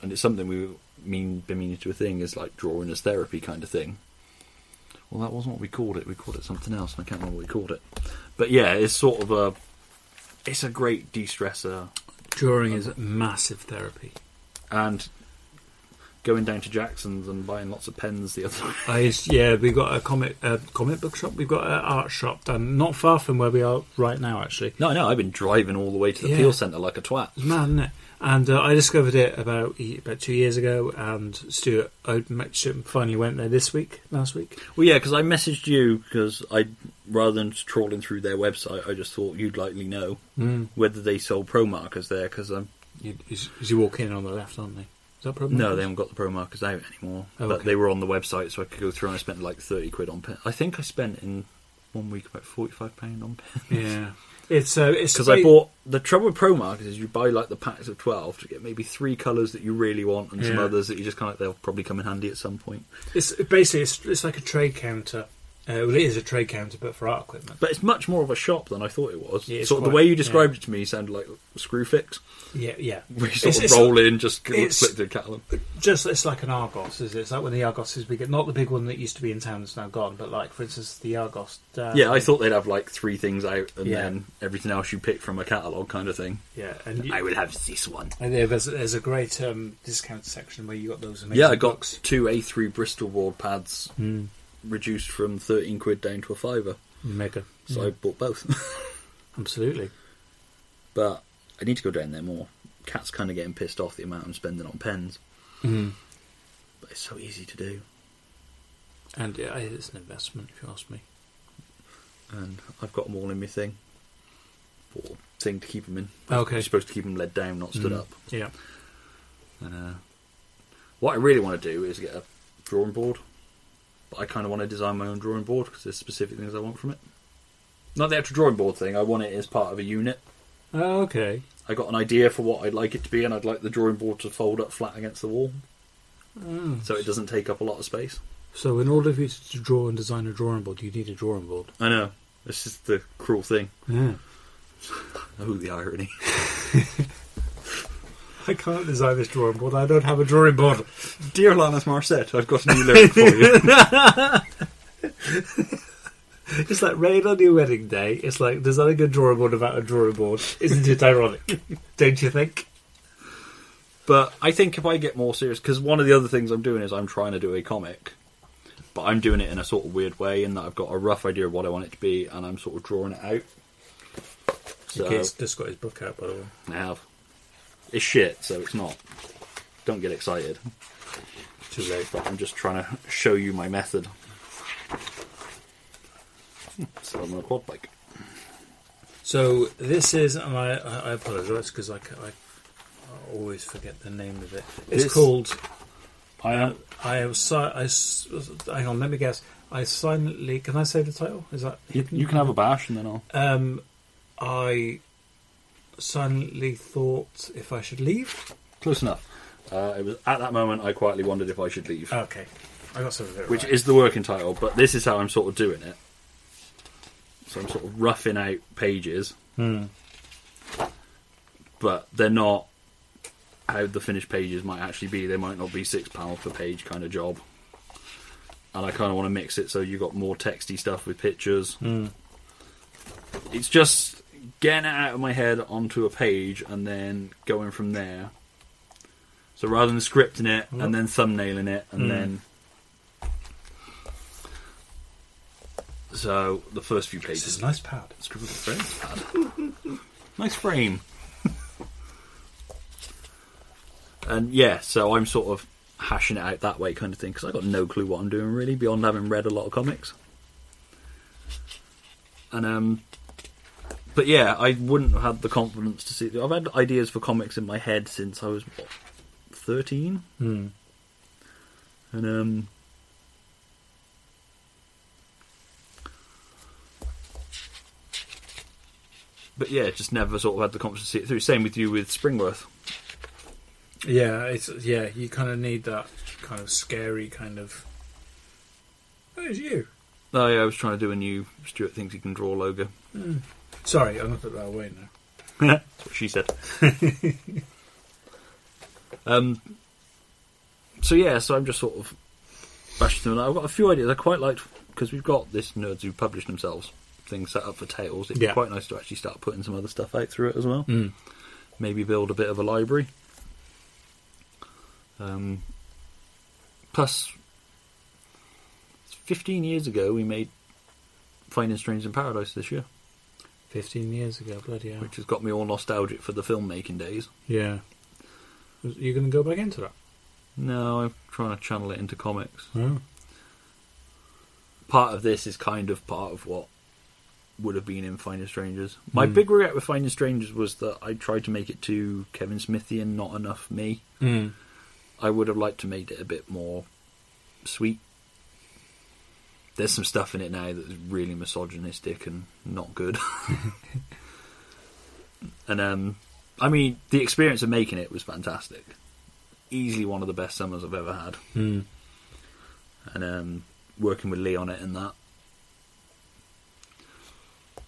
S1: and it's something we mean been meaning to a thing is like drawing as therapy kind of thing. Well, that wasn't what we called it. We called it something else, and I can't remember what we called it. But yeah, it's sort of a it's a great de-stressor
S2: Drawing is massive therapy.
S1: and going down to Jackson's and buying lots of pens the other *laughs*
S2: I, used- yeah, we've got a comic uh, comic book shop. We've got an art shop down not far from where we are right now, actually.
S1: No, no, I've been driving all the way to the
S2: Yeah.
S1: Peel Centre like a twat.
S2: It's mad, isn't it? And uh, I discovered it about e, about two years ago. And Stuart, I finally went there this week, last week.
S1: Well, yeah, because I messaged you because I, rather than just trawling through their website, I just thought you'd likely know
S2: Mm.
S1: whether they sold pro markers there. Because um,
S2: You, is, is you walk in on the left, aren't they? Is that problem?
S1: no, they haven't got the pro markers out anymore.
S2: Hmm. Oh,
S1: but
S2: okay.
S1: they were on the website, so I could go through and I spent like thirty quid on pen. I think I spent in one week about forty five pound on pen.
S2: Yeah, it's uh, it's
S1: Because I
S2: very-
S1: bought the trouble with pro markers is you buy like the packs of twelve to get maybe three colours that you really want and some
S2: Yeah.
S1: others that you just kind of they'll probably come in handy at some point.
S2: It's basically it's, it's like a trade counter. Uh, well, it is a trade counter, but for art equipment.
S1: But it's much more of a shop than I thought it was.
S2: Yeah, it's
S1: sort of the
S2: quite-
S1: way you
S2: yeah.
S1: described it to me sounded like Screwfix, *laughs*
S2: Yeah, *laughs* yeah.
S1: where you sort
S2: It's-
S1: of
S2: it's-
S1: roll in, just
S2: it's- Uh,
S1: flip the catalog.
S2: Just it's like an Argos, is it? It's like when the Argos is big, not the big one that used to be in town that's now gone, but like for instance the Argos. uh, Down,
S1: yeah, I thought they'd have like three things out and
S2: Yeah.
S1: then everything else you pick from a catalog kind of thing.
S2: Yeah, and, you,
S1: I would have this one.
S2: and there- there's, there's a great um, discount section where you got those amazing.
S1: Yeah, I got
S2: books.
S1: two A3 Bristol board pads
S2: Mm,
S1: reduced from thirteen quid down to a fiver,
S2: mega.
S1: so I
S2: Yeah,
S1: bought both. *laughs*
S2: absolutely.
S1: but I need to go down there more. Cat's kind of getting pissed off the amount I'm spending on pens, Mm-hmm.
S2: Mm.
S1: but it's so easy to do.
S2: And yeah, it's an investment, if you ask me.
S1: and I've got them all in my thing. Or thing to keep them in.
S2: Okay.
S1: You're supposed to keep them led down, not stood
S2: Mm.
S1: up.
S2: Yeah.
S1: And uh, what I really want to do is get a drawing board, but I kind of want to design my own drawing board because there's specific things I want from it. Not the actual drawing board thing. I want it as part of a unit.
S2: Oh, okay.
S1: I got an idea for what I'd like it to be, and I'd like the drawing board to fold up flat against the wall
S2: Mm.
S1: so it doesn't take up a lot of space.
S2: So, in order for you to draw and design a drawing board, you need a drawing board.
S1: I know. It's just the cruel thing.
S2: Yeah.
S1: Oh, the irony. *laughs*
S2: I can't design this drawing board. I don't have a drawing board.
S1: Dear Lannis Marset, I've got a new lyric for *laughs* you.
S2: It's like rain on your wedding day. It's like designing a drawing board about a drawing board. Isn't
S1: *laughs*
S2: it ironic? don't you think?
S1: But I think if I get more serious, because one of the other things I'm doing is I'm trying to do a comic, but I'm doing it in a sort of weird way in that I've got a rough idea of what I want it to be, and I'm sort of drawing it out. So
S2: just got his book out, by the way.
S1: I have. It's shit, so it's not. Don't get excited.
S2: Too late.
S1: But I'm just trying to show you my method. *laughs* So I'm on a quad bike.
S2: So this is, and I, I I apologise because I, ca- I, I always forget the name of it. It's
S1: This-
S2: called.
S1: I uh, am.
S2: I am. Si- I s- hang on. Let me guess. I silently. Can I say the title? Is that
S1: You, you can have a bash, and then I'll.
S2: Um, I silently thought if I should leave.
S1: Close enough. Uh, it was at that moment I quietly wondered if I should leave.
S2: Okay, I got some of it.
S1: which
S2: right.
S1: is the working title, but this is how I'm sort of doing it. So I'm sort of roughing out pages,
S2: Hmm.
S1: but they're not how the finished pages might actually be. They might not be six pounds per page kind of job. And I kind of want to mix it so you've got more texty stuff with pictures. It's just getting it out of my head onto a page and then going from there. So rather than scripting it and then thumbnailing it and
S2: Hmm.
S1: then. So the first few
S2: This is
S1: pages.
S2: a nice pad.
S1: Scribble with a frame pad. *laughs* nice frame. and yeah, so I'm sort of hashing it out that way, kind of thing, because I got no clue what I'm doing really, beyond having read a lot of comics. And um, but yeah, I wouldn't have had the confidence to see. I've had ideas for comics in my head since I was what, thirteen,
S2: Hmm.
S1: and um, but yeah, just never sort of had the confidence to see it through. Same with you with Springworth.
S2: Yeah, it's yeah. You kind of need that kind of scary kind of. That is you.
S1: Oh, yeah, I was trying to do a new Stuart thinks he can draw logo.
S2: Sorry, I'm gonna put that away now.
S1: That's what she said. *laughs* um, so yeah, so I'm just sort of bashing through. that. I've got a few ideas. I quite liked because we've got this nerds who publish themselves thing set up for tales. It'd
S2: Yeah.
S1: be quite nice to actually start putting some other stuff out through it as well.
S2: Mm.
S1: Maybe build a bit of a library. Um, Plus, 15 years ago, we made Finding Strange in Paradise this year,
S2: 15 years ago, bloody hell.
S1: which has got me all nostalgic for the filmmaking days.
S2: Yeah. You're going to go back into that?
S1: No, I'm trying to channel it into comics.
S2: Oh.
S1: Part of this is kind of part of what would have been in Finding Strangers. My
S2: Hmm.
S1: big regret with Finding Strangers was that I tried to make it too Kevin Smithian, not enough me.
S2: Mm.
S1: I would have liked to make it a bit more sweet. There's some stuff in it now that's really misogynistic and not good. and um, I mean, the experience of making it was fantastic. Easily one of the best summers I've ever had,
S2: Mm.
S1: and um, working with Lee on it and that,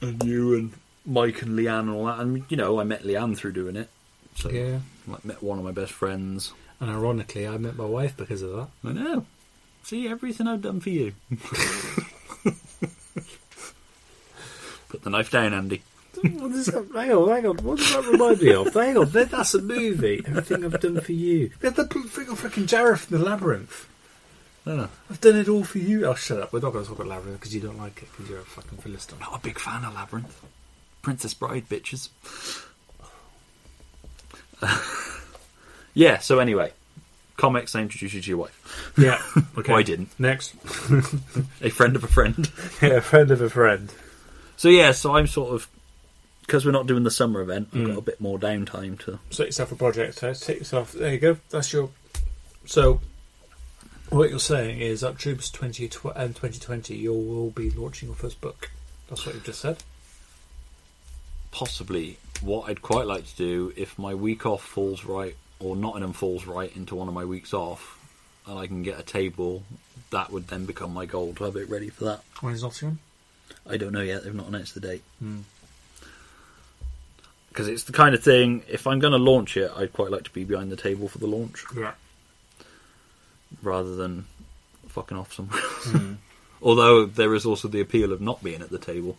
S1: and you and Mike and Leanne and all that. And you know, I met Leanne through doing it. So,
S2: Yeah.
S1: like, met one of my best friends.
S2: And ironically, I met my wife because of that.
S1: I know. See everything I've done for you. *laughs* Put the knife down, Andy.
S2: What does that, hang on, hang on. What does that remind me of? Hang on, that- that's a movie. Everything I've done for you. Yeah, the pl- freaking, freaking Jareth in the Labyrinth.
S1: Oh,
S2: I've done it all for you. Oh, shut up. We're not going to talk about Labyrinth because you don't like it because you're a fucking philistine.
S1: not a big fan of Labyrinth. Princess Bride, bitches. *laughs* yeah. So anyway, comics. I introduced you to your wife.
S2: Yeah. *laughs* Okay.
S1: Well, I didn't.
S2: Next. *laughs*
S1: A friend of a friend.
S2: yeah, friend of a friend.
S1: So yeah. So I'm sort of because we're not doing the summer event. I've
S2: Mm.
S1: got a bit more downtime to.
S2: Set yourself a project. eh? Set yourself. There you go. That's your. So, what you're saying is up Troops 20, tw- um, 2020, you will be launching your first book. That's what you've just said.
S1: possibly what I'd quite like to do if my week off falls right or Nottingham falls right into one of my weeks off and I can get a table, that would then become my goal to have it ready for that.
S2: When is Nottingham?
S1: I don't know yet, they've not announced the date.
S2: Mm.
S1: Because it's the kind of thing, if I'm going to launch it, I'd quite like to be behind the table for the launch
S2: Yeah.
S1: rather than fucking off somewhere else. *laughs* Although there is also the appeal of not being at the table.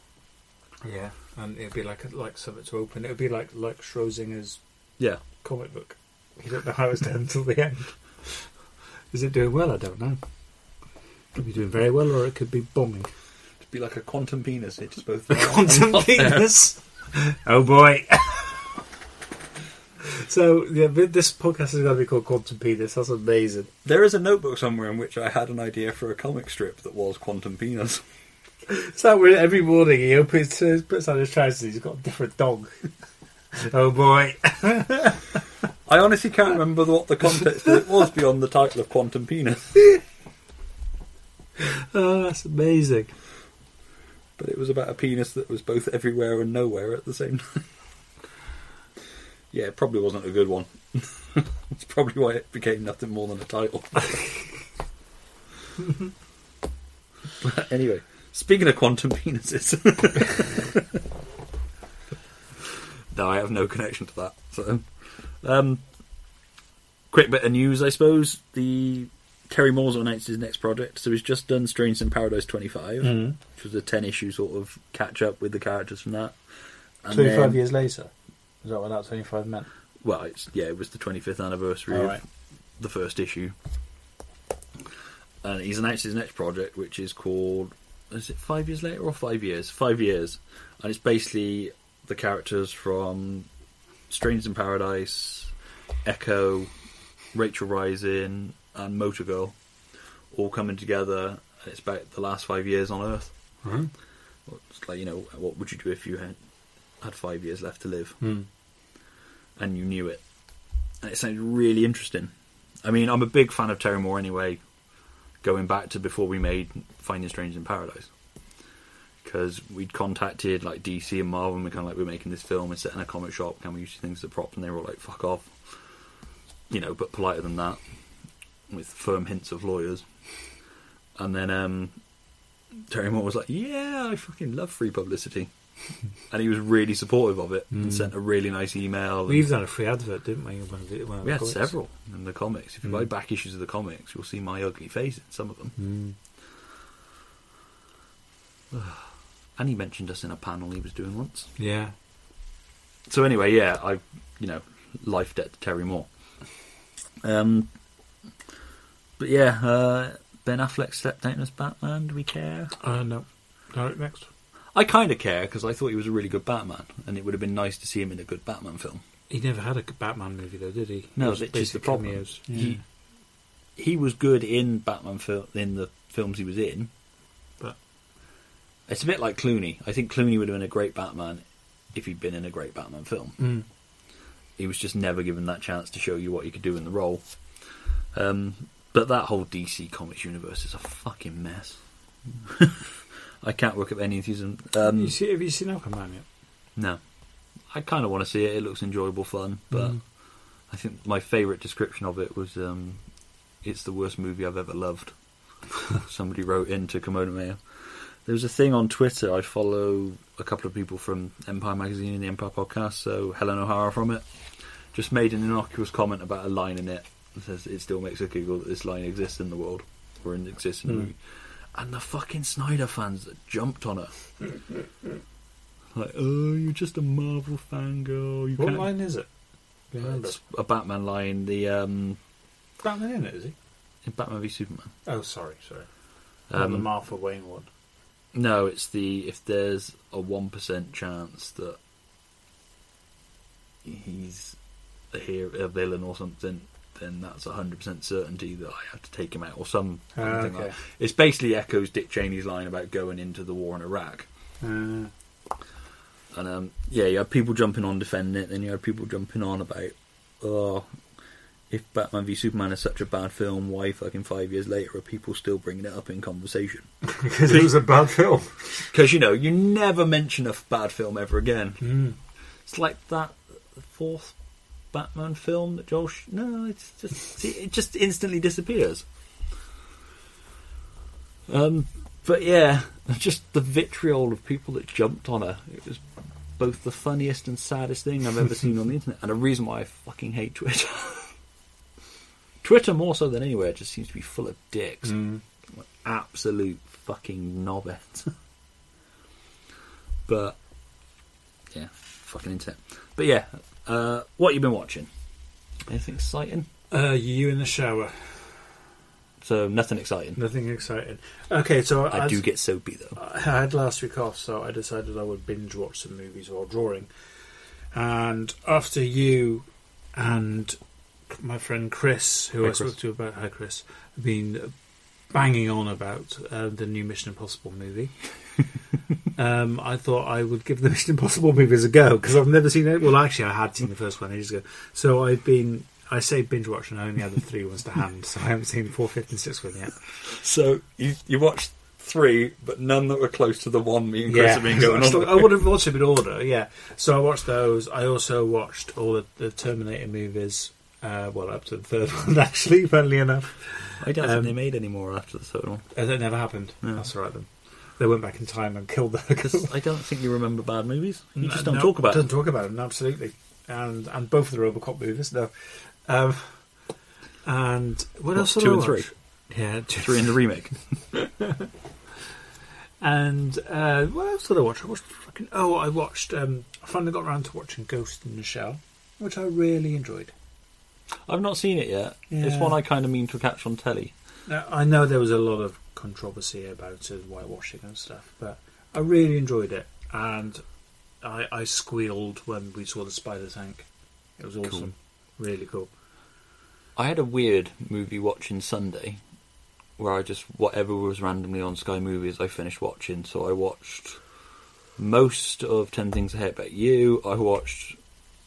S2: Yeah, and it'd be like like something to open. It'd be like like Schrodinger's
S1: Yeah.
S2: comic book. You don't know how it's done until the end. Is it doing well? I don't know. Could be doing very well, or it could be bombing.
S1: It'd be like a quantum penis, it's both
S2: Quantum penis. *laughs* oh boy. *laughs* so yeah, but this podcast is going to be called Quantum Penis. That's amazing.
S1: There is a notebook somewhere in which I had an idea for a comic strip that was Quantum Penis.
S2: So where every morning he opens his, puts on his trousers. He's got a different *laughs* dog. oh boy. *laughs*
S1: I honestly can't remember what the context of it was beyond the title of Quantum Penis,
S2: Oh, that's amazing.
S1: but it was about a penis that was both everywhere and nowhere at the same time. yeah, it probably wasn't a good one. *laughs* That's probably why it became nothing more than a title. *laughs* but anyway, speaking of quantum penises. *laughs* no, I have no connection to that. So, um, quick bit of news, I suppose. The Terry Moores announced his next project, so he's just done Strange in Paradise 25,
S2: Mhm.
S1: which was a 10 issue sort of catch up with the characters from that. And
S2: 25
S1: then-
S2: years later. Is that what that 25 meant?
S1: well, it's yeah, it was the 25th anniversary
S2: All
S1: of
S2: right.
S1: the first issue, and he's announced his next project, which is called is it five years later or five years? Five years, and it's basically the characters from Strangers in Paradise, Echo, Rachel Rising, and Motor Girl all coming together, and it's about the last five years on Earth.
S2: Right.
S1: It's like you know, what would you do if you had had five years left to live?
S2: Mm.
S1: and you knew it. And it sounded really interesting. I mean, I'm a big fan of Terry Moore anyway, going back to before we made Finding Strange in Paradise. Because we'd contacted like DC and Marvel, and we're kind of like, we're making this film, and set in a comic shop, can we use things as a prop? And they were all like, fuck off. You know, but politer than that, with firm hints of lawyers. And then um, Terry Moore was like, yeah, I fucking love free publicity. and he was really supportive of it and
S2: Mm.
S1: sent a really nice email. and-
S2: We've done a free advert, didn't we? in One of the, one of
S1: we
S2: the
S1: had
S2: comics?
S1: several in the comics. If you
S2: Mm.
S1: buy back issues of the comics, you'll see my ugly face in some of them.
S2: Mm.
S1: *sighs* And he mentioned us in a panel he was doing once.
S2: Yeah.
S1: So anyway, yeah, I, you know, life debt to Terry Moore. Um, but But yeah, uh, Ben Affleck stepped down as Batman. Do we care?
S2: Uh, no. Direct next.
S1: I kind of care because I thought he was a really good Batman, and it would have been nice to see him in a good Batman film.
S2: He never had a good Batman movie though, did he?
S1: No,
S2: It was
S1: which is the
S2: basic
S1: problem.
S2: cameos.
S1: He he was good in Batman fil- in the films he was in,
S2: But-
S1: it's a bit like Clooney. I think Clooney would have been a great Batman if he'd been in a great Batman film.
S2: Mm.
S1: He was just never given that chance to show you what he could do in the role. Um, but that whole DC Comics universe is a fucking mess. *laughs* I can't work up any enthusiasm. Um,
S2: you see, have you seen Aquaman yet?
S1: no. I kind of want to see it. It looks enjoyable fun, but
S2: Mm.
S1: I think my favourite description of it was um, it's the worst movie I've ever loved. Somebody wrote into Kimono Mayo. There was a thing on Twitter. I follow a couple of people from Empire Magazine and the Empire Podcast, so Helen O'Hara from it just made an innocuous comment about a line in it that says it still makes a giggle that this line exists in the world or in exists in the
S2: Mm.
S1: movie. And the fucking Snyder fans that jumped on her. like, oh, you're just a Marvel fangirl. You
S2: What
S1: can't *laughs*
S2: line is it? Oh, Do you remember?
S1: it's a Batman line, the um,
S2: Batman in it, is he?
S1: in Batman v Superman.
S2: Oh, sorry, sorry. Not Oh, the
S1: Um,
S2: Martha Wayne one.
S1: no, it's the if there's a one percent chance that he's a hero, a villain or something, then that's a hundred percent certainty that I have to take him out or some.
S2: Ah,
S1: something like. It's basically echoes Dick Cheney's line about going into the war in Iraq.
S2: *laughs* Uh,
S1: And um, yeah, you had people jumping on defending it, then you had people jumping on about, oh, if Batman v Superman is such a bad film, why fucking five years later are people still bringing it up in conversation?
S2: because it was a bad film.
S1: Because you know, you never mention a f- bad film ever again.
S2: Mm.
S1: It's like that fourth Batman film that Joel. Sh- no, it's just it just instantly disappears. Um, but yeah, *laughs* just the vitriol of people that jumped on her. It was both the funniest and saddest thing I've ever seen on the internet, and a reason why I fucking hate Twitter. *laughs* Twitter more so than anywhere just seems to be full of dicks
S2: Mm.
S1: absolute fucking *laughs* knobhead. but yeah, fucking internet. But yeah, uh, what you been watching? Anything exciting?
S2: Uh, you in the shower.
S1: So nothing exciting.
S2: Nothing exciting. Okay, so
S1: I
S2: as-
S1: do get soapy though.
S2: I had last week off, so I decided I would binge watch some movies while drawing. And after you and my friend Chris, who
S1: Hi,
S2: I spoke
S1: Chris.
S2: to about, hi Chris, have been banging on about uh, the new Mission
S1: *laughs*
S2: Impossible movie. um, I thought I would give the Mission Impossible movies a go because I've never seen it. Well, actually, I had seen the first one ages ago, so I've been. I say binge watching. I only had the three ones to hand, so I haven't seen four, fifth, and sixth one yet.
S1: So you you watched three, but none that were close to the one me and Chris have been *laughs* going
S2: I, still- I
S1: on.
S2: would have watched them in order, yeah. So I watched those. I also watched all the, the Terminator movies. Uh, well, up to the third *laughs* one, actually, funnily enough.
S1: I don't
S2: Um,
S1: think they made any more after the third one.
S2: Uh, that never happened.
S1: No.
S2: That's all right, then. They went back in time and killed the.
S1: Because *laughs* I don't think you remember bad movies. You just
S2: *laughs*
S1: don't
S2: No,
S1: talk about
S2: Don't
S1: them.
S2: talk about them, absolutely. And and both of the Robocop movies, no. Um, and what
S1: What,
S2: else did
S1: two
S2: I
S1: and
S2: watch?
S1: three?
S2: Yeah, two
S1: Three in the *laughs* remake.
S2: And uh, what else did I watch? I watched fucking. Oh, I watched. Um, I finally got around to watching Ghost in the Shell, which I really enjoyed.
S1: I've not seen it yet. It's
S2: Yeah.
S1: one I kind of mean to catch on telly.
S2: Now, I know there was a lot of controversy about it, whitewashing and stuff, but I really enjoyed it. And I, I squealed when we saw the spider tank. It was awesome. Really cool.
S1: I had a weird movie watching Sunday where I just whatever was randomly on Sky Movies I finished watching. So I watched most of Ten Things I Hate About You. I watched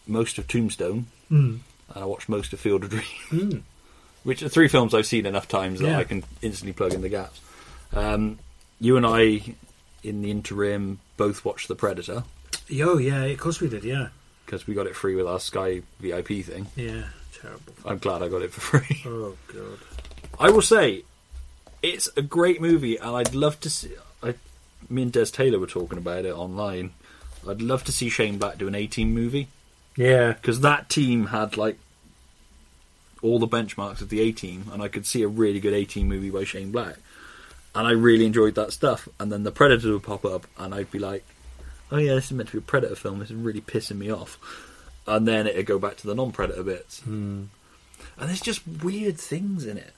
S1: most of Tombstone,
S2: Mm.
S1: and I watched most of Field of Dreams,
S2: Mm.
S1: *laughs* which are three films I've seen enough times that
S2: Yeah.
S1: I can instantly plug in the gaps. Um, you and I, in the interim, both watched The Predator
S2: Yo, Oh, yeah, of course we did, yeah.
S1: because we got it free with our Sky VIP thing.
S2: Yeah, terrible.
S1: I'm glad I got it for free.
S2: Oh, God.
S1: I will say, it's a great movie, and I'd love to see. I, me and Des Taylor were talking about it online. I'd love to see Shane Black do an A team movie
S2: Yeah.
S1: because that team had like all the benchmarks of the A team, and I could see a really good A team movie by Shane Black. And I really enjoyed that stuff. And then the Predator would pop up, and I'd be like, "Oh yeah, this is meant to be a Predator film. This is really pissing me off." And then it'd go back to the non-Predator bits,
S2: Mm.
S1: and there's just weird things in it.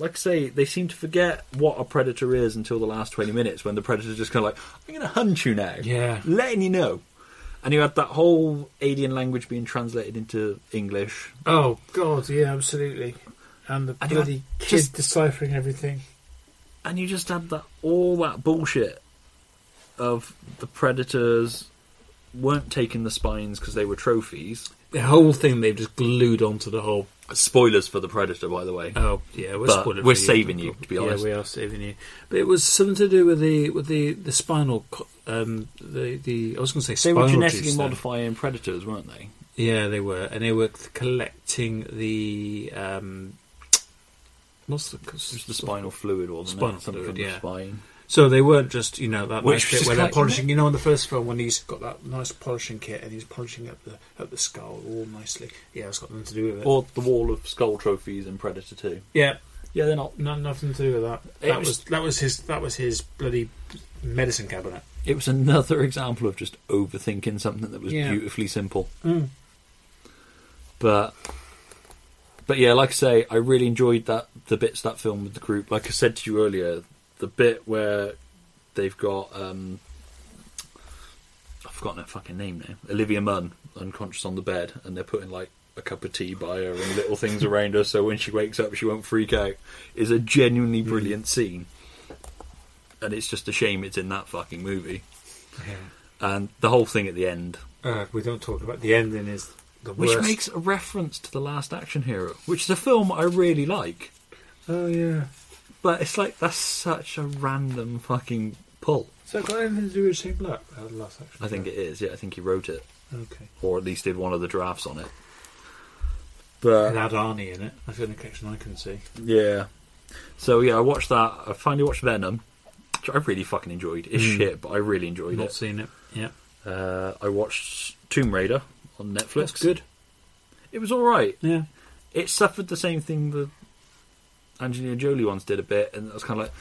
S1: like I say, they seem to forget what a predator is until the last 20 minutes when the predator's just kind of like, I'm going to hunt you now.
S2: Yeah.
S1: Letting you know. And you had that whole alien language being translated into English.
S2: Oh God, yeah, absolutely. And the
S1: And you
S2: bloody
S1: had
S2: kid
S1: just-
S2: deciphering everything.
S1: And you just had that all that bullshit of the predators weren't taking the spines because they were trophies.
S2: The whole thing they've just glued onto the whole.
S1: Spoilers for the predator, by the way.
S2: Oh yeah, we're,
S1: But
S2: spoiling
S1: we're
S2: for
S1: saving you, to be honest.
S2: Yeah, we are saving you. But it was something to do with the with the the spinal. co- Um, the the I was going to say
S1: they
S2: spinal
S1: were genetically
S2: juice there.
S1: modifying predators, weren't they?
S2: Yeah, they were, and they were collecting the um, what's the
S1: Just the spinal fluid, or
S2: Spinal
S1: something
S2: fluid,
S1: from the
S2: yeah.
S1: spine.
S2: So they weren't just, you know, that
S1: Which was
S2: nice bit
S1: just
S2: where they're
S1: like-
S2: polishing. You know, in the first film when he's got that nice polishing kit and he's polishing up the up the skull all nicely. Yeah, it's got nothing to do with it.
S1: Or the wall of skull trophies in Predator 2.
S2: yeah,
S1: Yeah, they're not.
S2: no, nothing to do with that.
S1: It
S2: that
S1: was-
S2: was, that was his that was his bloody medicine cabinet.
S1: It was another *laughs* example of just overthinking something that was
S2: Yeah.
S1: beautifully simple. But but yeah, like I say, I really enjoyed that the bits of that film with the group. Like I said to you earlier, the bit where they've got um I've forgotten her fucking name now. Olivia Munn unconscious on the bed and they're putting like a cup of tea by her and little things around her so when she wakes up she won't freak out is a genuinely brilliant scene. And it's just a shame it's in that fucking movie. And the whole thing at the end
S2: Uh, we don't talk about the ending is the
S1: which
S2: worst.
S1: makes a reference to The Last Action Hero, which is a film I really like.
S2: oh yeah.
S1: But it's like, that's such a random fucking pull.
S2: So it got anything to do with Shane Black? Uh, the last action.
S1: I think it is, yeah, I think he wrote it,
S2: Okay.
S1: or at least did one of the drafts on it.
S2: It
S1: But,
S2: had Arnie in it. That's the only connection I can see.
S1: yeah. So, yeah, I watched that. I finally watched Venom, which I really fucking enjoyed. It's
S2: Mm.
S1: shit, but I really enjoyed
S2: Not
S1: it.
S2: seen it. Yeah.
S1: Uh, I watched Tomb Raider on Netflix.
S2: That's good.
S1: It was alright.
S2: Yeah.
S1: it suffered the same thing the Angelina Jolie ones did a bit, and I was kind of like,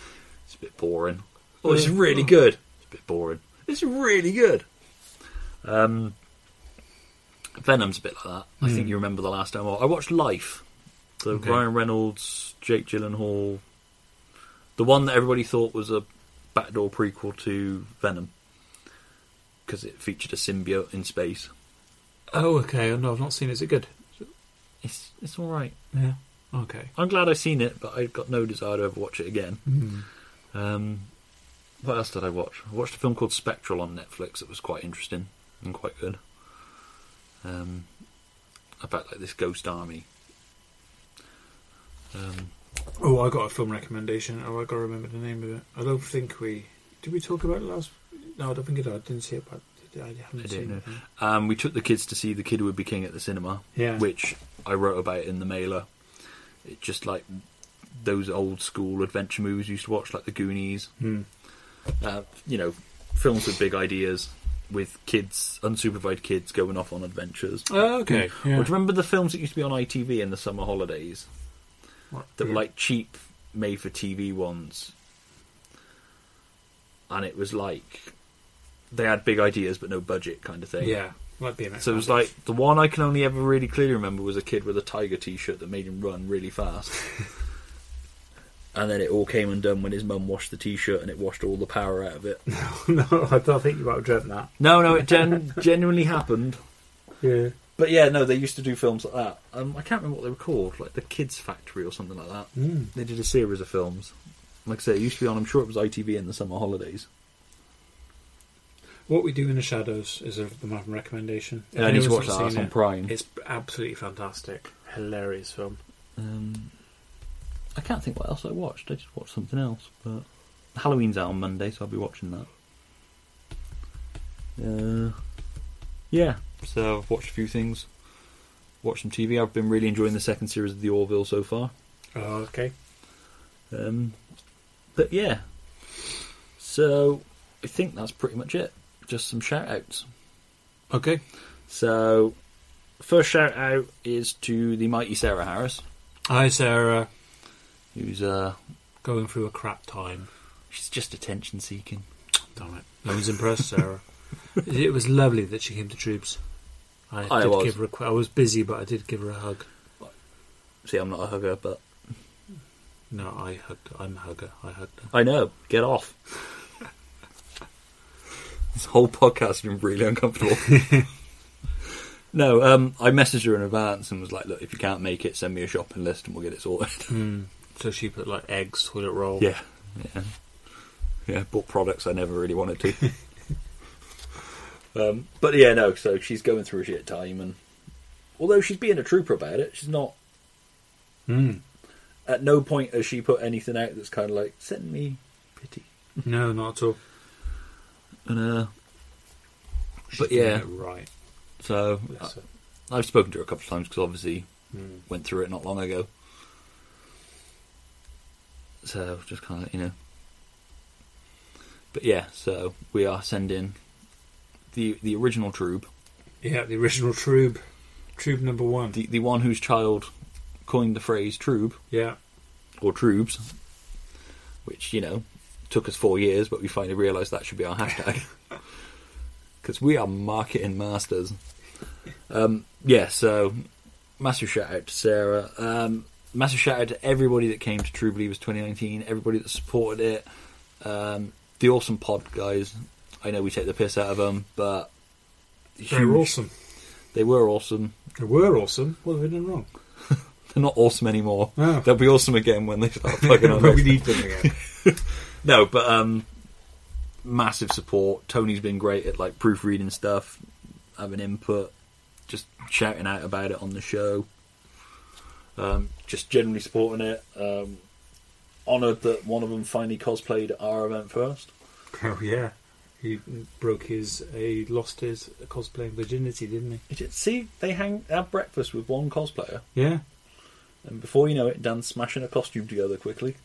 S1: it's a bit boring. Oh, it's
S2: Yeah.
S1: really good. It's a bit boring. It's really good. Um, Venom's a bit like that. I think you remember the last time. I I watched Life, the
S2: Okay.
S1: Ryan Reynolds, Jake Gyllenhaal, the one that everybody thought was a backdoor prequel to Venom because it featured a symbiote in space.
S2: Oh, okay. Oh, No, I've not seen it. Is it good?
S1: It's it's all right.
S2: Yeah. Okay.
S1: I'm glad I've seen it, but I've got no desire to ever watch it again.
S2: Hmm.
S1: Um, what else did I watch? I watched a film called Spectral on Netflix that was quite interesting and quite good. Um, about like this ghost army. Um,
S2: Oh, I got a film recommendation. Oh, I got to remember the name of it. I don't think we did. We talk about it last. No, I don't think it. I didn't see it, but I haven't
S1: I
S2: seen
S1: don't know.
S2: it.
S1: Um, we took the kids to see The Kid Would Be King at the cinema,
S2: Yeah.
S1: which I wrote about in the mailer. It just like those old school adventure movies you used to watch, like The Goonies.
S2: Hmm.
S1: uh, you know, films with big ideas with kids, unsupervised kids going off on adventures.
S2: Oh, okay.
S1: Or do you remember the films that used to be on ITV in the summer holidays? That were like cheap, made for TV ones. And it was like they had big ideas but no budget kind of thing.
S2: Yeah. Like BMX.
S1: So it was like the one I can only ever really clearly remember was a kid with a tiger T-shirt that made him run really *laughs* fast, and then it all came undone when his mum washed the T-shirt and it washed all the power out of it.
S2: *laughs* no, I don't think you might have dreamt that.
S1: *laughs* No, no, it gen- genuinely happened.
S2: Yeah.
S1: But yeah, no, they used to do films like that. Um, I can't remember what they were called, like the Kids Factory or something like that.
S2: Mm.
S1: They did a series of films. Like I say, it used to be on. I'm sure it was ITV in the summer holidays.
S2: What we do in the shadows is a the Martin recommendation.
S1: Yeah, I need to
S2: Anyone's
S1: watch
S2: not
S1: that. That's
S2: seen
S1: on
S2: it,
S1: Prime.
S2: It's absolutely fantastic. Hilarious film.
S1: Um, I can't think what else I watched. I just watched something else. But Halloween's out on Monday, so I'll be watching that. Uh, yeah. So I've watched a few things. Watched some TV. I've been really enjoying the second series of The Orville so far.
S2: Oh, okay.
S1: Um, but yeah, so I think that's pretty much it. Just some shout outs.
S2: Okay.
S1: So, first shout out is to the mighty Sarah Harris,
S2: Hi, Sarah.
S1: who's uh,
S2: Going through a crap time.
S1: she's just attention seeking.
S2: Damn it. No one's
S1: *laughs*
S2: impressed, Sarah. it was lovely that she came to Troops. I,
S1: I
S2: did
S1: was.
S2: give her a qu- I was busy, but I did give her a hug.
S1: See, I'm not a hugger, but
S2: No, I hugged. I'm a hugger. I hugged her.
S1: I know. Get off. *laughs* this whole podcast has been really uncomfortable. *laughs* no, um, I messaged her in advance and was like, "Look, if you can't make it, send me a shopping list and we'll get it *laughs* sorted."
S2: So she put like eggs, toilet roll.
S1: Mm. yeah, yeah, yeah. Bought products I never really wanted *laughs* to. um, but yeah, no. So she's going through a shit time, and although she's being a trooper about it, she's not.
S2: Mm.
S1: At no point has she put anything out that's kind of like, "Send me pity."
S2: No, not at all.
S1: And uh,
S2: She's
S1: But
S2: doing
S1: yeah. Uh,
S2: it right.
S1: so
S2: Bless her.
S1: I've spoken to her a couple of times because obviously
S2: Mm.
S1: went through it not long ago. So just kind of you know. But yeah, so we are sending the the original Troob,
S2: Yeah, the original Troob, Troob number one.
S1: the the one whose child coined the phrase Troob
S2: yeah,
S1: or Troobs, which you know took us four years, but we finally realised that should be our
S2: *laughs*
S1: hashtag because we are marketing masters. Um, yeah, so massive shout out to Sarah. Um, massive shout out to everybody that came to True Believers 2019, everybody that supported it. Um, the awesome pod guys. I know we take the piss out of them, but
S2: they were awesome.
S1: They were awesome.
S2: They were awesome. What have we done wrong?
S3: *laughs*
S1: They're not awesome anymore.
S2: Oh.
S1: They'll be awesome again when they
S2: *laughs*
S1: start plugging on.
S2: Well, we
S1: next
S2: need them again. *laughs*
S1: No, but um, massive support. Tony's been great at like proofreading stuff, having input, just shouting out about it on the show. Um, just generally supporting it. Um, Honoured that one of them finally cosplayed at our event first.
S2: oh yeah, he broke his. He lost his cosplaying virginity, didn't he?
S1: He did- See, they hang have breakfast with one cosplayer,
S2: Yeah.
S1: and before you know it, Dan's smashing a costume together quickly.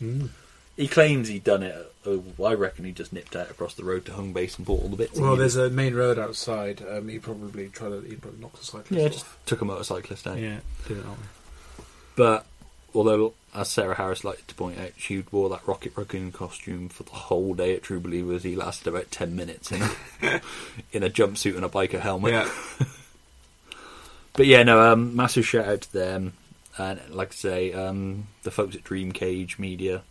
S3: Hmm.
S2: Mm.
S1: He claims he'd done it. uh, I reckon he just nipped out across the road to home base and bought all the bits. he
S3: Well,
S1: needed.
S3: there's a main road outside. Um, he probably tried to. He probably knocked the cyclist
S1: yeah,
S3: off.
S1: just took a motorcyclist out.
S2: Yeah, did it that way.
S1: But although, as Sarah Harris liked to point out, she wore that Rocket Raccoon costume for the whole day at True Believers. He lasted about ten minutes in a, in a jumpsuit and a biker helmet.
S2: Yeah.
S1: But yeah, no, um, massive shout out to them, and like I say, um, the folks at Dream Cage Media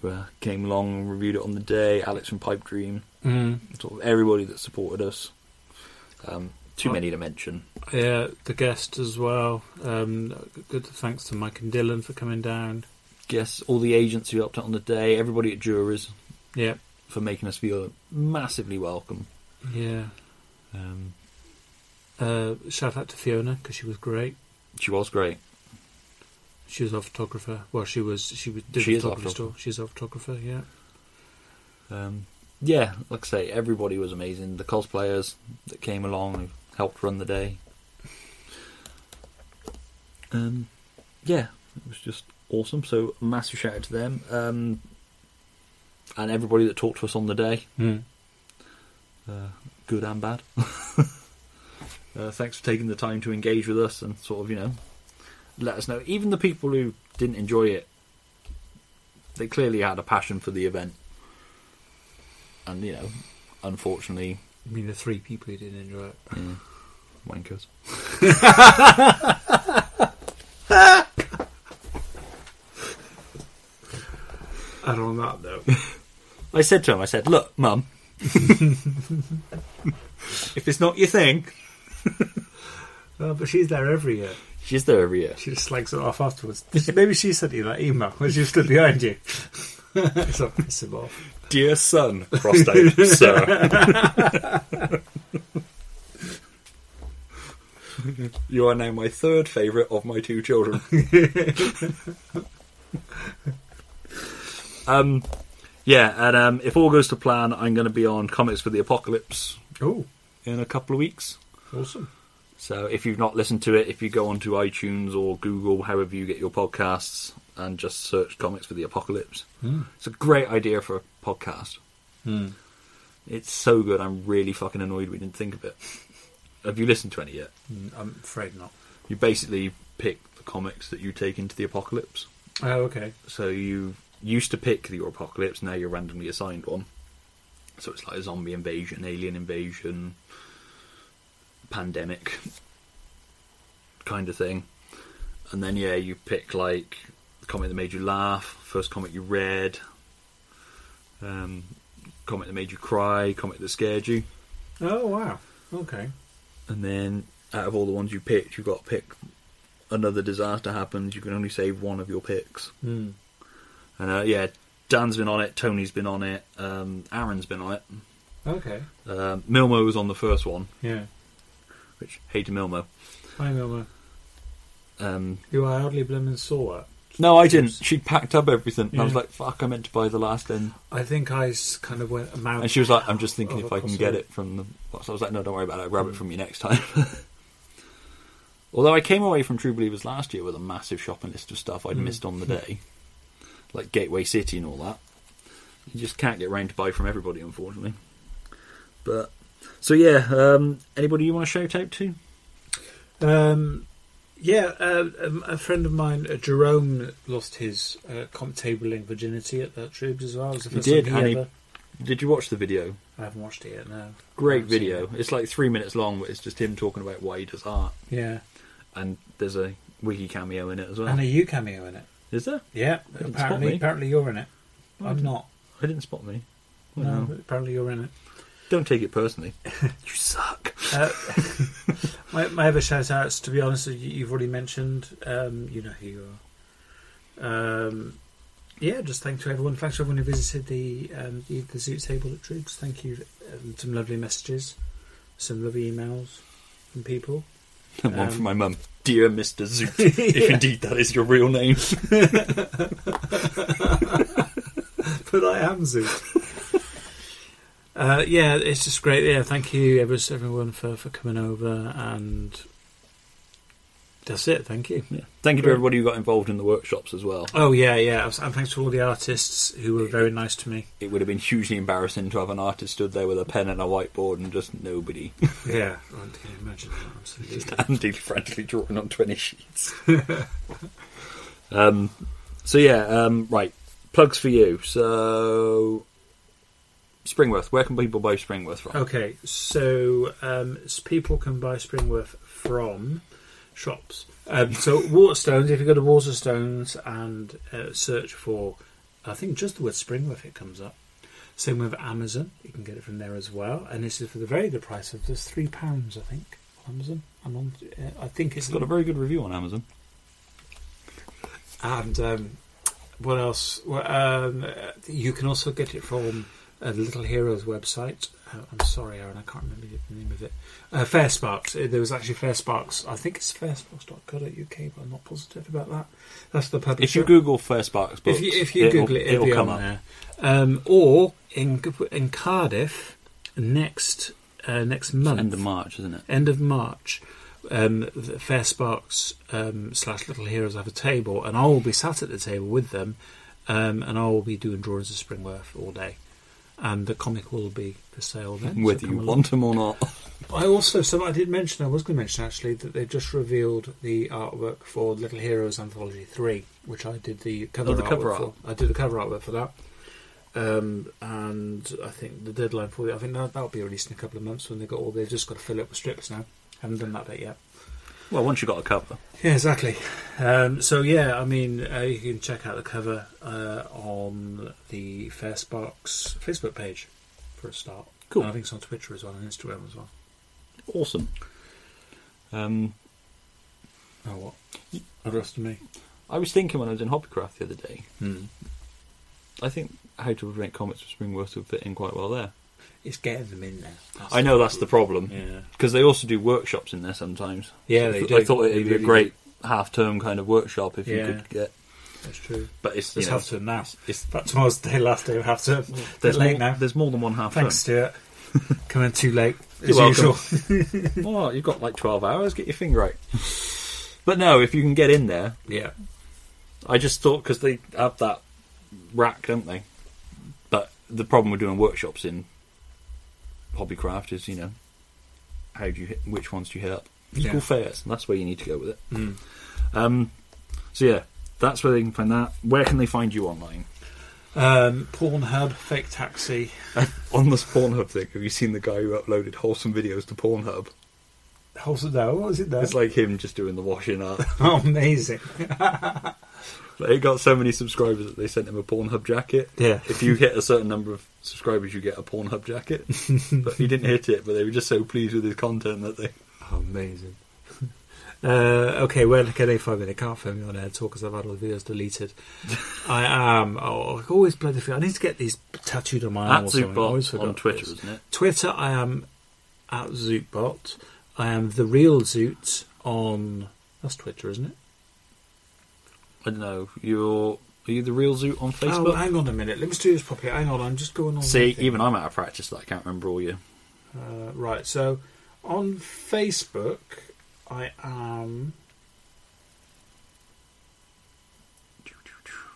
S1: who uh, came along and reviewed it on the day. Alex from Pipe Dream,
S2: Mm.
S1: sort of everybody that supported us. Um, too many to mention.
S2: Yeah, the guest as well. Um, good thanks to Mike and Dylan for coming down.
S1: Guess all the agents who helped out on the day, everybody at Jurors
S2: Yeah,
S1: for making us feel massively welcome.
S2: yeah.
S1: Um,
S2: Uh, shout out to Fiona because she was great.
S1: she was great.
S2: She was our photographer. Well, she was she was did
S1: She
S2: the
S1: is our
S2: photography store. She's our photographer. Yeah,
S1: Um, yeah, like I say, everybody was amazing. The cosplayers that came along who helped run the day. Um, yeah, it was just awesome. So massive shout out to them um, and everybody that talked to us on the day,
S2: mm.
S1: uh, good and bad. *laughs* uh, thanks for taking the time to engage with us and sort of you know let us know. Even the people who didn't enjoy it, they clearly had a passion for the event, and you know, unfortunately,
S2: I mean the three people who didn't enjoy it.
S1: yeah, wankers.
S3: And on that
S2: *laughs*
S3: note,
S1: I said to him, I said, "Look, mum." *laughs* if it's not your thing,
S2: Oh, but she's there every year.
S1: she's there every year.
S3: she just slags it off afterwards. Maybe she sent you that email when she stood behind
S2: *laughs*
S3: you. so piss him off.
S1: Dear son, prostate, sir. *laughs* you are now my third favourite of my two children. *laughs* um, yeah, and um, if all goes to plan, I'm going to be on Comics for the Apocalypse
S2: Oh,
S1: in a couple of weeks.
S2: awesome.
S1: So if you've not listened to it, if you go onto iTunes or Google, however you get your podcasts, and just search Comics for the Apocalypse,
S2: Mm.
S1: it's a great idea for a podcast.
S2: Mm.
S1: It's so good. I'm really fucking annoyed we didn't think of it. Have you listened to any yet?
S2: Mm, I'm afraid not.
S1: You basically pick the comics that you take into the apocalypse.
S2: Oh, okay.
S1: So you used to pick your apocalypse, now you're randomly assigned one. So it's like a zombie invasion, alien invasion, pandemic kind of thing. And then yeah, you pick like the comic that made you laugh, first comic you read, um, comic that made you cry, comic that scared you,
S2: Oh wow. Okay.
S1: and then out of all the ones you picked, you've got to pick another disaster happens. You can only save one of your picks.
S2: Mm.
S1: And uh, yeah, Dan's been on it, Tony's been on it, um, Aaron's been on it.
S2: Okay.
S1: Um, Milmo was on the first one,
S2: Yeah. uh,
S1: which hey to Milmo.
S2: Hi, Wilma.
S1: Um,
S2: You I hardly blooming saw it.
S1: no, I didn't. She packed up everything. and I was
S2: Yeah.
S1: like, "Fuck, I meant to buy the last end."
S2: I think I s- kind of went mad.
S1: And she was like, "I'm just thinking
S2: Oh,
S1: if I
S2: I'm
S1: can
S2: sorry.
S1: get it from the." box." I was like, "No, don't worry about it. I'll grab it from you next time." *laughs* Although I came away from True Believers last year with a massive shopping list of stuff I'd
S2: Mm.
S1: missed on the day, like Gateway City and all that. You just can't get round to buy from everybody, unfortunately. But so yeah, um, anybody you want to shout out to?
S2: Um, yeah, uh, um, a friend of mine, uh, Jerome, lost his uh, comp tabling virginity at that troops as well. It was the
S1: He
S2: first
S1: did,
S2: time
S1: and
S2: he
S1: he-
S2: ever.
S1: Did you watch the video?
S2: I haven't watched it yet. No. I
S1: Great
S2: haven't seen
S1: video.
S2: it.
S1: It's like three minutes long, but it's just him talking about why he does art,
S2: Yeah,
S1: and there's a wiki cameo in it as well.
S2: and a you cameo in it.
S1: Is there?
S2: Yeah,
S1: didn't spot
S2: apparently,
S1: me.
S2: apparently you're in it.
S1: Oh, I
S2: I'm
S1: didn't-
S2: not.
S1: I didn't spot me.
S2: No, but apparently you're in it.
S1: Don't take it
S2: *laughs*
S1: personally. you suck.
S2: Uh, my, my other shout outs, to be honest, you, you've already mentioned. Um, you know who you are. Um, yeah, just thanks to everyone. Thanks to everyone who visited the um, the, the Zoot table at Troops. Thank you. Um, some lovely messages, some lovely emails from people.
S1: And *laughs* one
S2: Um,
S1: from my mum. Dear Mr. *laughs* Zoot, if indeed that is your real name.
S2: *laughs* but I am Zoot. *laughs* Uh, yeah, it's just great. Yeah, thank you, ever- everyone, for, for coming over, and that's it. Thank you.
S1: Yeah. Thank you to everybody who got involved in the workshops as well.
S2: Oh yeah, yeah, and thanks to all the artists who were very nice to me.
S1: It would have been hugely embarrassing to have an artist stood there with a pen and a whiteboard and just nobody. *laughs*
S2: Yeah, Oh, I can imagine that. Absolutely.
S1: Andy frantically drawing on 20 sheets. *laughs* um, so, yeah, um, right. Plugs for you. So, Springworth. Where can people buy Springworth from?
S2: Okay, so um, s- people can buy Springworth from shops. Um, so Waterstones, if you go to Waterstones and uh, search for, I think just the word Springworth, it comes up. Same with Amazon, you can get it from there as well. And this is for the very good price of just three pounds, I think. on Amazon, I'm on. uh, I think it's
S1: It's got a very good review on Amazon.
S2: And um, what else? Well, um, uh, you can also get it from uh, the Little Heroes website. Uh, I'm sorry, Aaron, I can't remember the name of it. Uh, Fair Sparks. Uh, There was actually Fair Sparks. I think it's fairsparks.co.uk, but I'm not positive about that. That's the publisher.
S1: If you Google Fair Sparks books,
S2: if you, if you Google it, it'll,
S1: it'll
S2: be
S1: come up.
S2: on there. Um, or in in Cardiff next uh, next month,
S1: End of March, isn't it?
S2: end of March, um, the Fair Sparks um, slash Little Heroes have a table, and I will be sat at the table with them, um, and I will be doing drawings of Springworth all day. And the comic will be for sale then. so
S1: Whether
S2: come
S1: you
S2: along.
S1: want them or not. *laughs*
S2: I also, so I did mention, I was going to mention actually, that they just revealed the artwork for Little Heroes Anthology 3, which I did the cover,
S1: Oh, the
S2: artwork
S1: cover
S2: for.
S1: art.
S2: I did the cover artwork for that. Um, and I think the deadline for it, I think that, that'll be released in a couple of months when they got all, they've just got to fill it with strips now. Haven't done that bit yet.
S1: Well, once you got a cover.
S2: Yeah, exactly. Um, so yeah, I mean, uh, you can check out the cover uh, on the Fair Sparks Facebook page for a start.
S1: Cool.
S2: And I think it's on Twitter as well and Instagram as well.
S1: Awesome. Um,
S2: Oh what? Addressed to me.
S1: I was thinking when I was in Hobbycraft the other day,
S2: Hmm.
S1: I think how to prevent comics from Springworth would fit in quite well there.
S2: It's getting them in there. That's
S1: I know that's the problem
S2: Yeah.
S1: because they also do workshops in there sometimes.
S2: Yeah,
S1: I
S2: they
S1: th-
S2: do.
S1: I thought it'd
S2: They
S1: be a
S2: really
S1: great half-term kind of workshop if you
S2: Yeah.
S1: could get.
S2: That's true.
S1: But it's you
S2: It's
S1: know,
S2: half term now.
S1: it's
S2: But tomorrow's the day, last day of half term. Bit
S1: there's
S2: late
S1: more,
S2: now.
S1: There's more than one half term.
S2: Thanks,
S1: *laughs*
S2: Stuart. Coming too late as
S1: You're welcome. *laughs*
S2: usual.
S1: Oh, you've got like 12 hours. Get your thing right. *laughs* but no, if you can get in there,
S2: Yeah.
S1: I just thought because they have that rack, don't they? But the problem with doing workshops in hobbycraft is, you know, how do you hit, which ones do you hit up? Equal
S2: Yeah.
S1: fairs, and that's where you need to go with it.
S2: Mm.
S1: Um, so yeah, that's where they can find that. Where can they find you online? *laughs*
S2: Um, Pornhub, fake taxi.
S1: On this Pornhub thing, have you seen the guy who uploaded wholesome videos to Pornhub?
S2: Wholesome no, what was it there?
S1: It's like him just doing the washing up.
S2: Oh, amazing.
S1: Like, it got so many subscribers that they sent him a Pornhub jacket.
S3: Yeah.
S1: If you hit a certain number of subscribers, you get a Pornhub
S2: *laughs*
S1: jacket. but he didn't hit it, but they were just so pleased with his content that they.
S3: amazing. *laughs* Uh, okay, we're looking at a five minute can't film you on air talk because I've had all the videos
S1: *laughs*
S3: deleted. I am. Oh, I always bloody feel. I need to get these tattooed on my arm. or
S1: Absolute
S3: something. I always
S1: bot
S3: forgot
S1: on Twitter,
S3: this.
S1: wasn't it?
S3: Twitter, I am at Zootbot. I am the real Zoot on. That's Twitter, isn't it?
S1: I don't know. You're are you the real Zoot on
S2: Oh,
S1: Facebook?
S2: hang on a minute. Let me do this properly. Hang on, I'm just going on.
S1: See,
S2: with it.
S1: even I'm out of practice. That I can't remember all you.
S2: Uh, right, so on Facebook, I am.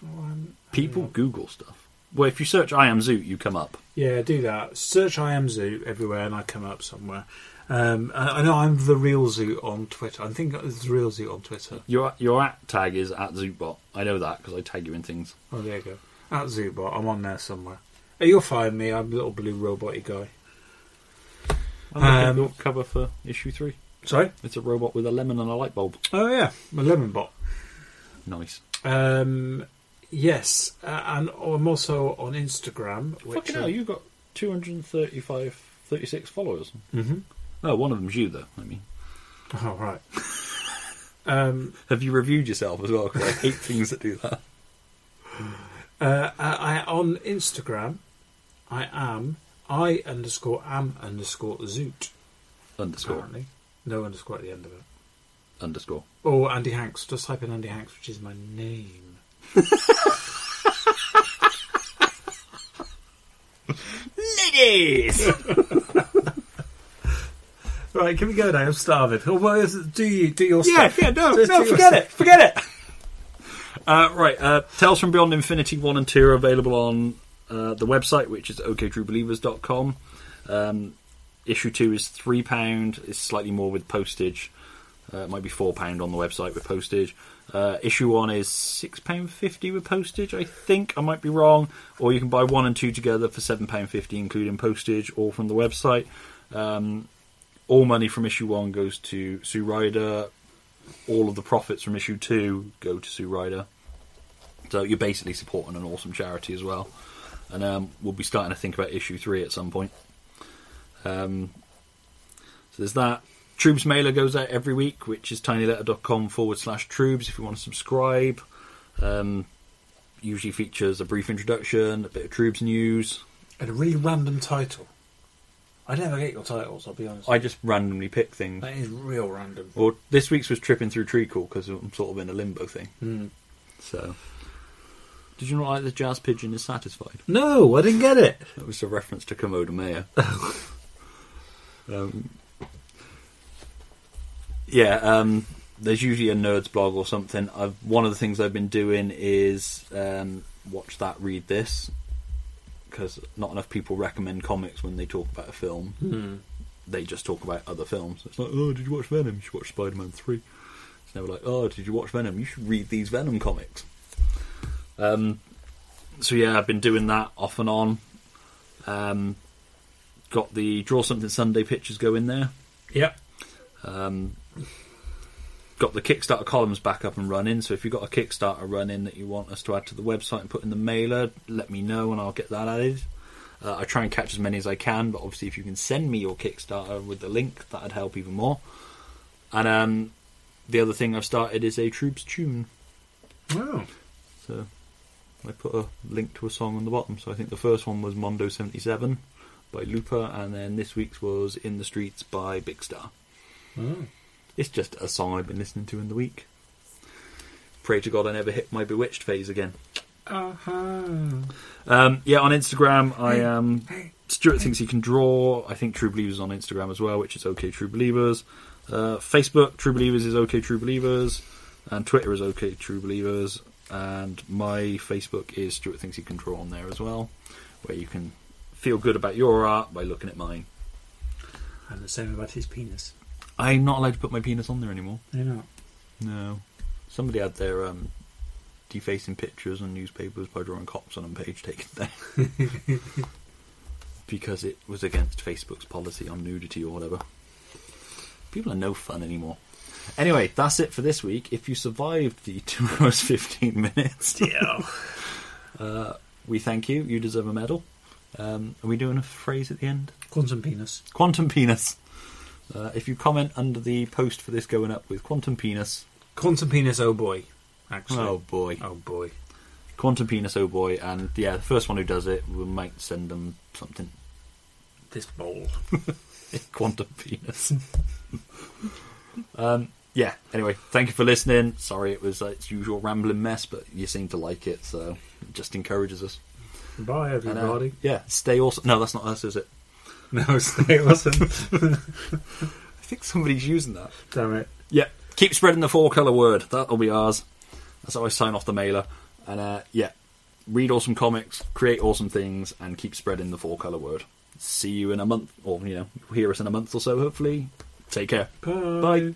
S2: Oh, I'm-
S1: People Google stuff. Well, if you search "I am Zoot," you come up.
S2: Yeah, do that. Search I am Zoo everywhere, and I come up somewhere. Um, I, I know I'm the real Zoo on Twitter. I think it's the real Zoo on Twitter.
S1: Your your at tag is at Zootbot. I know that because I tag you in things.
S2: Oh, there you go. At Zoobot, I'm on there somewhere. Uh, You'll find me. I'm a little blue roboty guy.
S1: I'm looking
S2: Um,
S1: at your cover for issue three.
S2: Sorry.
S1: It's a robot with a lemon and a light bulb.
S2: Oh yeah, I'm a lemon bot.
S1: Nice.
S2: Um, yes, uh, and I'm also on Instagram. Which
S1: Fucking hell, you've got 235, 36 followers.
S2: Mhm.
S1: Oh, one of them's you, though. I mean,
S2: *laughs* Oh right. um,
S1: have you reviewed yourself as well? 'Cause I hate things that do that.
S2: uh, I, I on Instagram. I am I underscore am underscore zoot.
S1: Underscore.
S2: Apparently, no underscore at the end of it.
S1: Underscore.
S2: Or Andy Hanks. Just type in Andy Hanks, which is my name.
S1: Ladies!
S3: Right, can we go now? I'm starving. Oh, well, is it- do you do your
S1: yeah,
S3: stuff?
S1: yeah, no,
S3: Just
S1: no,
S3: do your
S1: forget
S3: stuff.
S1: it, forget it! *laughs* Uh, right, uh, Tales from Beyond Infinity 1 and 2 are available on uh, the website, which is oktruebelievers.com. Um, issue 2 is £3, it's slightly more with postage. Uh, it might be £4 on the website with postage. Uh, issue 1 is £6.50 with postage, I think. I might be wrong. Or you can buy 1 and 2 together for £7.50, including postage, all from the website. Um, all money from issue 1 goes to Sue Ryder. All of the profits from issue 2 go to Sue Ryder. So you're basically supporting an awesome charity as well. And um, we'll be starting to think about issue three at some point. Um, so there's that. Troops mailer goes out every week, which is tinyletter.com forward slash troops if you want to subscribe. Um, usually features a brief introduction, a bit of troops news.
S2: And a really random title. I never get your titles. I'll be honest.
S1: I Oh. just randomly pick things.
S2: that is real random.
S1: Or this week's was tripping through treacle because I'm sort of in a limbo thing. So, Hmm. did you not like the jazz pigeon is satisfied?
S3: No, I didn't get it.
S1: That was a reference to Komodo Mayor. um, yeah, um, there's usually a nerd's blog or something. I've, one of the things I've been doing is um, watch that, read this, because not enough people recommend comics when they talk about a film. They just talk about other films. It's like, oh, did you watch Venom? You should watch Spider Man 3. It's never like, oh, did you watch Venom? You should read these Venom comics. Um, so, yeah, I've been doing that off and on. Um, got the Draw Something Sunday pictures go in there.
S2: Yep.
S1: Um, got the Kickstarter columns back up and running. So if you've got a Kickstarter running that you want us to add to the website and put in the mailer, let me know and I'll get that added. Uh, I try and catch as many as I can, but obviously if you can send me your Kickstarter with the link, that'd help even more. And um, the other thing I've started is a Troops tune.
S2: Wow.
S1: So I put a link to a song on the bottom. So I think the first one was Mondo 77 by Looper, and then this week's was In the Streets by Big Star. Oh. It's just a song I've been listening to in the week. Pray to God I never hit my bewitched phase again.
S2: Uh-huh.
S1: Um, yeah, on Instagram, I am. Stuart thinks he can draw. I think True Believers is on Instagram as well, which is OK True Believers. Uh, Facebook, True Believers is OK True Believers, and Twitter is OK True Believers. And my Facebook is Stuart thinks he can draw on there as well, where you can feel good about your art by looking at mine.
S2: And the same about his penis.
S1: I'm not allowed to put my penis on there anymore.
S2: They're not.
S1: No, somebody had their um, defacing pictures on newspapers by drawing cops on a page taken down. because it was against Facebook's policy on nudity or whatever. People are no fun anymore. Anyway, that's it for this week. If you survived the *laughs* two hours fifteen minutes,
S3: Yeah.
S1: *laughs* uh, we thank you. You deserve a medal. Um, are we doing a phrase at the end?
S3: Quantum penis.
S1: Quantum penis. Uh, if you comment under the post for this going up with quantum penis,
S3: Quantum penis, oh boy. Actually.
S1: oh boy,
S3: Oh boy.
S1: quantum penis, oh boy, and yeah, the first one who does it, we might send them something. *laughs*
S3: This bowl.
S1: quantum penis. um, yeah. Anyway, thank you for listening. Sorry it was uh, its usual rambling mess, but you seem to like it, so it just encourages us.
S2: Bye,
S1: And, uh,
S2: everybody.
S1: yeah, stay awesome. No, that's not us, is it?
S3: No, stay awesome.
S1: I think somebody's using that.
S3: Damn it.
S1: Yeah, keep spreading the four color word. That'll be ours. That's how I sign off the mailer. And uh, yeah, read awesome comics, create awesome things, and keep spreading the four color word. See you in a month, or you know, hear us in a month or so. Hopefully, take care. Bye.